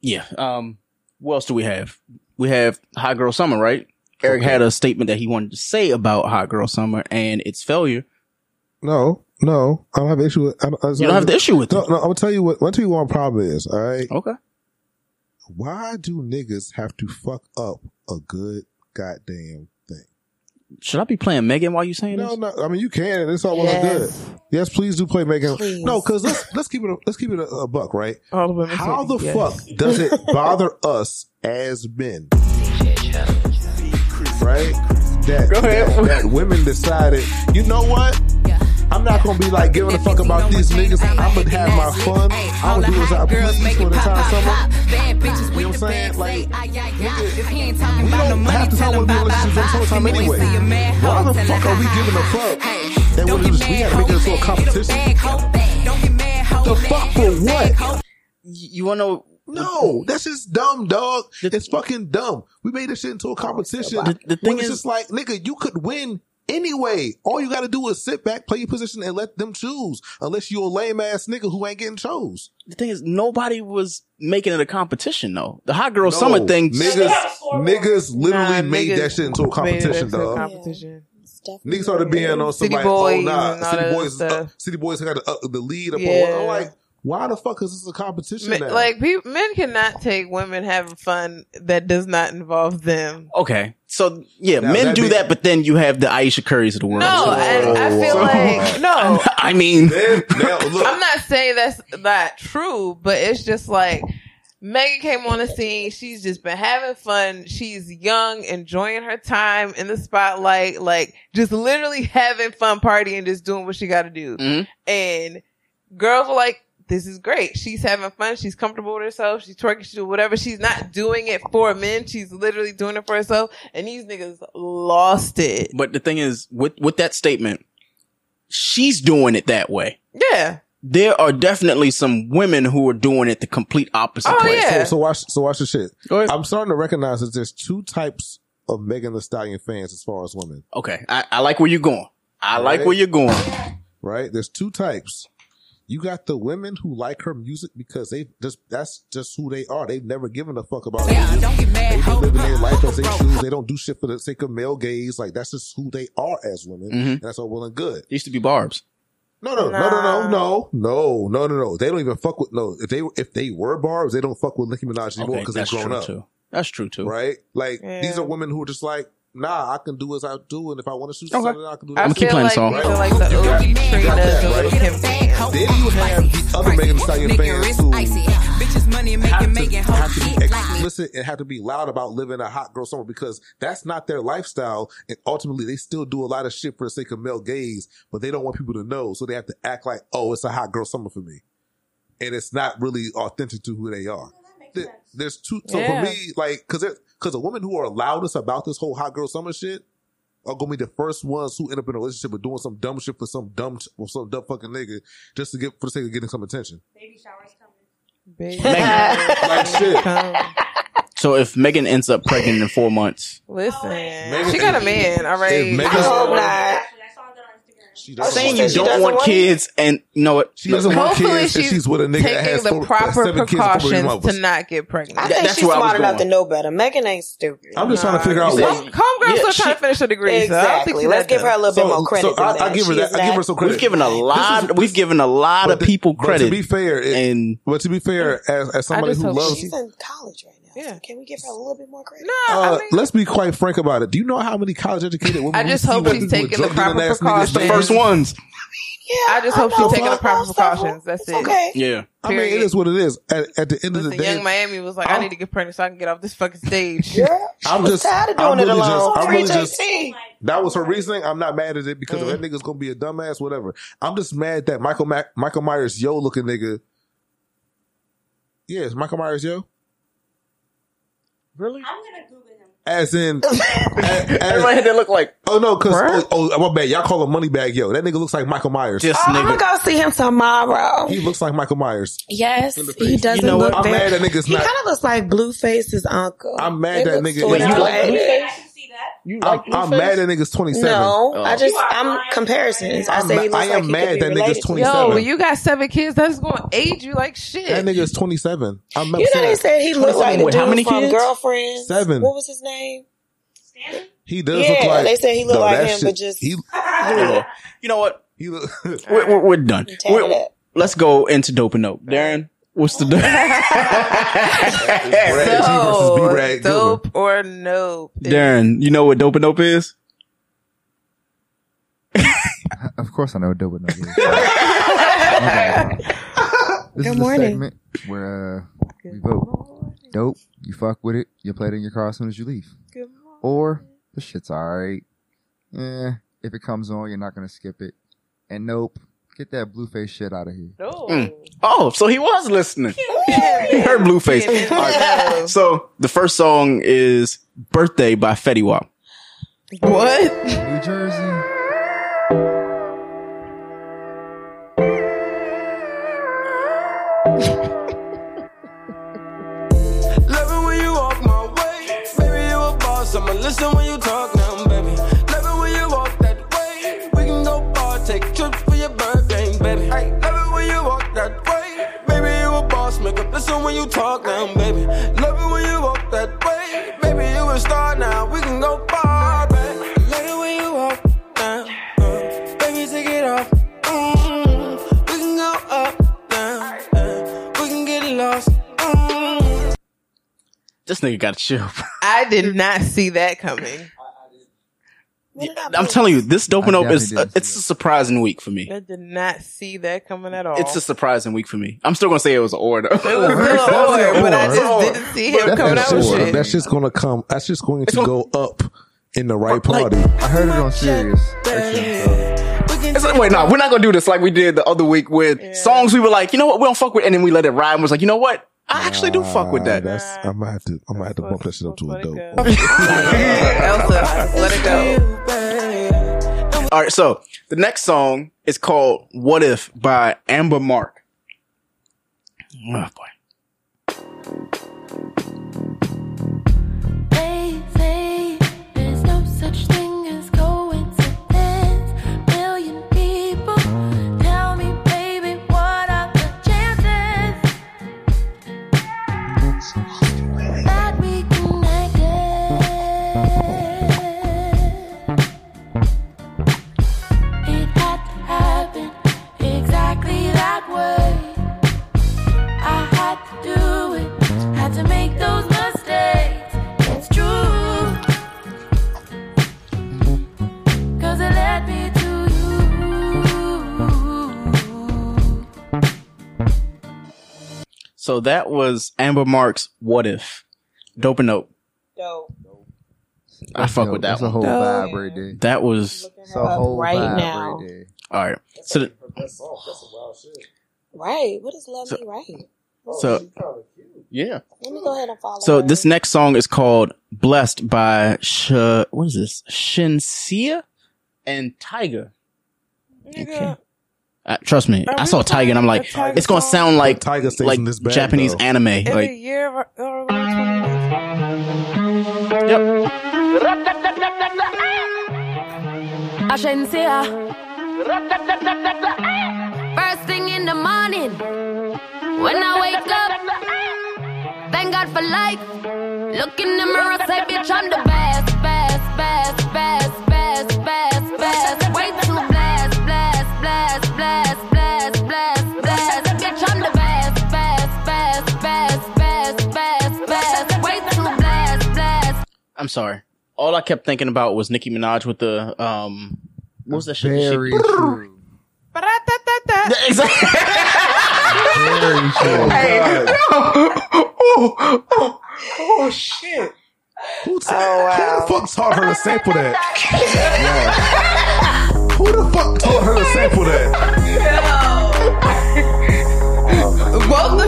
Speaker 9: yeah, um, what else do we have? We have Hot Girl Summer, right? Eric had a statement that he wanted to say about Hot Girl Summer and its failure.
Speaker 6: No, no, I don't have an issue with. I don't, I
Speaker 9: You don't have the issue with
Speaker 6: no, No, I'm gonna tell you what. I'll tell you what my problem is. All right.
Speaker 9: Okay.
Speaker 6: Why do niggas have to fuck up a good goddamn thing?
Speaker 9: Should I be playing Megan while you saying
Speaker 6: No,
Speaker 9: this?
Speaker 6: no. I mean, you can. and It's all well
Speaker 9: Yes.
Speaker 6: and good. Yes, please do play Megan.
Speaker 9: Please.
Speaker 6: No, because let's let's keep it a, let's keep it a, a buck, right?
Speaker 5: All the
Speaker 6: How the
Speaker 5: say yes.
Speaker 6: fuck does it bother us as men? Right? That, that, that women decided, you know what? I'm not gonna be like giving a fuck about these niggas. I'm gonna have my fun. I'm gonna do as I please for the time summer.
Speaker 20: Bad bitches with the bag say, ay, ay, ay. He ain't talking about no money, tell him bye, bye, bye.
Speaker 6: Sometime
Speaker 20: When we
Speaker 6: anyway.
Speaker 20: see a man
Speaker 6: Why
Speaker 20: hoe,
Speaker 6: the
Speaker 20: tell
Speaker 6: fuck
Speaker 20: her,
Speaker 6: are we
Speaker 20: hi,
Speaker 6: giving a
Speaker 20: hi,
Speaker 6: fuck?
Speaker 20: hi.
Speaker 6: That
Speaker 20: Don't
Speaker 6: we
Speaker 20: get
Speaker 6: just we
Speaker 20: mad,
Speaker 6: had to make it into a
Speaker 20: hoe, bad. Hit 'em
Speaker 6: competition.
Speaker 20: bag, hoe, bad. Don't get mad, hoe,
Speaker 6: The
Speaker 20: bad.
Speaker 6: fuck for what?
Speaker 9: You, want to?
Speaker 6: No, that's just dumb, dog. It's fucking dumb. We made this shit into a competition.
Speaker 9: The- the thing
Speaker 6: when it's
Speaker 9: is-
Speaker 6: just like, nigga, you could win anyway. All you got to do is sit back, play your position, and let them choose. Unless you a lame ass nigga who ain't getting chose.
Speaker 9: The thing is, nobody was making it a competition though. The Hot Girl Summer thing,
Speaker 6: niggas, niggas literally made that shit into a competition,
Speaker 5: though.
Speaker 6: dog.
Speaker 5: Competition.
Speaker 6: Niggas started being on some
Speaker 5: City
Speaker 6: like, oh
Speaker 5: Boys
Speaker 6: nah,
Speaker 5: and all
Speaker 6: city
Speaker 5: that
Speaker 6: boys, is
Speaker 5: stuff.
Speaker 6: up, city boys got the, uh, the lead. Up
Speaker 5: Yeah.
Speaker 6: on, I'm like, why the fuck is this a competition?
Speaker 5: Men,
Speaker 6: now?
Speaker 5: like people, men cannot take women having fun that does not involve them.
Speaker 9: Okay. So yeah,
Speaker 5: Now,
Speaker 9: men
Speaker 5: that
Speaker 9: do
Speaker 5: be-
Speaker 9: that, but then you have the Aisha Currys of the world.
Speaker 5: No, I- I feel like- no.
Speaker 9: I mean,
Speaker 5: I'm not saying that's not true, but it's just like Megan came on the scene. She's just been having fun. She's young, enjoying her time in the spotlight, like just literally having fun, partying, just doing what she got to do.
Speaker 9: Mhm.
Speaker 5: And girls are like, this is great. She's having fun. She's comfortable with herself. She's twerking. She do whatever. She's not doing it for men. She's literally doing it for herself. And these niggas lost it.
Speaker 9: But the thing is, with with that statement, she's doing it that way.
Speaker 5: Yeah.
Speaker 9: There are definitely some women who are doing it the complete opposite
Speaker 5: Oh,
Speaker 9: way.
Speaker 6: So, so watch. So watch the shit. I'm starting to recognize that there's two types of Megan the Stallion fans as far as women.
Speaker 9: Okay, I, I like where you're going. I like
Speaker 6: Right.
Speaker 9: where you're going.
Speaker 6: Right? There's two types. You got the women who like her music because they just that's just who they are. They've never given a fuck about it.
Speaker 20: Don't get mad,
Speaker 6: They
Speaker 20: hoe.
Speaker 6: just live in their life as they choose. They don't do shit for the sake of male gaze. Like that's just who they are as women.
Speaker 9: Mhm.
Speaker 6: And that's all well and good.
Speaker 9: Used to be Barb's.
Speaker 6: No, no, no, no, no, no, no, no, no, no. They don't even fuck with no. If they if they were barbs, they don't fuck with Nicki Minaj anymore
Speaker 9: Okay,
Speaker 6: because
Speaker 9: that's
Speaker 6: they've grown
Speaker 9: true
Speaker 6: up.
Speaker 9: too. That's true too.
Speaker 6: Right? Like
Speaker 5: Yeah.
Speaker 6: these are women who are just like, nah, I can do as I do, and if I want to shoot
Speaker 5: Okay.
Speaker 6: something, I can do.
Speaker 5: I
Speaker 6: that.
Speaker 9: I'ma keep feel playing like song. these are
Speaker 5: like the
Speaker 6: You got-
Speaker 5: OG
Speaker 6: you got
Speaker 5: Trina,
Speaker 6: that,
Speaker 5: the little
Speaker 6: right?
Speaker 5: Kim fans.
Speaker 6: Then you have the other Megan Thee Stallion fans who
Speaker 20: Bitches money and make it, make it, hoe.
Speaker 6: have to be explicit and have to be loud about living a hot girl summer because that's not their lifestyle. And ultimately, they still do a lot of shit for the sake of male gaze, but they don't want people to know. So they have to act like, oh, it's a hot girl summer for me. And it's not really authentic to who they are. There- There's two. So
Speaker 5: Yeah.
Speaker 6: for me, like, because because the women who are loudest about this whole hot girl summer shit are gonna be the first ones who end up in a relationship with doing some dumb shit for some dumb ch- for some dumb fucking nigga just to get for the sake of getting some attention.
Speaker 7: baby showers coming.
Speaker 5: Baby.
Speaker 6: like shit.
Speaker 9: So if Megan ends up pregnant in four months,
Speaker 5: Listen, she got a man already.
Speaker 9: If Megan- I hope
Speaker 5: not.
Speaker 9: I'm saying you don't want kids, and you know what?
Speaker 6: She doesn't want
Speaker 5: Hopefully
Speaker 6: kids, and
Speaker 5: she's
Speaker 6: she's with a nigga
Speaker 5: taking
Speaker 6: that has
Speaker 5: the
Speaker 6: four-
Speaker 5: proper
Speaker 6: seven kids before his
Speaker 5: precautions
Speaker 6: mother.
Speaker 5: to not get pregnant.
Speaker 2: I think
Speaker 6: that's
Speaker 2: she's
Speaker 6: where I was
Speaker 2: smart enough to
Speaker 6: going.
Speaker 2: know better. Megan ain't stupid.
Speaker 6: I'm just trying to figure out
Speaker 5: Come,
Speaker 6: what.
Speaker 5: come girl's still trying to finish her degree. so I don't think
Speaker 2: Exactly.
Speaker 5: she
Speaker 2: Let's
Speaker 5: that
Speaker 2: give her a little
Speaker 5: dumb.
Speaker 2: bit more credit.
Speaker 6: I-
Speaker 2: than
Speaker 6: I
Speaker 2: that.
Speaker 6: give her
Speaker 2: She's
Speaker 6: that- I give her
Speaker 2: not-
Speaker 6: some credit.
Speaker 9: We've given a lot.
Speaker 6: This is-
Speaker 9: we've given a lot of people
Speaker 6: But to
Speaker 9: credit.
Speaker 6: be fair, it,
Speaker 9: and
Speaker 6: but to be fair, as, as somebody who loves,
Speaker 2: She's in college right now. So can we give her a little bit more credit?
Speaker 5: No,
Speaker 6: uh, let's be quite frank about it. Do you know how many college educated women?
Speaker 5: I
Speaker 6: we
Speaker 5: just
Speaker 6: see
Speaker 5: hope
Speaker 6: with-
Speaker 5: she's
Speaker 6: with
Speaker 5: taking the
Speaker 6: drug dealing
Speaker 5: proper
Speaker 6: ass niggas?
Speaker 5: precautions. The first
Speaker 9: ones.
Speaker 5: I just hope she's taking the proper precautions. That's it.
Speaker 2: Okay.
Speaker 9: Yeah.
Speaker 6: I mean, it is what it is. At, at the end of the
Speaker 5: Listen,
Speaker 6: day,
Speaker 5: young Miami was like, i need to get pregnant so I can get off this fucking stage.
Speaker 6: I'm just. I'm really just. I'm really just. That was her reasoning. I'm not mad at it because
Speaker 5: Mm.
Speaker 6: if that nigga's gonna be a dumbass, whatever. I'm just mad that Michael Ma- Michael Myers yo looking nigga. Yeah, it's Michael Myers yo.
Speaker 7: Really? I'm gonna Google him.
Speaker 6: As in,
Speaker 9: Everybody had to look like.
Speaker 6: Oh no, because oh, oh my bad, y'all call him Moneybag Yo. That nigga looks like Michael Myers.
Speaker 2: oh, I'm gonna go see him tomorrow.
Speaker 6: He looks like Michael Myers.
Speaker 2: Yes, he doesn't
Speaker 6: You know what?
Speaker 2: look
Speaker 6: I'm
Speaker 2: very.
Speaker 6: mad that nigga's
Speaker 2: he
Speaker 6: not-
Speaker 2: kind of looks like Blueface's uncle.
Speaker 6: I'm mad that nigga.
Speaker 2: Wait, you like
Speaker 6: Blueface? I'm, I'm mad that nigga's Oh. 27.
Speaker 2: No, I just I'm comparisons. i
Speaker 6: I'm
Speaker 2: say
Speaker 6: ma-
Speaker 2: he looks
Speaker 6: I am
Speaker 2: like he
Speaker 6: mad
Speaker 2: could be
Speaker 6: that nigga's
Speaker 2: related. to-
Speaker 6: 20
Speaker 5: Yo,
Speaker 6: 27.
Speaker 5: when you got seven kids, that's going to age you like shit.
Speaker 6: That nigga's 27. I'm
Speaker 2: You know they said he looked like the dude from Girlfriends.
Speaker 6: Seven.
Speaker 2: What was his name?
Speaker 6: He does
Speaker 2: Yeah,
Speaker 6: look like.
Speaker 2: they said he looked
Speaker 6: No,
Speaker 2: like
Speaker 6: that
Speaker 2: him, but just-
Speaker 6: he,
Speaker 9: you know what?
Speaker 6: He look,
Speaker 9: We're, we're, we're done.
Speaker 2: Tag
Speaker 9: We're-
Speaker 2: it up.
Speaker 9: let's go into dope and dope. Darren, what's the dope?
Speaker 5: So,
Speaker 9: versus B-Rag Goober.
Speaker 5: dope or nope?
Speaker 9: Darren, you know what dope and dope is?
Speaker 8: Of course, I know what dope with no This
Speaker 2: Good
Speaker 8: is
Speaker 2: morning.
Speaker 8: the segment where uh, we vote. Dope. You fuck with it. You play it in your car as soon as you leave.
Speaker 5: Good
Speaker 8: Or the shit's all right. Yeah. If it comes on, you're not gonna skip it. And nope. Get that blue face shit out of here.
Speaker 9: Mm. Oh, so he was listening. he heard Blueface. All right. So the first song is "Birthday" by Fetty Wap.
Speaker 5: What?
Speaker 8: New Jersey.
Speaker 15: Love it when you walk my way. Baby, you a boss. I'ma listen when you talk now, baby. Love it when you walk that way. We can go far, take trips for your birthday, baby. Ay, love it when you walk that way. Baby, you a boss. Make up listen when you talk now, baby. Love it when you walk that way. Baby, you a star now. We can go far, baby. Love it when you walk now. uh, baby, take it off. mm. We can go up now. uh, we can get lost. mm.
Speaker 9: This nigga got chill.
Speaker 5: I did not see that coming.
Speaker 9: I'm telling you, this dope and dope is uh, it's a surprising week for me.
Speaker 5: I did not see that coming at all.
Speaker 9: It's a surprising week for me. I'm still gonna say it was an order.
Speaker 5: It was still an order, but I just didn't see him coming out with shit.
Speaker 6: That's just gonna come. That's just going to go up in the right party. I
Speaker 8: heard it on serious.
Speaker 9: It's like, wait, no, we're not gonna do this like we did the other week with songs we were like, you know what, we don't fuck with, and then we let it ride and was like, you know what, I actually do fuck with that.
Speaker 6: That's I'm gonna have to. I'm gonna have to bump that shit up to a dope.
Speaker 5: Elsa, let it go.
Speaker 9: All right, so the next song is called "What If" by Amber Mark. Oh, boy.
Speaker 20: They say there's no such thing as coincidence. Million people tell me, baby, what are the chances that we connected? It had to happen exactly that way. I had to do it, had to make those mistakes. It's true. Cause it led me to you.
Speaker 9: So that was Amber Mark's "What If." Dope and dope.
Speaker 2: Dope.
Speaker 9: I fuck with that
Speaker 8: That's
Speaker 9: one.
Speaker 8: a whole vibe right there.
Speaker 9: That was
Speaker 8: It's a whole
Speaker 2: right
Speaker 8: vibe
Speaker 2: now.
Speaker 8: right there.
Speaker 9: all right. So the,
Speaker 2: Right. What is love
Speaker 9: So-
Speaker 2: me right?
Speaker 9: so yeah.
Speaker 2: Let me go ahead and follow.
Speaker 9: So this next song is called "Blessed" by Sh- what is this? Shinsia and Tiger. Uh, trust me, I saw Tiger and I'm like, it's gonna sound like
Speaker 6: Tiger stays
Speaker 9: like
Speaker 6: in this bag,
Speaker 9: Japanese
Speaker 6: though.
Speaker 9: anime. like
Speaker 5: Every year of our- our
Speaker 20: I shouldn't say her. First thing in the morning, when I wake up, thank God for life. Look in the mirror, say, bitch, I'm the best, best, best, best, best, best, best. Wait till the blast, blast, blast, blast, blast, blast, blast. Bitch, I'm the best, best, best, best, best, best, best. Wait till the blast, blast.
Speaker 9: I'm sorry. All I kept thinking about was Nicki Minaj with the um. What was that shit? that she-
Speaker 8: Very true.
Speaker 9: Exactly.
Speaker 8: Very true.
Speaker 9: Hey, yo. oh, oh, oh, shit.
Speaker 6: Who, t- who the fuck taught her to sample that? Yeah. Who the fuck taught her to sample that?
Speaker 5: Both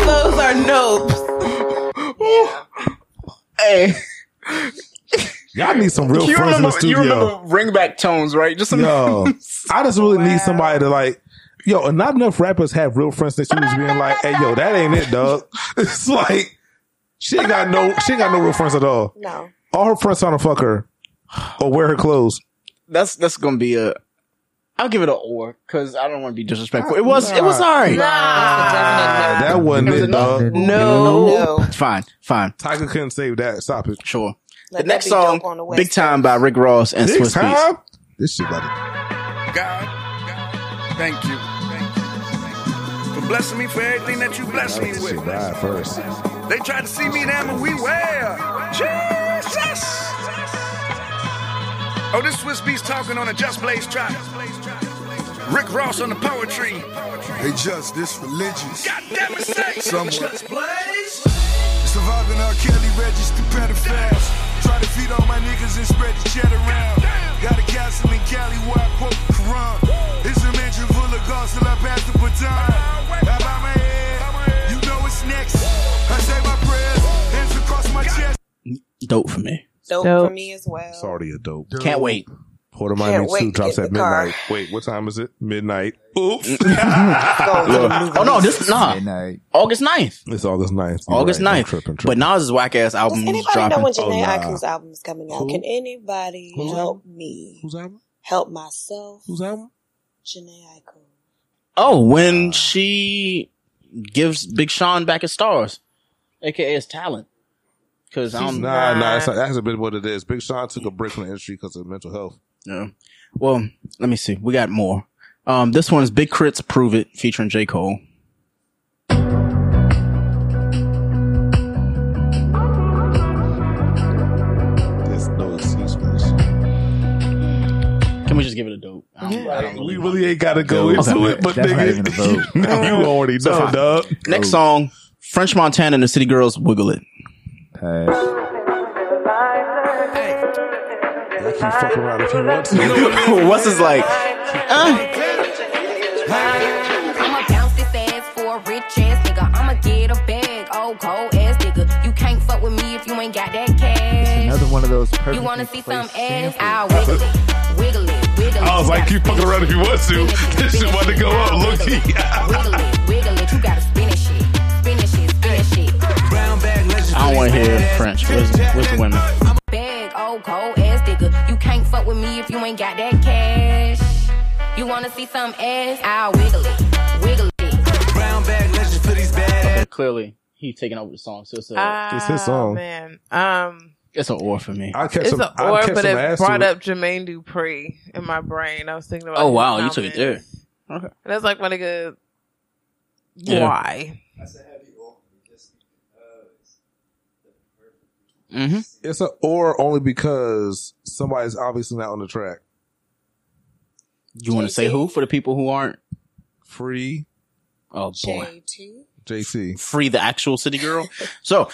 Speaker 5: of those are nopes.
Speaker 9: Hey,
Speaker 6: Y'all need some real
Speaker 9: you
Speaker 6: friends in the
Speaker 9: remember, you
Speaker 6: studio.
Speaker 9: remember ringback tones, right? Just some
Speaker 6: Yo, I just really need somebody to like, yo, and not enough rappers have real friends that she was being like, hey, yo, that ain't it, dog. It's like, she ain't got no, she ain't got no real friends at all.
Speaker 2: No.
Speaker 6: All her friends trying to fuck her or wear her clothes.
Speaker 9: that's that's gonna be a. I'll give it an or because I don't want to be disrespectful. It was it was alright.
Speaker 6: that wasn't it, dog.
Speaker 9: No. Fine, fine.
Speaker 6: Tiger couldn't save that. Stop it.
Speaker 9: Sure.
Speaker 2: Let
Speaker 9: the next
Speaker 2: that be dope
Speaker 9: song,
Speaker 2: on the West
Speaker 9: Big Time by Rick Ross and
Speaker 6: Big
Speaker 9: Swiss
Speaker 6: Time?
Speaker 9: Beats.
Speaker 6: This shit about
Speaker 13: God, thank you. For blessing me for everything that you blessed me
Speaker 6: it.
Speaker 13: with.
Speaker 6: Shit ride first.
Speaker 13: They tried to see me now, but we well. Jesus! Oh, this Swiss Beats talking on a Just Blaze track. Rick Ross on the poetry.
Speaker 21: They just this religious.
Speaker 13: God damn it, say
Speaker 21: Somewhat.
Speaker 13: Just Blaze.
Speaker 21: Surviving R. Kelly registered pedophiles. Try to feed all my niggas and spread the chat around. Got a castle in Cali where I quote the Quran. It's a mansion full of gods till I pass the baton. I bow my head, you know it's next. I say my prayers, hands across my chest.
Speaker 9: Dope for me.
Speaker 2: Dope,
Speaker 6: Dope.
Speaker 2: for me as well.
Speaker 6: It's already a dope.
Speaker 9: Can't wait.
Speaker 6: Port of
Speaker 2: Can't
Speaker 6: Miami
Speaker 2: wait
Speaker 6: 2
Speaker 2: to
Speaker 6: drops
Speaker 2: get
Speaker 6: at
Speaker 2: in the car.
Speaker 6: midnight. Wait, what time is it? Midnight. Oops.
Speaker 9: oh no, this nah. August 9th.
Speaker 6: It's August 9th. You're
Speaker 9: August
Speaker 6: right. I'm
Speaker 9: 9th.
Speaker 6: tripping,
Speaker 9: But
Speaker 6: tripping.
Speaker 9: Nas' whack ass album
Speaker 2: Does
Speaker 9: is
Speaker 2: anybody
Speaker 9: dropping.
Speaker 2: know when Janae
Speaker 9: Oh, nah.
Speaker 2: Aiko's album is coming out? Can anybody help me? Whose
Speaker 6: album?
Speaker 2: Help myself.
Speaker 6: Whose album?
Speaker 2: Janae Aiko.
Speaker 9: Oh, when she gives Big Sean back his stars, aka his talent. Because
Speaker 6: Nah,
Speaker 9: I'm
Speaker 6: nah, that's, that's a bit what it is. Big Sean took a break from the industry because of mental health.
Speaker 9: Yeah. Well, let me see. We got more. Um, this one's Big Crits Prove It featuring J. Cole.
Speaker 6: There's no excuse for this.
Speaker 9: Can we just give it a dope? I don't- I don't
Speaker 6: We really ain't got to go
Speaker 9: Okay.
Speaker 6: into it, but
Speaker 9: That's not even a
Speaker 6: nigga,
Speaker 9: vote.
Speaker 6: you already
Speaker 9: So
Speaker 6: know,
Speaker 9: fine.
Speaker 6: dog.
Speaker 9: Next song, French Montana and the City Girls Wiggle It.
Speaker 6: You can fuck around if you want to.
Speaker 9: What's is like?
Speaker 20: I'ma bounce this ass for a rich ass nigga. I'ma get a bag, oh cold ass nigga. You can't fuck with me if you ain't got that cash.
Speaker 8: Another one of those perfect.
Speaker 20: You wanna see some ass? I'll wiggle it, wiggle it, wiggle it.
Speaker 6: I was like, you fucking around if you want to. This shit about to go up, low key.
Speaker 20: Wiggle it, wiggle it. You gotta spin it shit, spin it shit, spin it shit. Brown bag legend.
Speaker 9: I don't want to hear French. Where's, where's the women?
Speaker 20: Big old oh, cold ass nigga. You can't fuck with me if you ain't got that cash. You wanna see some ass? I'll wiggle it, wiggle it. Brown bag legend for these bad
Speaker 9: Okay, clearly he's taking over the song, so it's a
Speaker 5: It's his
Speaker 6: song.
Speaker 5: Ah, Man, um,
Speaker 9: It's an or for me.
Speaker 6: I catch
Speaker 5: it's
Speaker 6: some,
Speaker 5: an
Speaker 6: I
Speaker 5: or,
Speaker 6: catch
Speaker 5: but
Speaker 6: some
Speaker 5: it
Speaker 6: ass to
Speaker 5: brought
Speaker 6: it.
Speaker 5: up Jermaine Dupri in my brain. I was thinking about.
Speaker 9: Oh
Speaker 5: his
Speaker 9: wow, you took
Speaker 5: comment.
Speaker 9: it there. Okay.
Speaker 5: And that's like my nigga.
Speaker 9: Yeah.
Speaker 5: Why?
Speaker 9: Mm-hmm.
Speaker 6: It's a or only because somebody's obviously not on the track.
Speaker 9: You want to say who for the people who aren't
Speaker 6: free?
Speaker 9: Oh boy,
Speaker 2: JT.
Speaker 6: JT
Speaker 9: free the actual city girl. so,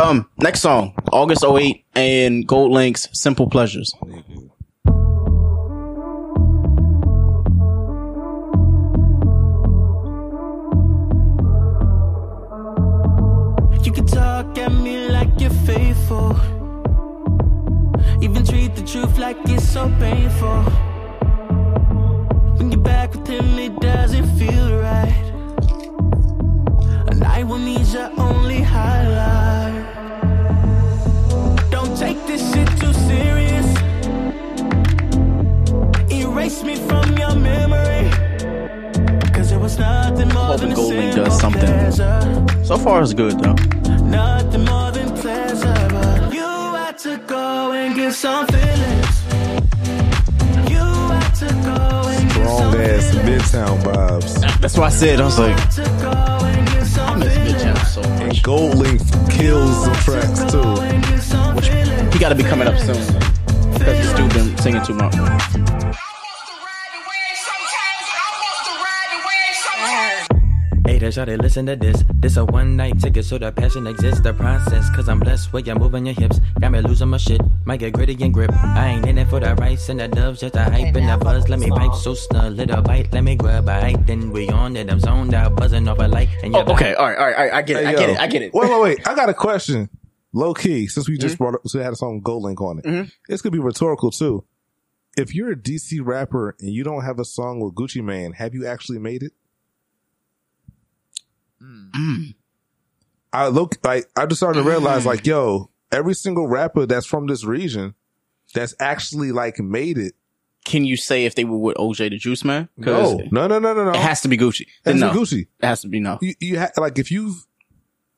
Speaker 9: um, next song, August 08 and Gold Link's "Simple Pleasures."
Speaker 15: You can talk at me like you're faithful. Even treat the truth like it's so painful. When you're back with him, it doesn't feel right. A night with me's your only highlight. Don't take this shit too serious. Erase me from your memory. Cause it was nothing more
Speaker 9: Hoping
Speaker 15: than a
Speaker 9: Gold Link
Speaker 15: simple
Speaker 9: does
Speaker 15: pleasure.
Speaker 9: something. So far, it's good though.
Speaker 15: Nothing more than pleasure, but you had to go and get some feelings. You had to go and get some
Speaker 6: Strong ass midtown vibes.
Speaker 9: That's what I said. I was like,
Speaker 15: I miss
Speaker 9: Midtown so much.
Speaker 6: Gold Link kills some tracks too.
Speaker 9: Which, he got to be coming up soon because this dude been singing too much. Hey,
Speaker 3: niggas, y'all they listen to this. This a one night ticket, so the passion exists, the process. Cause I'm blessed with you moving your hips. Got me losing my shit, might get gritty and grip. I ain't in it for the rice and the doves, just the hype and the buzz. Let me pipe so snug, little bite, let me grab a hike. Then we on it, I'm zoned out, buzzing off a light. And
Speaker 9: Oh, okay, all right, all right, all right, I get it, I get it, I get it. Mm-hmm.
Speaker 6: Wait, wait, wait. I got a question. Low key, since we just brought up, so we had a song with Gold Link on it. This could be rhetorical too. If you're a DC rapper and you don't have a song with Gucci Man, have you actually made it?
Speaker 9: Mm.
Speaker 6: I look like I just started to
Speaker 9: Mm.
Speaker 6: realize like, yo, every single rapper that's from this region that's actually like made it.
Speaker 9: Can you say if they were with OJ the Juice Man? 'Cause
Speaker 6: No, no, no, no, no, no.
Speaker 9: It has to be Gucci.
Speaker 6: Has
Speaker 9: no.
Speaker 6: to be Gucci.
Speaker 9: It has to be no.
Speaker 6: You, you ha- like if you,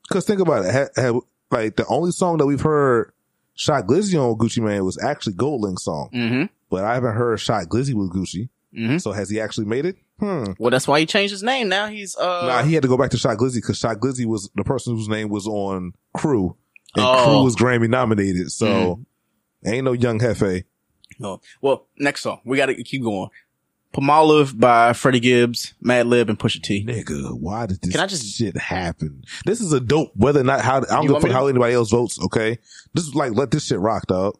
Speaker 6: because think about it. Ha- ha- like the only song that we've heard Shot Glizzy on Gucci Man was actually Gold Link's song,
Speaker 9: Mm-hmm.
Speaker 6: but I haven't heard Shot Glizzy with Gucci. So has he actually made it? Hmm.
Speaker 9: Well, that's why he changed his name. Now he's uh.
Speaker 6: nah, he had to go back to Shot Glizzy because Shot Glizzy was the person whose name was on Crew, and
Speaker 9: Oh. Mm-hmm.
Speaker 6: Crew was Grammy nominated. So ain't no young Hefe.
Speaker 9: No. Well, next song. We gotta keep going. Palmolive by Freddie Gibbs, Madlib, and Pusha T.
Speaker 6: Nigga, why did this
Speaker 9: Can I just
Speaker 6: shit happen? This is a dope. Whether or not how I
Speaker 9: You
Speaker 6: don't give a
Speaker 9: want me
Speaker 6: fuck how
Speaker 9: to-
Speaker 6: anybody else votes. Okay, this is like let this shit rock, dog.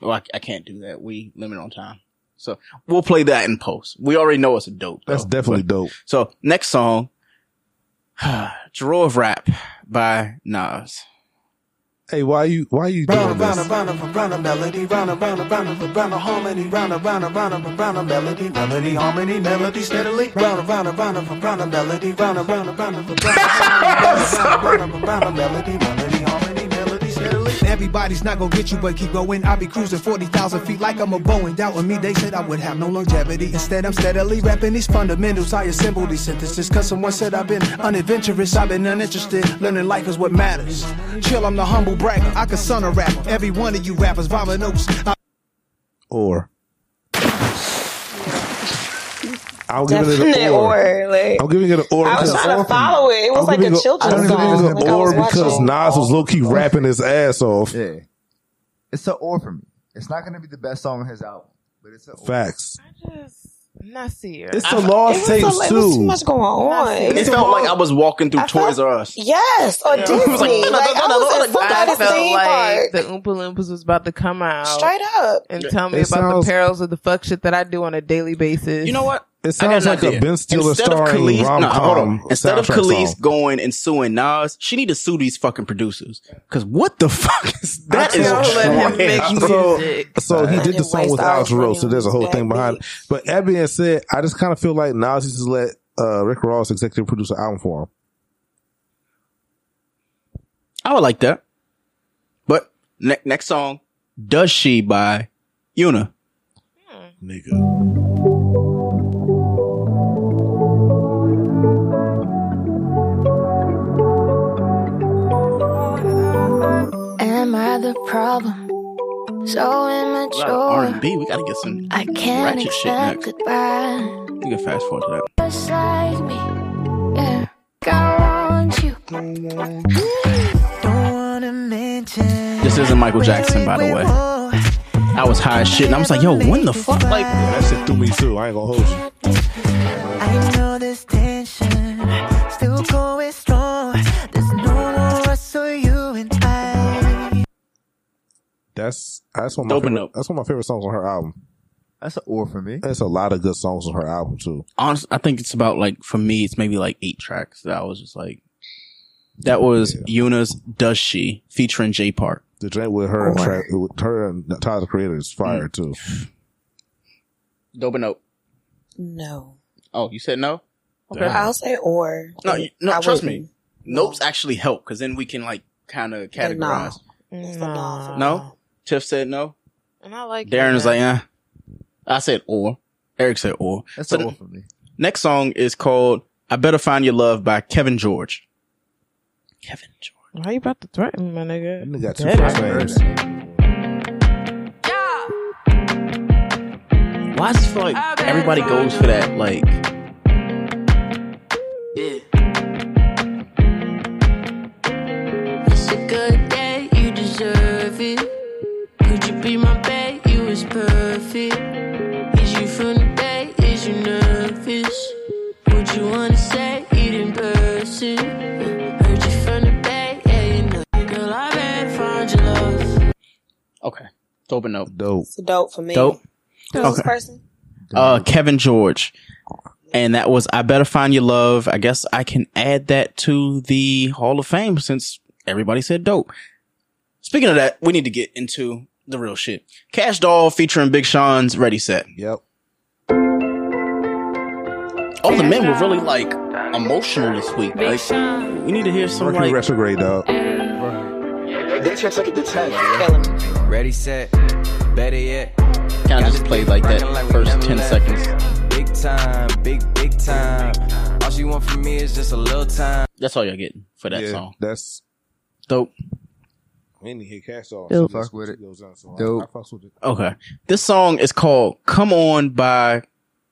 Speaker 9: Well, Oh, I, I can't do that. We limit on time. So we'll play that in post. We already know it's a dope.
Speaker 6: That's definitely dope.
Speaker 9: So next song, Draw of Rap by Nas.
Speaker 6: Hey, why you why you doing
Speaker 15: round
Speaker 6: this?
Speaker 15: and round and round a melody, round and round and round and round a harmony, round and round and round and round a melody, melody, harmony, melody, steadily, round and round and round and round a melody, round and round and round and round a harmony, round and round and round and round a melody, melody, harmony, melody, steadily.
Speaker 22: Everybody's not gonna get you, but keep going. I be cruising 40,000 feet like I'm a Boeing. Doubting me, they said I would have no longevity. Instead, I'm steadily rapping these fundamentals. I assemble these sentences. Cause someone said I've been unadventurous, I've been uninterested. Learning life is what matters. Chill, I'm the humble bragger. I could son a rapper. Every one of you rappers, vomit oaks. I-
Speaker 6: Or I'll give it
Speaker 2: Definite
Speaker 6: an or.
Speaker 2: or. Like,
Speaker 6: I'm giving it an or.
Speaker 2: I was
Speaker 6: because-
Speaker 2: trying to follow it. It was
Speaker 6: I'm
Speaker 2: like
Speaker 6: giving
Speaker 2: a
Speaker 6: it
Speaker 2: children's
Speaker 6: I'm giving
Speaker 2: song.
Speaker 6: it
Speaker 2: Like
Speaker 6: an
Speaker 2: I was
Speaker 6: or because
Speaker 2: watching.
Speaker 6: Nas was low
Speaker 9: Oh.
Speaker 6: key rapping his ass off.
Speaker 8: Yeah. It's an or for me. It's not going to be the best song on his album, but it's an or.
Speaker 6: Facts.
Speaker 5: Not serious.
Speaker 6: It's a lost
Speaker 5: It
Speaker 6: tape
Speaker 5: was a-
Speaker 6: too.
Speaker 5: it was too much
Speaker 2: going on.
Speaker 9: It felt like I was walking through Toys R Us.
Speaker 2: Yes, or
Speaker 9: Yeah.
Speaker 2: Disney.
Speaker 9: It was like,
Speaker 2: like, I was at
Speaker 5: I
Speaker 2: somebody's
Speaker 5: felt
Speaker 2: theme
Speaker 5: like
Speaker 2: park.
Speaker 5: the Oompa Loompas was about to come out
Speaker 2: Straight up.
Speaker 5: and tell me
Speaker 6: It
Speaker 5: about
Speaker 6: sounds-
Speaker 5: the perils of the fuck shit that I do on a daily basis. You know
Speaker 9: what?
Speaker 6: It sounds like a Ben Stiller starring rom com.
Speaker 9: Instead of Khalees going and suing Nas, she need to sue these fucking producers. Cause what the fuck is that? Is trash.
Speaker 6: so, so he did the song with Alex Rose, so there's a whole thing behind it. But that being said, I just kind of feel like Nas needs to let uh, Rick Ross executive produce an album for him.
Speaker 9: I would like that. But ne- next song, Does She by Una.
Speaker 23: Am I the problem? So
Speaker 9: A lot of
Speaker 23: immature.
Speaker 9: R&B. We gotta get some
Speaker 23: I can't
Speaker 9: ratchet shit
Speaker 23: accept
Speaker 9: next.
Speaker 23: goodbye.
Speaker 9: We can fast forward to that.
Speaker 23: Just like me, yeah. I want you.
Speaker 9: This isn't Michael Jackson, by the way. I was high as shit, and I was like, "Yo, when the fuck?" Like that
Speaker 6: shit threw me too. I ain't gonna hold you.
Speaker 24: I know this tension still going strong. There's no more us or you and I.
Speaker 6: That's that's one of my
Speaker 9: Dope and
Speaker 6: favorite, that's one of my favorite songs on her album.
Speaker 8: That's an or for me.
Speaker 6: That's a lot of good songs on her album too.
Speaker 9: Honestly, I think it's about like for me, it's maybe like eight tracks that I was just like. That was Una's "Does She" featuring J Park.
Speaker 6: The joint with her and Tra- with her and Tyler the Creator is fire
Speaker 9: Mm.
Speaker 6: too.
Speaker 9: Dope and dope.
Speaker 2: No.
Speaker 9: Oh, you said no.
Speaker 2: I'll say or.
Speaker 9: No,
Speaker 2: but
Speaker 9: you- no.
Speaker 2: I
Speaker 9: trust
Speaker 2: wouldn't.
Speaker 9: me. Nope's actually help because then we can like kind of
Speaker 2: Like, nah. Mm.
Speaker 9: categorize.
Speaker 2: It's a nah for me.
Speaker 9: No, Tiff said no.
Speaker 5: And I like
Speaker 9: Darren is
Speaker 5: that.
Speaker 9: like, eh. I said or. Eric said or.
Speaker 8: That's
Speaker 9: So
Speaker 8: an or
Speaker 9: the
Speaker 8: for me.
Speaker 9: Next song is called "I Better Find Your Love" by Kevin George.
Speaker 5: Why you about to threaten me, my nigga?
Speaker 6: got
Speaker 9: two first names. Why does it feel like everybody goes for that? Like, uh,
Speaker 23: It's a good day, you deserve it. Could you be my babe? You was perfect. Is you from the bay? Is you nervous? Would you wanna say it in person?
Speaker 9: Dope and dope.
Speaker 6: Dope.
Speaker 2: It's a dope for me.
Speaker 9: Dope.
Speaker 2: Who's this
Speaker 9: Okay.
Speaker 2: person?
Speaker 9: Uh, Kevin George. And that was I Better Find Your Love. I guess I can add that to the Hall of Fame since everybody said dope. Speaking of that, we need to get into the real shit. Cash Doll featuring Big Sean's Ready Set.
Speaker 6: Yep.
Speaker 9: All the men were really like emotional this week.
Speaker 6: Big
Speaker 9: Like,
Speaker 6: Sean.
Speaker 9: we need to hear some
Speaker 6: Mercury
Speaker 9: like
Speaker 6: retrograde, dog.
Speaker 1: They try to take it to ten. Kill him. Ready, set, better yet.
Speaker 9: kind of just played like that first ten seconds.
Speaker 1: Big time, big, big time. All she want from me is just a little time.
Speaker 9: That's all y'all getting for that
Speaker 6: Yeah,
Speaker 9: song.
Speaker 6: That's
Speaker 9: dope.
Speaker 6: We didn't hear cash off.
Speaker 9: Dope.
Speaker 6: Fuck
Speaker 8: with it.
Speaker 6: So I, I
Speaker 8: Dope.
Speaker 6: fucks with it.
Speaker 9: Okay. This song is called Come On by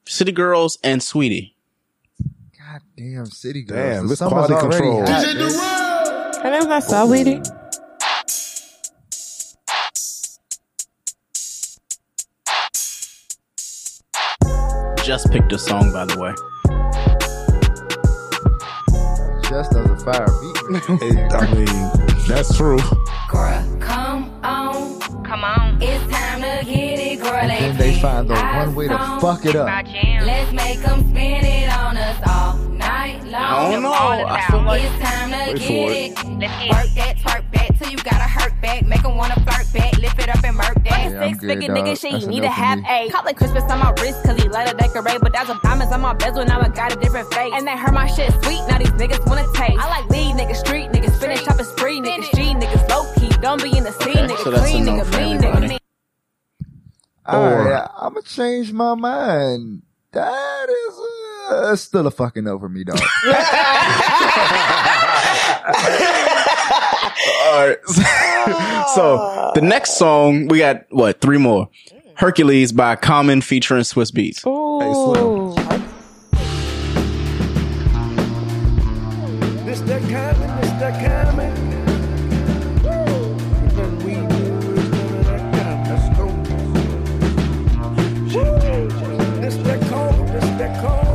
Speaker 9: City Girls and Sweetie.
Speaker 8: Damn, City Girls.
Speaker 6: Damn,
Speaker 8: The
Speaker 6: it's
Speaker 8: summer's
Speaker 6: quality
Speaker 8: already
Speaker 6: control.
Speaker 8: hot,
Speaker 6: DJ
Speaker 8: bitch.
Speaker 5: Her name's not Saw Lady.
Speaker 9: Just picked this song, by the way.
Speaker 8: Just as a fire beat.
Speaker 6: It- I mean, that's true.
Speaker 23: Come on. Come on. It's time to get it, girl.
Speaker 8: Then they find the one way to fuck it up.
Speaker 23: Let's make them spin it on us all night long.
Speaker 8: I don't know. I feel like-
Speaker 23: it's time to
Speaker 8: Wait
Speaker 23: get
Speaker 8: for
Speaker 23: it. Let's get Work that, twerk back till you gotta hurt back. Make 'em wanna flirt back. Lift it up and murk that.
Speaker 8: Yeah, I'm good,
Speaker 23: Six-figure
Speaker 8: dog.
Speaker 23: nigga, shit,
Speaker 8: That's
Speaker 23: you need
Speaker 8: enough
Speaker 23: to
Speaker 8: for
Speaker 23: have
Speaker 8: me.
Speaker 23: a. Call it Christmas on my wrist, cause he let her decorate. But that's a diamonds on my bezel, now I got a different face. And they heard my shit sweet, now these niggas wanna taste. I like lead niggas, street niggas, finish shopping spree niggas, G niggas, low key. Don't be in the scene,
Speaker 9: Okay,
Speaker 23: niggas,
Speaker 9: so that's a
Speaker 23: clean
Speaker 9: no
Speaker 23: nigga,
Speaker 9: for
Speaker 23: mean
Speaker 9: everybody.
Speaker 23: nigga.
Speaker 8: Alright, I'm gonna change my mind. That is uh, still a fucking no for me, dog.
Speaker 9: All right. so the next song, we got what? Three more. Hercules by Common featuring Swiss Beats.
Speaker 10: This that kind of, this that kind of man. Then we do is none of that kind. Let's go. Woo. This that cold, this that cold.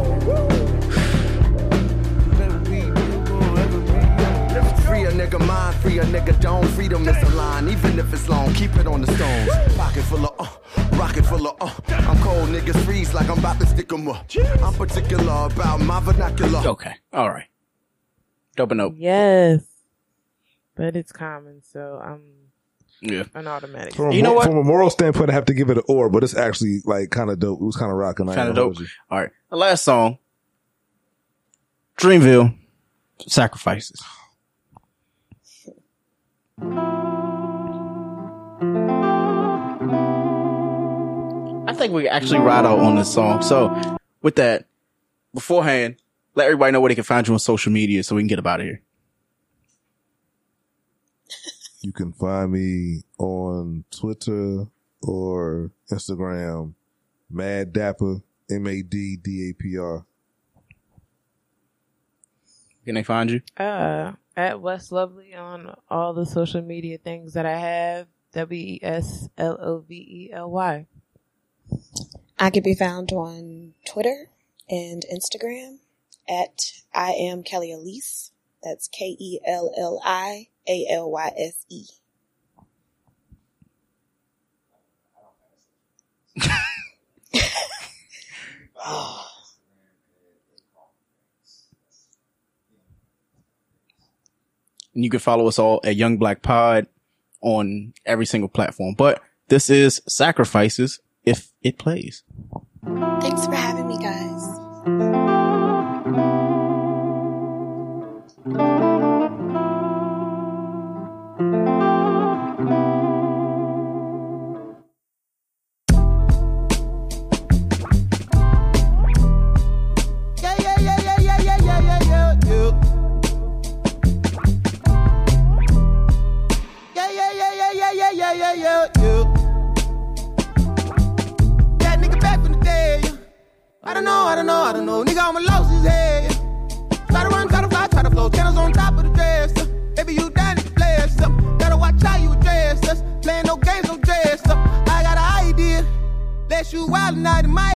Speaker 11: Free a nigga mind, free a nigga don't. Freedom is a line, even if it's long, keep it on the stones. Pocket full of uh, rocket full of uh. I'm cold, niggas freeze like I'm about to stick 'em up. I'm particular about my vernacular.
Speaker 9: Okay. All right. Dope and dope.
Speaker 5: Yes. But it's common, so I'm
Speaker 9: Yeah.
Speaker 5: an automatic.
Speaker 6: From, a mor- from a moral standpoint, I have to give it an or, but it's actually like kind of dope. It was kind of rocking.
Speaker 9: Kind of dope. All right. The last song, Dreamville, Sacrifices. I think we actually ride out on this song. So, with that, beforehand, let everybody know where they can find you on social media so we can get about here.
Speaker 6: You can find me on Twitter or Instagram, Mad Dapper, M A D D A P R.
Speaker 9: Can they find you?
Speaker 5: Uh, at West Lovely on all the social media things that I have. W E S L O V E L Y.
Speaker 2: I can be found on Twitter and Instagram at I am Kelly Elise. That's K E L L I A L Y S E.
Speaker 9: And you can follow us all at Young Black Pod on every single platform. But this is Sacrifices if it plays.
Speaker 2: Thanks for having me, guys.
Speaker 1: Yeah, yeah, yeah, yeah, yeah, yeah, yeah, yeah, yeah, yeah. Yeah, yeah, yeah, yeah, yeah, yeah, yeah, yeah, yeah, yeah. That nigga back from the day. yeah. I don't know, I don't know, I don't know. Nigga, I'ma lose his head. yeah. Try to run, try to fly, try to flow. Channels on top of the dress. yeah. Baby, you down to play us up. Gotta watch how you dress us. Playing no games, no dress up. I got an idea. Let you wild and out of my